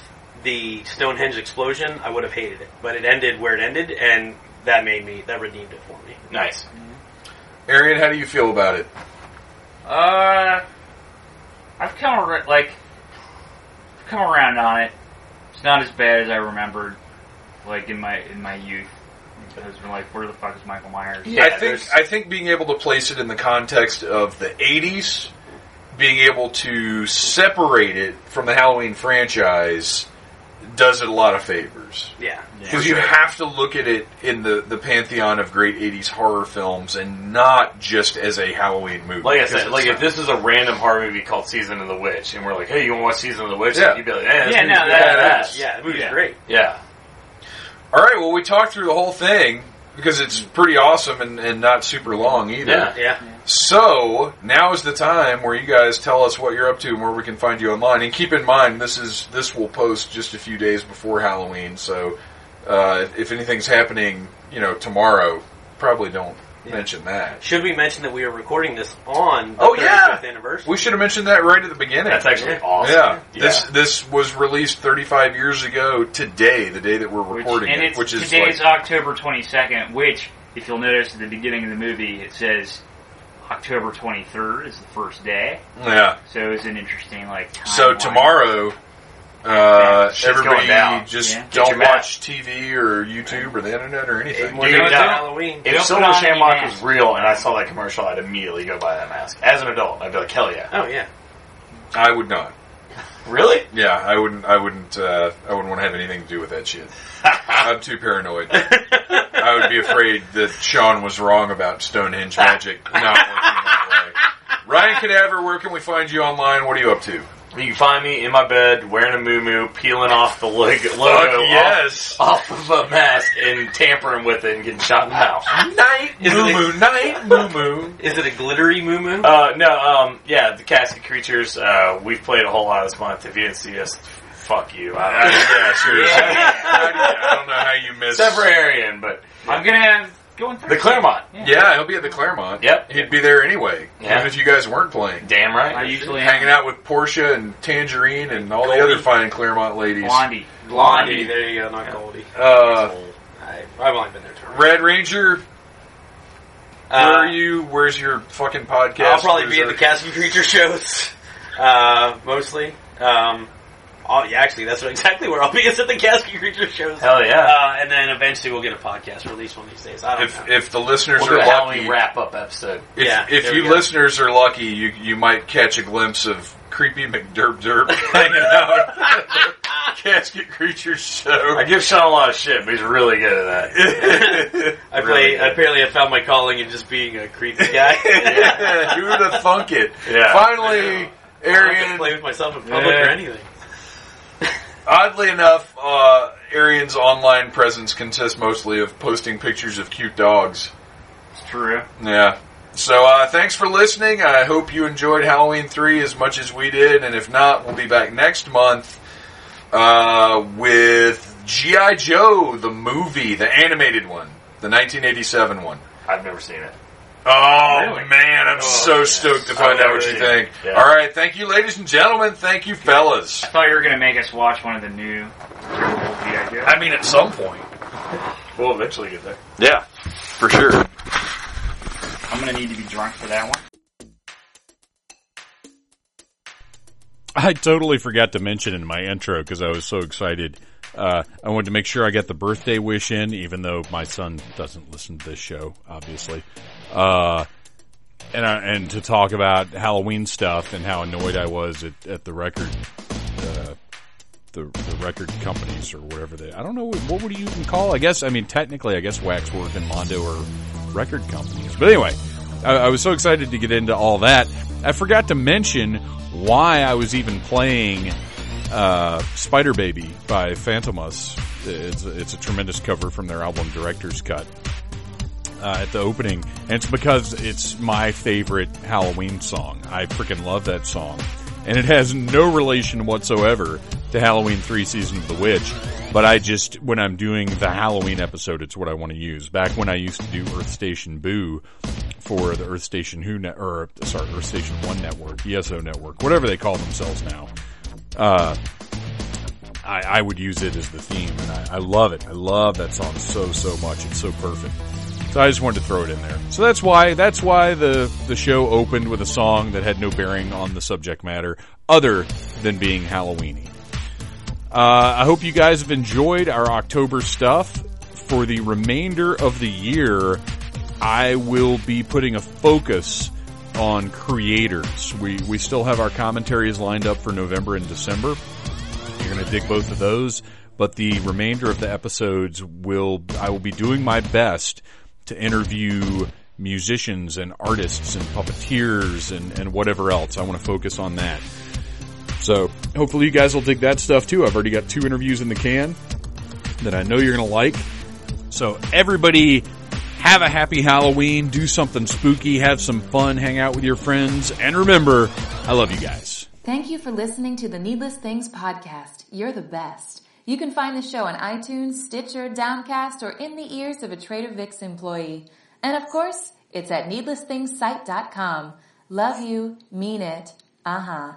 the Stonehenge explosion, I would have hated it. But it ended where it ended, and that made me that redeemed it for me.
nice.
Arian, how do you feel about it?
Uh, I've come ar- like I've come around on it. It's not as bad as I remembered, like in my in my youth. It has been like, where the fuck is Michael Myers?
Yeah,
I think
there's-
I think being able to place it in the context of the '80s, being able to separate it from the Halloween franchise, does it a lot of favors.
Yeah,
Because you have to look at it in the, the pantheon of great '80s horror films, and not just as a Halloween movie.
Like I
'Cause
said,
it's
like if
not.
this is a random horror movie called Season of the Witch, and we're like, hey, you want to watch Season of the Witch?
Yeah.
You'd be like, eh, this
Yeah,
movie's
no,
badass.
yeah, the movie's
Yeah.
great.
yeah.
All right, well, we talked through the whole thing. because it's pretty awesome and, and not super long either.
Mm. Yeah.
Yeah.
So now is the time where you guys tell us what you're up to and where we can find you online. And keep in mind, this is this will post just a few days before Halloween. So uh, if anything's happening, you know, tomorrow, probably don't mention that.
Should we mention that we are recording this on the
Oh, yeah.
35th anniversary?
We should have mentioned that right at the beginning.
That's actually awesome.
Yeah.
Yeah.
this this was released 35 years ago today, the day that we're
Which,
recording
and
it,
it's
which is
today's
like,
October 22nd, which, if you'll notice at the beginning of the movie, it says October 23rd is the first day.
yeah.
So it was an interesting, like, time
So tomorrow, uh,
shit's
everybody
going down.
just
Yeah. Get
don't
your map.
watch TV or YouTube or the internet or anything.
We're
Dude,
doing it on
that-
Halloween.
If
Don't put
Silver
on any
Shamrock
mask.
was real and I saw that commercial, I'd immediately go buy that mask. As an adult, I'd be like, hell yeah.
Oh yeah.
I would not.
Really?
Yeah, I wouldn't. I wouldn't. Uh, I wouldn't want to have anything to do with that shit. I'm too paranoid. I would be afraid that Sean was wrong about Stonehenge magic not working that way. Ryan Cadaver, where can we find you online? What are you up to?
You can find me in my bed wearing a moo peeling off the logo,
Fuck
logo
yes.
off, off of a mask and tampering with it and getting shot in the mouth.
Night,
Is
moo
it-
moo, night, moo moo.
Is it a glittery moo moo?
Uh, no, um, yeah, the Casket Creatures, uh, we've played a whole lot this month. If you didn't see us, fuck you.
I,
I,
yeah, seriously.
Yeah.
I don't know how you missed.
except for Arian, but
I'm gonna go in Thursday.
the Claremont.
Yeah, he'll be at the Claremont.
Yep.
He'd be there anyway,
Yeah.
even if you guys weren't playing.
Damn
I
right.
usually
Hanging
am
out with Portia and Tangerine and all the other fine Claremont ladies.
Blondie.
Blondie, there you go, not Goldie.
Uh,
I, I've only been there twice.
Red Ranger, where are you? Where's your fucking podcast?
Uh, I'll probably be at the
Where's
Castle Creature shows, uh, mostly. Um, oh, yeah, actually, that's what, exactly where I'll be. Is at the Castle Creature shows.
Hell yeah.
Uh, and then eventually we'll get a podcast released one of these days. I
our-
don't
If,
know.
if the listeners
We'll
are
do a
lucky,
Halloween wrap up episode.
if,
Yeah,
if
there
you
we go.
listeners are lucky, you you might catch a glimpse of creepy McDerp Derp hanging out. at the Casket creature show.
I give Sean a lot of shit, but he's really good at that.
I
really
play.
good.
apparently, I found my calling in just being a creepy guy.
Who would have thunk it?
Yeah.
Finally,
I don't have to play
Arian.
with myself in public
Yeah.
or anything.
Oddly enough, uh, Arian's online presence consists mostly of posting pictures of cute dogs.
It's true.
Yeah. So uh, thanks for listening. I hope you enjoyed Halloween three as much as we did, and if not, we'll be back next month uh, with GI Joe the movie, the animated one, the 1987 one.
I've never seen it.
Oh
Really?
man, I'm so
yes.
stoked to find
I've
out what
never
you
seen it.
think.
Yeah.
All right, thank you, ladies and gentlemen. Thank you, fellas.
I thought you were gonna make us watch one of the new terrible G.I. Joe.
mean, at some point.
We'll eventually get there.
Yeah, for sure.
I'm gonna need to be drunk for that one.
I totally forgot to mention in my intro because I was so excited. Uh, I wanted to make sure I got the birthday wish in, even though my son doesn't listen to this show, obviously. Uh, and I, and to talk about Halloween stuff and how annoyed I was at, at the record, uh, the the record companies or whatever they. I don't know what would you even call. I guess I mean technically, I guess Waxwork and Mondo are record companies. But anyway, I, I was so excited to get into all that. I forgot to mention why I was even playing uh, Spider Baby by Phantomus. It's it's a tremendous cover from their album Director's Cut uh, at the opening, and it's because it's my favorite Halloween song. I freaking love that song, and it has no relation whatsoever to Halloween Three: Season of the Witch. But I just, when I'm doing the Halloween episode, it's what I want to use. Back when I used to do Earth Station Boo for the Earth Station Who, ne- or sorry, Earth Station One Network, ESO Network, whatever they call themselves now. Uh, I, I would use it as the theme, and I, I love it. I love that song so so much. It's so perfect. So I just wanted to throw it in there. So that's why that's why the the show opened with a song that had no bearing on the subject matter other than being Halloweeny. Uh, I hope you guys have enjoyed our October stuff. For the remainder of the year, I will be putting a focus on creators. We we still have our commentaries lined up for November and December. You're going to dig both of those, but the remainder of the episodes will, I will be doing my best to interview musicians and artists and puppeteers and, and whatever else. I want to focus on that. So hopefully you guys will dig that stuff too. I've already got two interviews in the can that I know you're going to like. So everybody Have a happy Halloween. Do something spooky. Have some fun. Hang out with your friends. And remember, I love you guys.
Thank you for listening to the Needless Things podcast. You're the best. You can find the show on iTunes, Stitcher, Downcast, or in the ears of a Trader Vic's employee. And of course, it's at needlessthingssite.com. Love you, mean it. Uh huh.